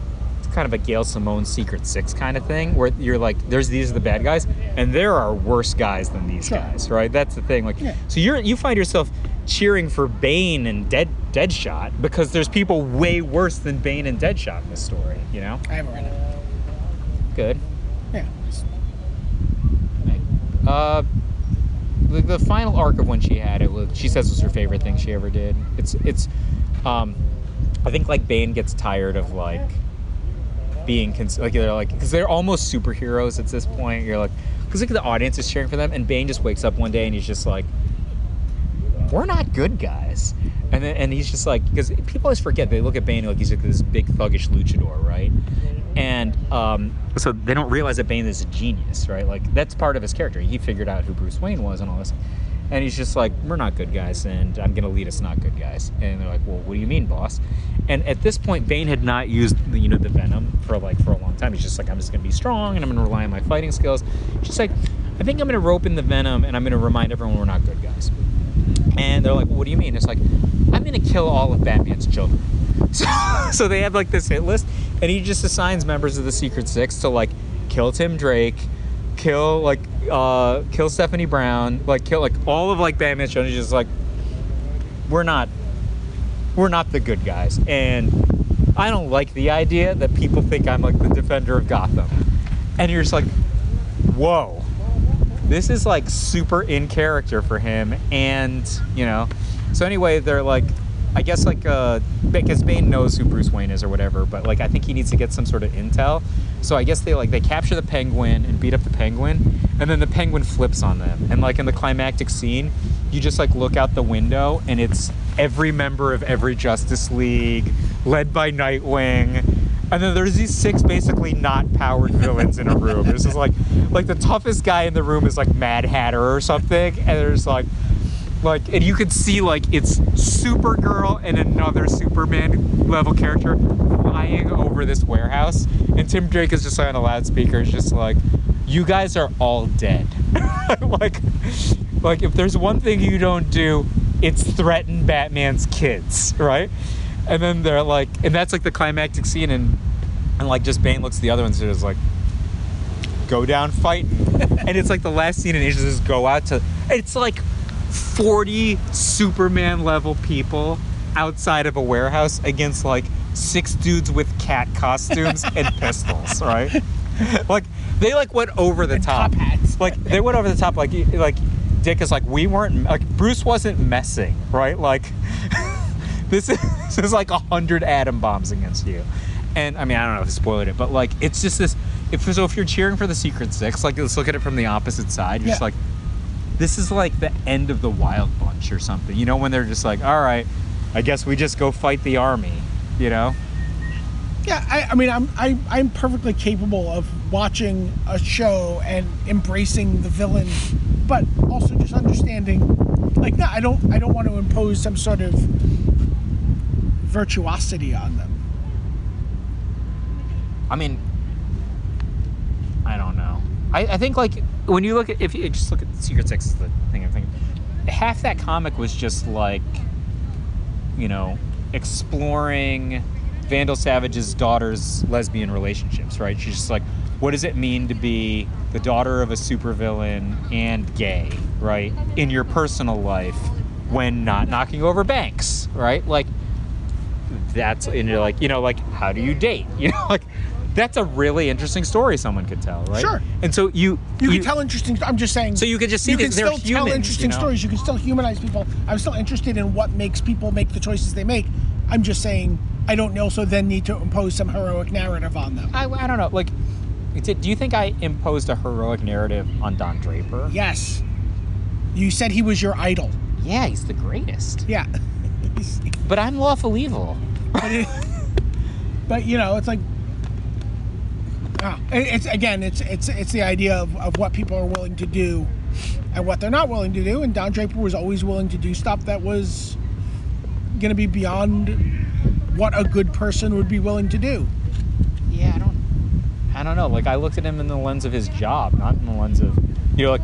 S2: kind of a Gail Simone Secret Six kind of thing, where you're like, there's these are the bad guys, and there are worse guys than these
S3: Sure.
S2: guys, right? That's the thing. Like,
S3: Yeah.
S2: so you're you find yourself cheering for Bane and Dead Deadshot because there's people way worse than Bane and Deadshot in this story. You know,
S3: I haven't read it.
S2: good.
S3: Yeah.
S2: Uh, the, the final arc of when she had it was she says was her favorite thing she ever did. It's it's, um, I think like Bane gets tired of like being cons- like they're like because they're almost superheroes at this point. You're like because like the audience is cheering for them, and Bane just wakes up one day and he's just like, we're not good guys. And then, and he's just like because people always forget they look at Bane like he's like this big thuggish luchador, right? And um, so they don't realize that Bane is a genius, right? Like that's part of his character. He figured out who Bruce Wayne was and all this. And he's just like, we're not good guys, and I'm gonna lead us not good guys. And they're like, well, what do you mean, boss? And at this point, Bane had not used the, you know the venom for like for a long time. He's just like, I'm just gonna be strong and I'm gonna rely on my fighting skills. She's just like, I think I'm gonna rope in the venom and I'm gonna remind everyone we're not good guys. And they're like, well, what do you mean? It's like, I'm going to kill all of Batman's children. So, so they have like this hit list, and he just assigns members of the Secret Six to like kill Tim Drake, kill like uh, kill Stephanie Brown, like kill like all of like Batman's children. He's just like, we're not, we're not the good guys, and I don't like the idea that people think I'm like the defender of Gotham. And you're just like, whoa this is like super in character for him and you know so anyway they're like i guess like uh because bane knows who bruce wayne is or whatever but like i think he needs to get some sort of intel so i guess they like they capture the penguin and beat up the penguin and then the penguin flips on them and like in the climactic scene you just like look out the window and it's every member of every justice league led by nightwing and then there's these six basically not powered villains in a room. This is like like the toughest guy in the room is like Mad Hatter or something, and there's like like and you can see like it's Supergirl and another Superman level character flying over this warehouse. And Tim Drake is just like on a loudspeaker, is just like, You guys are all dead. like like if there's one thing you don't do, it's threaten Batman's kids, right? And then they're like, and that's like the climactic scene, and and like just Bane looks at the other ones and is like, go down fighting, and it's like the last scene, and they just go out to, it's like forty Superman level people outside of a warehouse against like six dudes with cat costumes and pistols, right? Like they like went over the top.
S3: hats.
S2: Like they went over the top. Like like Dick is like we weren't like Bruce wasn't messing, right? Like. this is, this is like a hundred atom bombs against you. And I mean, I don't know if I spoiled it, but like, it's just this. If so, if you're cheering for the Secret Six, like, let's look at it from the opposite side. You're just
S3: Yeah.
S2: like, this is like the end of the Wild Bunch or something. You know, when they're just like, all right, I guess we just go fight the army. You know?
S3: Yeah, I, I mean, I'm I, I'm perfectly capable of watching a show and embracing the villain, but also just understanding, like, no, I don't I don't want to impose some sort of virtuosity on them.
S2: I mean, I don't know. I, I think like when you look at if you just look at Secret Six is the thing I'm thinking. Half that comic was just like, you know, exploring Vandal Savage's daughter's lesbian relationships. Right? She's just like, what does it mean to be the daughter of a supervillain and gay? Right? In your personal life, when not knocking over banks. Right? Like that's and you're like you know like how do you date you know like that's a really interesting story someone could tell right
S3: Sure.
S2: and so you
S3: You, can tell interesting. I'm just saying.
S2: So you could just see
S3: you
S2: that
S3: can
S2: they're
S3: still
S2: humans,
S3: tell interesting
S2: you know?
S3: stories. You can still humanize people. I'm still interested in what makes people make the choices they make. I'm just saying I don't also then need to impose some heroic narrative on them.
S2: I, I don't know like did, do you think i imposed a heroic narrative on don draper
S3: Yes, you said he was your idol.
S2: yeah he's the greatest
S3: Yeah.
S2: but i'm lawful evil
S3: but you know it's like ah, it- it's again it's it's it's the idea of, of what people are willing to do and what they're not willing to do and don draper was always willing to do stuff that was going to be beyond what a good person would be willing to do
S2: yeah i don't i don't know like i looked at him in the lens of his job not in the lens of you know like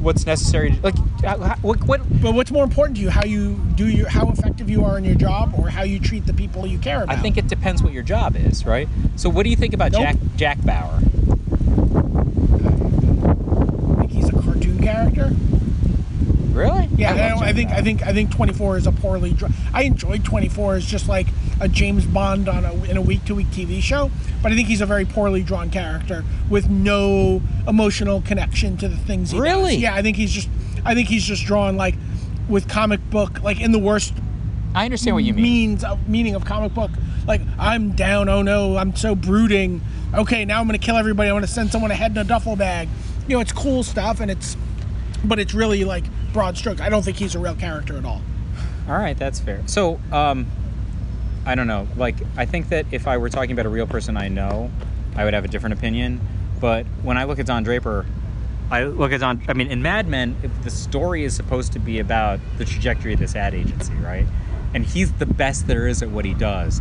S2: what's necessary. Like, uh, how- how- what, what
S3: But what's more important to you, how you do your, how effective you are in your job, or how you treat the people you care
S2: I
S3: about?
S2: think it depends what your job is, right? So, what do you think about
S3: Nope.
S2: Jack Jack Bauer?
S3: I think he's a cartoon character.
S2: Really?
S3: Yeah,
S2: love
S3: I, don't-
S2: Jack
S3: I think I
S2: Bauer.
S3: think I think 24 is a poorly. Dr- I enjoyed 24 as just like a James Bond on a, in a week to week TV show, but I think he's a very poorly drawn character with no emotional connection to the things. He does.
S2: Really?
S3: Yeah, I think he's just I think he's just drawn like with comic book like in the worst
S2: I understand what you mean.
S3: means of meaning of comic book. Like I'm down. Oh no, I'm so brooding. Okay, now I'm gonna kill everybody. I'm gonna send someone ahead in a duffel bag. You know, it's cool stuff, and it's, but it's really like broad stroke. I don't think he's a real character at all.
S2: All right, that's fair. So, um, I don't know. Like, I think that if I were talking about a real person I know, I would have a different opinion. But when I look at Don Draper, I look at Don. I mean, in Mad Men, if the story is supposed to be about the trajectory of this ad agency, right? And he's the best there is at what he does.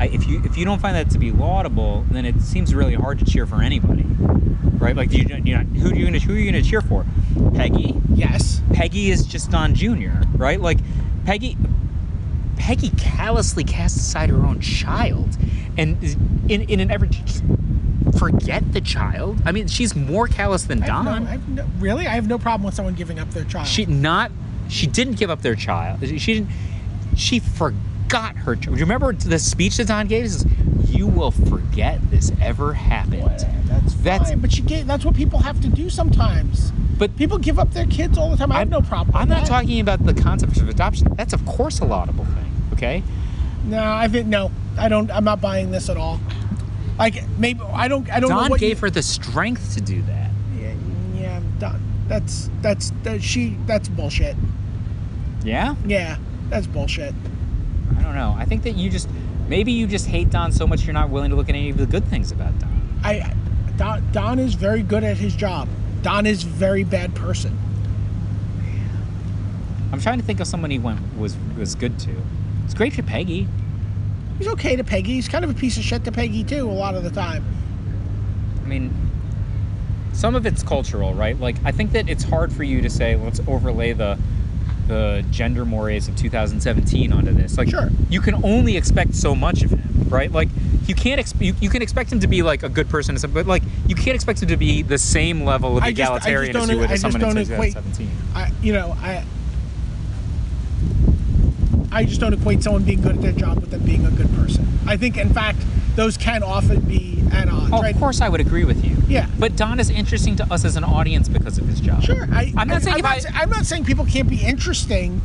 S2: I, if you if you don't find that to be laudable, then it seems really hard to cheer for anybody, right? Like, do you, you know, who do you gonna, who are you going to cheer for? Peggy,
S3: Yes.
S2: Peggy is just Don Jr., right? Like Peggy Peggy callously casts aside her own child and is in, in an effort to just forget the child. I mean, she's more callous than
S3: I have no-
S2: Don.
S3: I have no- really, I have no problem with someone giving up their child.
S2: she not she didn't give up their child. She didn't she forgot her child. You remember the speech that Don gave? He says, You will forget this ever happened.
S3: that's fine,
S2: That's-
S3: but she gave, that's what people have to do sometimes.
S2: But-
S3: people give up their kids all the time. I have no problem.
S2: I'm
S3: with
S2: not
S3: that.
S2: talking about the concept of adoption. That's of course a laudable thing, okay?
S3: No, I think no. I don't. I'm not buying this at all. Like maybe I don't. I don't know
S2: Don
S3: what
S2: gave
S3: you,
S2: her the strength to do that.
S3: Yeah, yeah, I'm done. That's that's that she. That's bullshit.
S2: Yeah?
S3: Yeah, that's bullshit.
S2: I don't know. I think that you just maybe you just hate Don so much you're not willing to look at any of the good things about Don.
S3: I Don, Don is very good at his job. Don is very bad person.
S2: I'm trying to think of someone he went was was good to. It's great for Peggy.
S3: He's okay to Peggy. He's kind of a piece of shit to Peggy too. A lot of the time.
S2: I mean, some of it's cultural, right? Like I think that it's hard for you to say let's overlay the the gender mores of 2017 onto this. Like
S3: Sure.
S2: you can only expect so much of him, right? Like you can't ex- you, you can expect him to be like a good person, and stuff, but like you can't expect him to be the same level of
S3: I just- I just
S2: egalitarian
S3: don't-
S2: as you would
S3: I
S2: as
S3: just
S2: someone in
S3: don't equate-
S2: 2017.
S3: I you know I. I just don't equate someone being good at their job with them being a good person. I think, in fact, those can often be at odds.
S2: Oh,
S3: right?
S2: of course I would agree with you.
S3: Yeah.
S2: But Don is interesting to us as an audience because of his job.
S3: Sure, I,
S2: I'm not saying
S3: I'm
S2: if
S3: not,
S2: I-
S3: sa- I'm not saying people can't be interesting.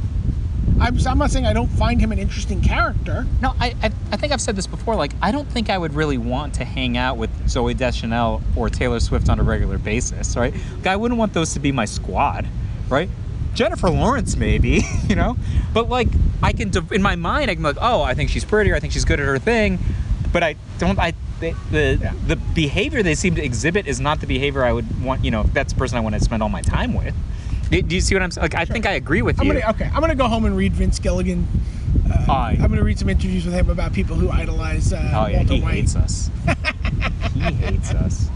S3: I'm, I'm not saying I don't find him an interesting character.
S2: No, I, I, I think I've said this before. Like, I don't think I would really want to hang out with Zoe Deschanel or Taylor Swift on a regular basis, right? Like, I wouldn't want those to be my squad, right? Jennifer Lawrence, maybe, you know? But, like, I can, div- in my mind, I can be like, oh, I think she's prettier. I think she's good at her thing. But I don't, I, the, the,
S3: Yeah.
S2: the behavior they seem to exhibit is not the behavior I would want, you know, if that's the person I want to spend all my time with. Do, do you see what I'm saying? Like, I think I agree with
S3: I'm
S2: you.
S3: gonna okay. I'm gonna go home and read Vince Gilligan.
S2: I-
S3: I'm gonna read some interviews with him about people who idolize uh,
S2: Oh yeah,
S3: Walter
S2: he
S3: White.
S2: hates us. he hates us.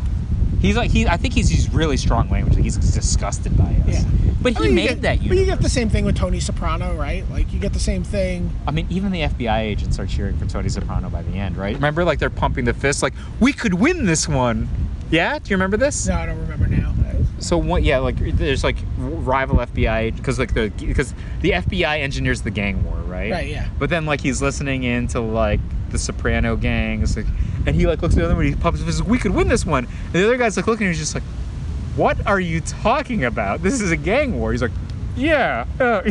S2: He's like he. I think he's used really strong language. Like he's disgusted by us.
S3: Yeah.
S2: But he
S3: I mean,
S2: made
S3: you get,
S2: that.
S3: But you get
S2: universe.
S3: the same thing with Tony Soprano, right? Like you get the same thing.
S2: I mean, even the FBI agents are cheering for Tony Soprano by the end, right? Remember, like they're pumping the fist, like we could win this one. Yeah, do you remember this?
S3: No, I don't remember now.
S2: So what? Yeah, like there's like rival FBI because like the because the FBI engineers the gang war, right?
S3: Right, yeah.
S2: But then like he's listening in to like the Soprano gangs, like, and he like looks at the other one, he pops up, and says, "We could win this one." And the other guy's like looking, and he's just like, "What are you talking about? This is a gang war." He's like, "Yeah,"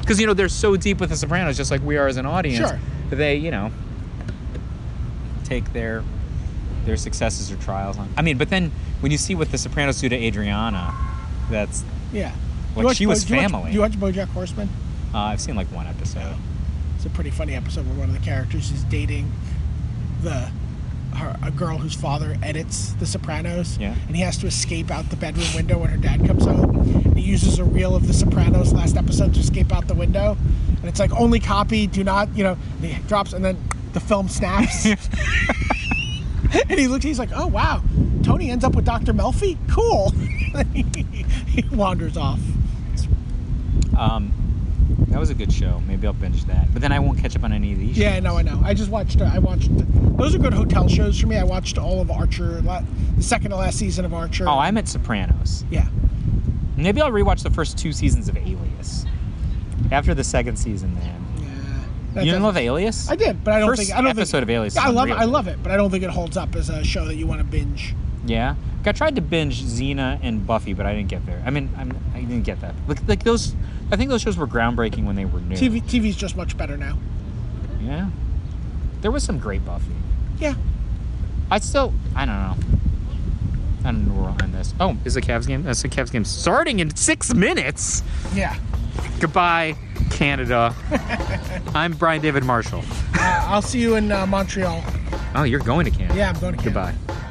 S2: because you know they're so deep with the Sopranos, just like we are as an audience.
S3: Sure.
S2: that They, you know, take their their successes or trials on. I mean, but then when you see what the Sopranos do to Adriana, that's
S3: Yeah.
S2: Like,
S3: You watch
S2: she was
S3: do you watch-
S2: family.
S3: Do you watch BoJack Horseman?
S2: uh, I've seen like one episode.
S3: It's a pretty funny episode where one of the characters is dating the her, a girl whose father edits The Sopranos.
S2: Yeah.
S3: And he has to escape out the bedroom window when her dad comes home. And he uses a reel of The Sopranos last episode to escape out the window. And it's like only copy, do not, you know. And he drops, and then the film snaps. and he looks, he's like, oh wow, Tony ends up with Dr. Melfi. Cool. he wanders off.
S2: Um, that was a good show. Maybe I'll binge that. But then I won't catch up on any of these.
S3: Yeah, no, I know. I just watched. uh, I watched. Those are good hotel shows for me. I watched all of Archer, la- the second to last season of Archer.
S2: Oh, I'm at Sopranos.
S3: yeah.
S2: Maybe I'll rewatch the first two seasons of Alias. After the second season, man.
S3: Yeah.
S2: you
S3: That's-
S2: didn't love Alias?
S3: I did, but I don't
S2: First
S3: think I don't
S2: episode
S3: think,
S2: of Alias
S3: I
S2: is
S3: love it. I
S2: unreal.
S3: love it, but I don't think it holds up as a show that you want to binge.
S2: Yeah. Like, I tried to binge Xena and Buffy, but I didn't get there. I mean, I'm, I didn't get that. Like, like those, I think those shows were groundbreaking when they were new.
S3: TV TV's just much better now.
S2: Yeah. There was some great Buffy.
S3: Yeah.
S2: I still, I don't know. I don't know where we're on this. Oh, is the Cavs game? That's the Cavs game starting in six minutes.
S3: Yeah.
S2: Goodbye, Canada. I'm Brian David Marshall.
S3: Uh, I'll see you in uh, Montreal.
S2: Oh, you're going to Canada.
S3: Yeah, I'm going to Canada.
S2: Goodbye.